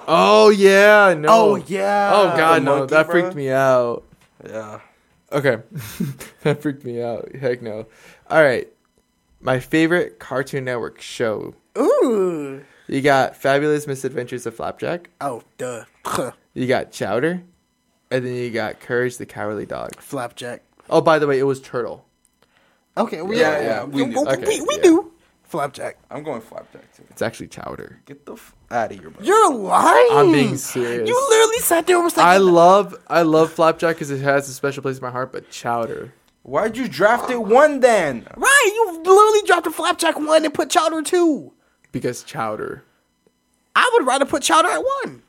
S3: Oh yeah, no.
S2: Oh, yeah.
S3: Oh god,
S1: The
S3: no,
S1: monkey,
S3: that freaked
S1: bruh.
S3: me out.
S1: Yeah.
S3: Okay, that freaked me out. Heck no. All right, my favorite Cartoon Network show.
S2: Ooh.
S3: You got Fabulous Misadventures of Flapjack.
S2: Oh, duh.
S3: You got Chowder, and then you got Courage the Cowardly Dog.
S2: Flapjack.
S3: Oh, by the way, it was Turtle.
S2: Okay. We,
S1: Yeah, yeah, we
S2: We,
S1: knew.
S3: Okay,
S2: we, we
S3: yeah.
S2: do. Flapjack.
S1: I'm going flapjack too.
S3: It's actually Chowder.
S1: Get the f- out of here, bro.
S2: You're lying.
S3: I'm being serious.
S2: You literally sat there and was like,
S3: I love I love Flapjack because it has a special place in my heart, but Chowder.
S1: Why'd you draft it one then?
S2: Right, you literally dropped a flapjack one and put chowder two.
S3: Because Chowder.
S2: I would rather put chowder at one.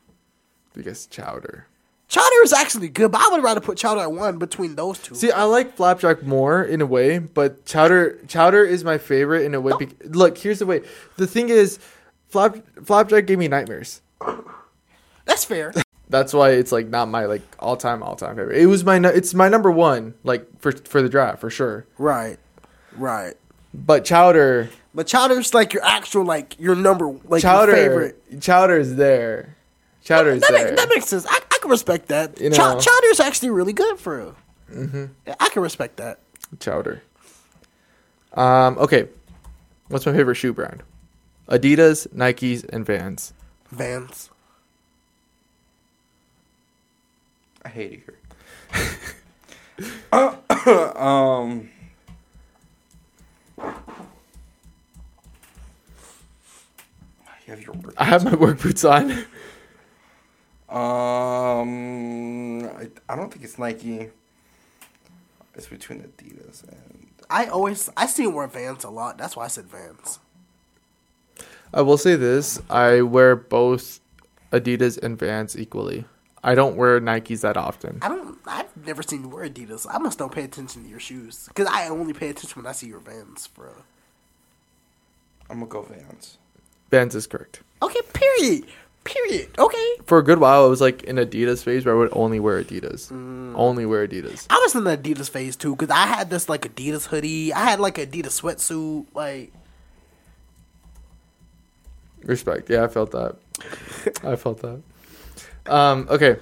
S3: Because Chowder.
S2: Chowder is actually good, but I would rather put chowder at one between those two.
S3: See, I like Flapjack more in a way, but Chowder Chowder is my favorite in a way. Bec- Look, here's the way. The thing is, Flap Flapjack gave me nightmares.
S2: That's fair.
S3: That's why it's like not my like all time all time favorite. It was my nu- it's my number one like for for the draft for sure.
S2: right, right.
S3: But Chowder
S2: But chowder's like your actual like your number like
S3: Chowder
S2: your favorite.
S3: Chowder's there. Chowder's
S2: That,
S3: there.
S2: make, that makes sense. I, I can respect that.
S3: You
S2: Chow-
S3: know. Mm-hmm.
S2: chowder's actually really good for you. Yeah, I can respect that.
S3: Chowder. Um, okay. What's my favorite shoe brand? Adidas, Nikes, and Vans.
S2: Vans.
S1: I hate it here. Uh, um, you have your work.
S3: I have my work boots on.
S1: Um, I, I don't think it's Nike. It's between Adidas and
S2: I always I see him wear Vans a lot. That's why I said Vans.
S3: I will say this. I wear both Adidas and Vans equally. I don't wear Nikes that often.
S2: I don't. I've never seen you wear Adidas. I must don't pay attention to your shoes because I only pay attention when I see your Vans, bro.
S1: I'm gonna go Vans.
S3: Vans is correct.
S2: Okay, period. Period. Okay.
S3: For a good while, I was like in Adidas phase where I would only wear Adidas. Only wear Adidas.
S2: I was in the Adidas phase too because I had this like Adidas hoodie. I had like Adidas sweatsuit. Like
S3: Respect. Yeah, I felt that. I felt that. Um, okay.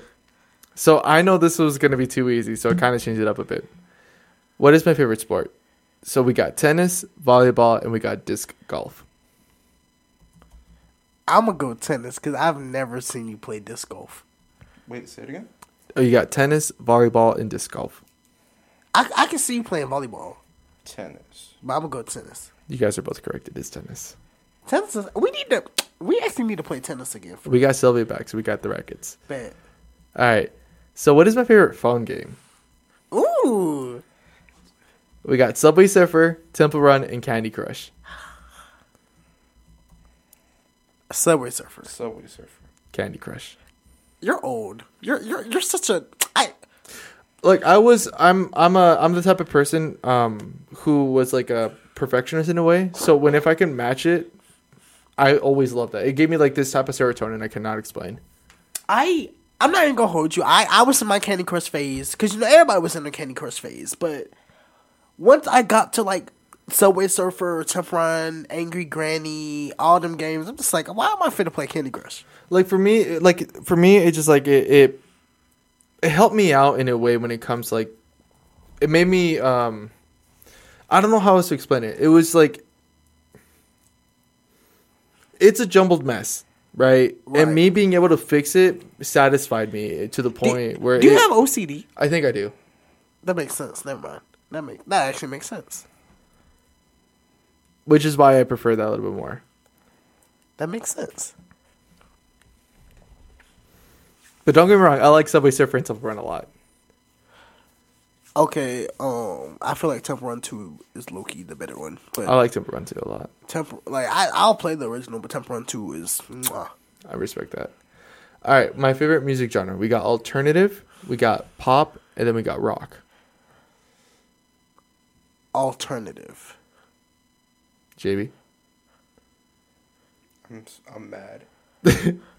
S3: So I know this was going to be too easy, so I kind of changed it up a bit. What is my favorite sport? So we got tennis, volleyball, and we got disc golf.
S2: I'm gonna go tennis because I've never seen you play disc golf.
S1: Wait, say it again.
S3: Oh, you got tennis, volleyball, and disc golf.
S2: I, I can see you playing volleyball,
S1: Tennis.
S2: but I'm gonna go tennis.
S3: You guys are both correct. It is tennis.
S2: Tennis is we need to we actually need to play tennis again. For
S3: We got Sylvia back, so we got the rackets.
S2: bad.
S3: All right. So what is my favorite phone game?
S2: Ooh,
S3: We got Subway Surfer, Temple Run, and Candy Crush.
S2: Subway Surfer.
S1: Subway Surfer.
S3: Candy Crush.
S2: You're old. You're you're you're such a I.
S3: like I was I'm I'm a I'm the type of person um who was like a perfectionist in a way. So when if I can match it, I always love that. It gave me like this type of serotonin I cannot explain.
S2: I I'm not even gonna hold you. I I was in my Candy Crush phase because you know everybody was in the Candy Crush phase. But once I got to like Subway Surfer, Tough Run, Angry Granny, all them games, I'm just like, why am I finna play Candy Crush?
S3: Like for me, it- like for me, it just like it it, it helped me out in a way when it comes like it made me um I don't know how else to explain it. It was like it's a jumbled mess, right? And me being able to fix it satisfied me to the point where
S2: Do you
S3: it-
S2: have OCD?
S3: I think I do.
S2: That makes sense. Never mind. That make that actually makes sense.
S3: which is why I prefer that a little bit more.
S2: That makes sense.
S3: But don't get me wrong, I like Subway Surfer and Temple Run a lot.
S2: Okay, um, I feel like Temple Run Two is Loki the better one, but
S3: I like Temple Run too a lot.
S2: Temple like I I'll play the original, but Temple Run Two is mwah.
S3: I respect that. All right, my favorite music genre. We got alternative, we got pop, and then we got rock.
S2: alternative.
S3: JB,
S1: I'm, s- I'm mad.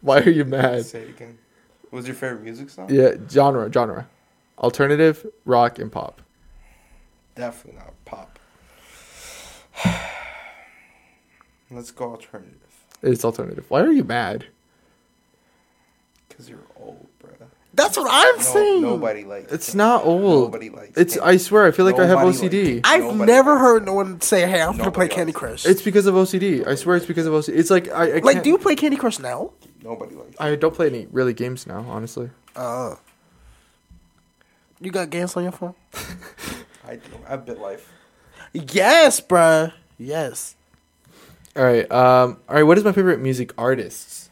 S3: why are you mad?
S1: Say it again. What was your favorite music song?
S3: Yeah, genre, genre. Alternative, rock, and pop.
S1: Definitely not pop. Let's go alternative.
S3: It's alternative. Why are you mad?
S1: Because you're old, bro.
S2: That's what I'm
S1: No-
S2: saying.
S1: Nobody likes
S3: It's not old.
S1: Nobody likes
S3: it's. I swear, I feel like I have
S1: Nobody
S3: OCD.
S2: I've never heard no one say, "Hey, I'm gonna play Candy Crush."
S3: It's because of OCD. I swear, it's because of OCD. It's like I, I
S2: like,
S3: can't-
S2: do you play Candy Crush now?
S1: Nobody likes
S3: I don't play any really games now, honestly.
S2: Uh, you got games on your phone?
S1: I do. I bit life.
S2: Yes, bruh. Yes.
S3: All right. Um. All right. What is my favorite music artists?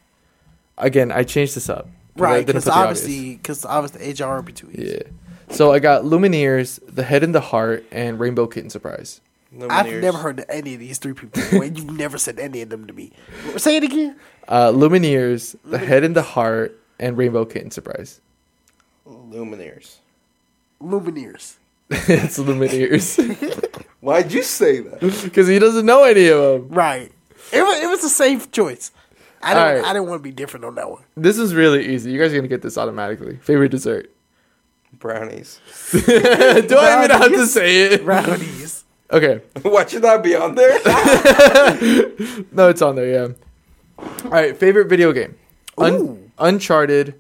S3: Again, I changed this up. 'cause I
S2: Right,
S3: didn't
S2: because
S3: put the artists.
S2: obviously, because obviously, HR be too easy.
S3: Yeah. So I got Lumineers, The Head and the Heart, and Rainbow Kitten Surprise.
S2: I've never heard of any of these three people. and you've never said any of them to me. Say it again.
S3: Uh, Lumineers, The Head and the Heart, and Rainbow Kitten Surprise.
S1: Lumineers.
S2: Lumineers.
S3: it's Lumineers
S1: Why'd you say that?
S3: because he doesn't know any of them.
S2: Right. It was, it was a safe choice. I
S3: All
S2: didn't.
S3: right.
S2: I didn't want to be different on that one.
S3: This is really easy. You guys are gonna get this automatically. Favorite dessert?
S1: Brownies.
S3: Do I even have to say it?
S2: Brownies.
S3: Okay.
S1: Why should that be on there?
S3: No, it's on there, yeah. All right, favorite video game? Un- Uncharted,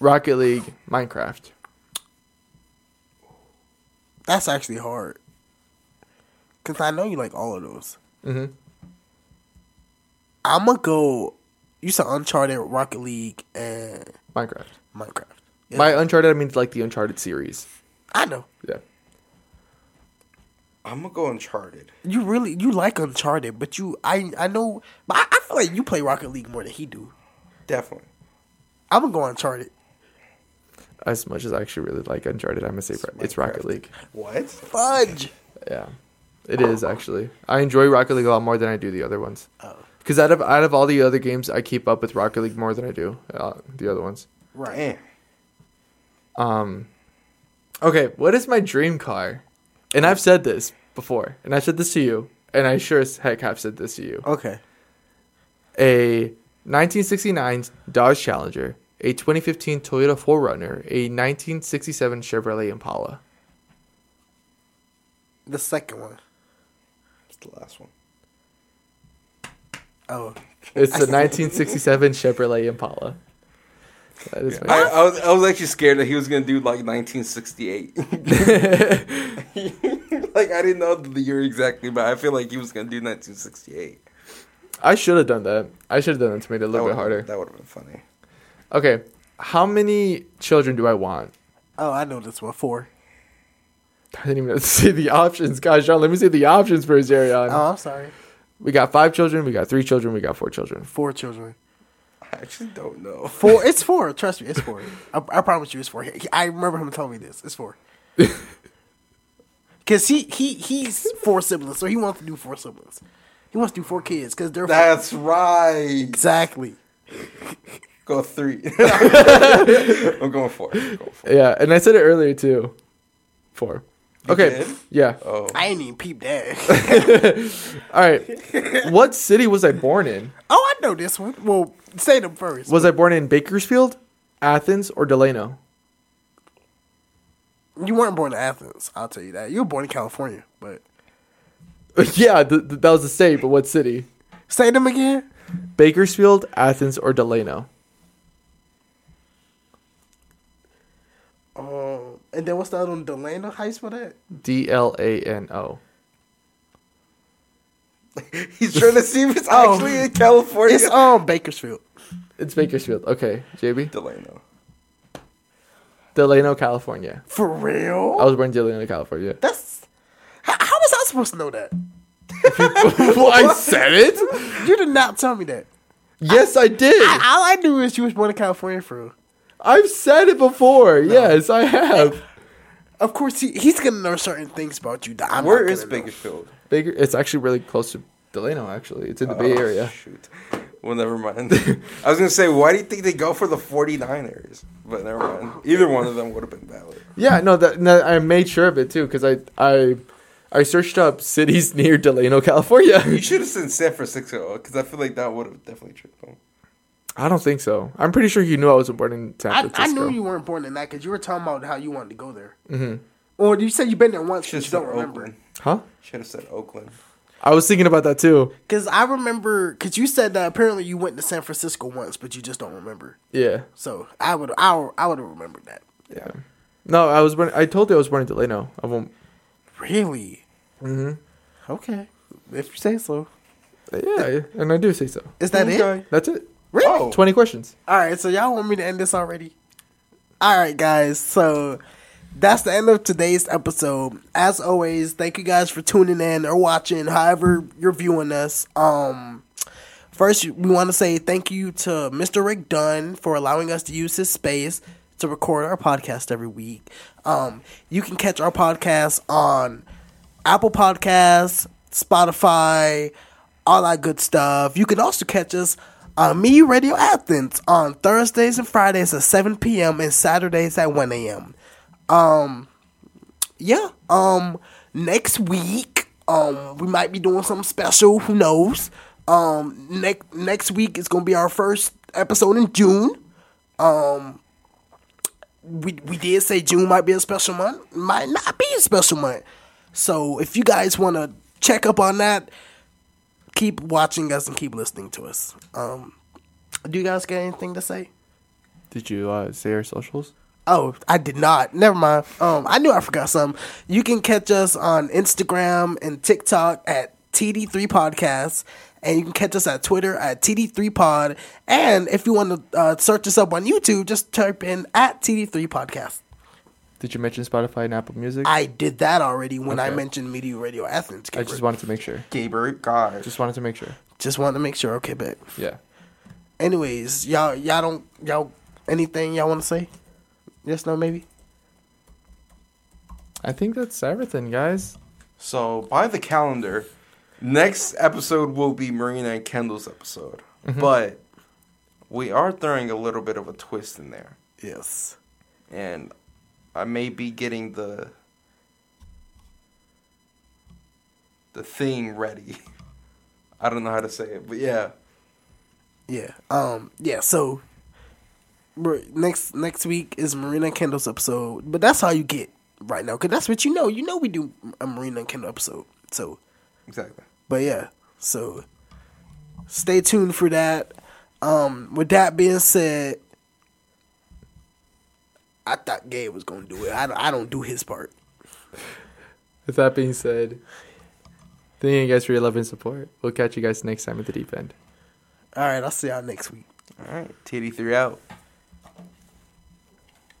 S3: Rocket League, Minecraft.
S2: That's actually hard. Cause I know you like all of those.
S3: Mm-hmm.
S2: I'm gonna go. You said Uncharted, Rocket League, and
S3: Minecraft.
S2: Minecraft.
S3: By Uncharted, I mean like the Uncharted series.
S2: I know.
S3: Yeah.
S1: I'm gonna go Uncharted.
S2: You really you like Uncharted, but you I I know, but I, I feel like you play Rocket League more than he do.
S1: Definitely.
S2: I'm gonna go Uncharted.
S3: As much as I actually really like Uncharted, I'm gonna say Ro- it's Rocket League.
S1: What?
S2: Fudge.
S3: Yeah, it is actually. I enjoy Rocket League a lot more than I do the other ones. Because out of out of all the other games, I keep up with Rocket League more than I do uh, the other ones.
S2: Right.
S3: Um, okay, what is my dream car? And I've said this before, and I said this to you, and I sure as heck have said this to you.
S2: Okay.
S3: A 1969 Dodge Challenger, a 2015 Toyota 4Runner, a 1967 Chevrolet Impala.
S2: The second one.
S1: It's the last one.
S2: Oh.
S3: It's a 1967 Chevrolet Impala. That is my-
S1: I, I, was, I was actually scared that he was gonna do like 1968. like I didn't know the year exactly, but I feel like he was gonna do 1968.
S3: I should have done that. I should have done that to make it a little
S1: That
S3: bit harder.
S1: would've- That would have been funny.
S3: Okay, how many children do I want?
S2: Oh, I know this one. Four.
S3: I didn't even see the options. Gosh, John, let me see the options first, Arion.
S1: Uh,
S2: Oh, I'm sorry.
S3: We got five children. We got three children. We got four children.
S2: Four children.
S1: I actually don't know.
S2: Four. It's four. Trust me, it's four. I, I promise you, it's four. He- I remember him telling me this. It's four. Cause he he he's four siblings, so he wants to do four siblings. He wants to do four kids because they're
S1: That's right.
S2: Exactly.
S1: Go three. I'm going four. I'm going four.
S3: Yeah, and I said it earlier too. Four. Okay.
S1: did?
S3: Yeah.
S1: Oh.
S2: I ain't even peep that.
S3: All right. what city was I born in?
S2: oh, I know this one. Well, say them first.
S3: Was I born in Bakersfield, Athens, or Delano?
S2: You weren't born in Athens. I'll tell you that. You were born in California, but
S3: yeah, th- th- that was the state, but what city?
S2: say them again.
S3: Bakersfield, Athens, or Delano?
S2: Um, and then what's the other one? Delano? How you spell that?
S3: D L A N O.
S1: He's trying to see if it's
S3: Oh.
S1: actually in California.
S2: It's um Bakersfield.
S3: It's Bakersfield. Okay, JB.
S1: Delano.
S3: Delano, California.
S2: For real?
S3: I was born in Delano, California.
S2: That's how, how was I supposed to know that?
S3: well, I said it.
S2: You did not tell me that.
S3: Yes, I did.
S2: I, all I knew is you was born in California for real.
S3: I've said it before. Yes, I have.
S2: Of course, he, he's gonna know certain things about you. That I'm
S1: Where
S2: not
S1: is
S2: gonna know.
S1: Bakersfield?
S3: Baker. It's actually really close to Delano. Actually, it's in the Bay
S1: Oh,
S3: Area.
S1: Shoot. Well, never mind. I was gonna say, why do you think they go for the 49ers? But never mind. Either one of them would have been valid.
S3: Yeah, no, that no, I made sure of it too because I I I searched up cities near Delano, California.
S1: You should have said San Francisco because I feel like that would have definitely tricked them.
S3: I don't think so. I'm pretty sure you knew I was born in San
S2: I,
S3: Francisco.
S2: I knew you weren't born in that because you were talking about how you wanted to go there,
S3: Mhm.
S2: or you said you've been there once,
S1: Should have
S2: but you
S1: said
S2: don't remember.
S1: Oakland.
S3: Huh?
S1: Should have said Oakland.
S3: I was thinking about that too.
S2: Because I remember, because you said that apparently you went to San Francisco once, but you just don't remember.
S3: Yeah.
S2: So I would, I would, I would have remembered that.
S3: Yeah. No, I was born. I told you I was born in Delano. I won't.
S2: Really?
S3: hmm
S2: Mm-hmm. Okay. If you say so.
S3: Yeah, and I do say so.
S2: Is that it?
S1: Okay.
S3: That's it.
S2: Really?
S1: Oh.
S3: Twenty questions.
S2: All right, so y'all want me to end this already? All right, guys. So that's the end of today's episode. As always, thank you guys for tuning in or watching, however you're viewing us. Um, first, we want to say thank you to Mr. Rick Dunn for allowing us to use his space to record our podcast every week. Um, you can catch our podcast on Apple Podcasts, Spotify, all that good stuff. You can also catch us on Me Radio Athens on Thursdays and Fridays at 7 p.m. and Saturdays at 1 a.m. Um, yeah. Um, next week, um, we might be doing something special. Who knows? Um, next next week is gonna be our first episode in June. Um, we we did say June might be a special month, might not be a special month. So if you guys want to check up on that, keep watching us and keep listening to us. Um, do you guys got anything to say?
S3: Did you uh, say our socials?
S2: Oh, I did not. Never mind. Um, I knew I forgot something. You can catch us on Instagram and TikTok at TD3 Podcasts, and you can catch us at Twitter at TD3 Pod. And if you want to uh, search us up on YouTube, just type in at TD3 Podcast.
S3: Did you mention Spotify and Apple Music?
S2: I did that already when I
S3: Okay.
S2: mentioned Media Radio Athens.
S3: I just wanted to make sure.
S1: Gabriel, God.
S3: Just wanted to make sure.
S2: just wanted to make sure. Okay, but
S3: Yeah.
S2: anyways, y'all y'all don't y'all anything y'all want to say? Yes, no, maybe.
S3: I think that's everything, guys.
S1: So by the calendar, next episode will be Marina and Kendall's episode, but we are throwing a little bit of a twist in there,
S2: Yes.
S1: and I may be getting the the thing ready. I don't know how to say it, but yeah,
S2: Yeah. Um. Yeah. So we're- next next week is Marina and Kendall's episode, but that's all you get right now because that's what you know. You know we do a Marina and Kendall episode. So,
S1: exactly.
S2: but yeah. So Stay tuned for that. Um, with that being said, I thought Gabe was gonna do it. I don't, I don't do his part.
S3: With that being said, thank you guys for your love and support. We'll catch you guys next time at the deep end.
S2: All right, I'll see y'all next week.
S1: All right, TD3 out.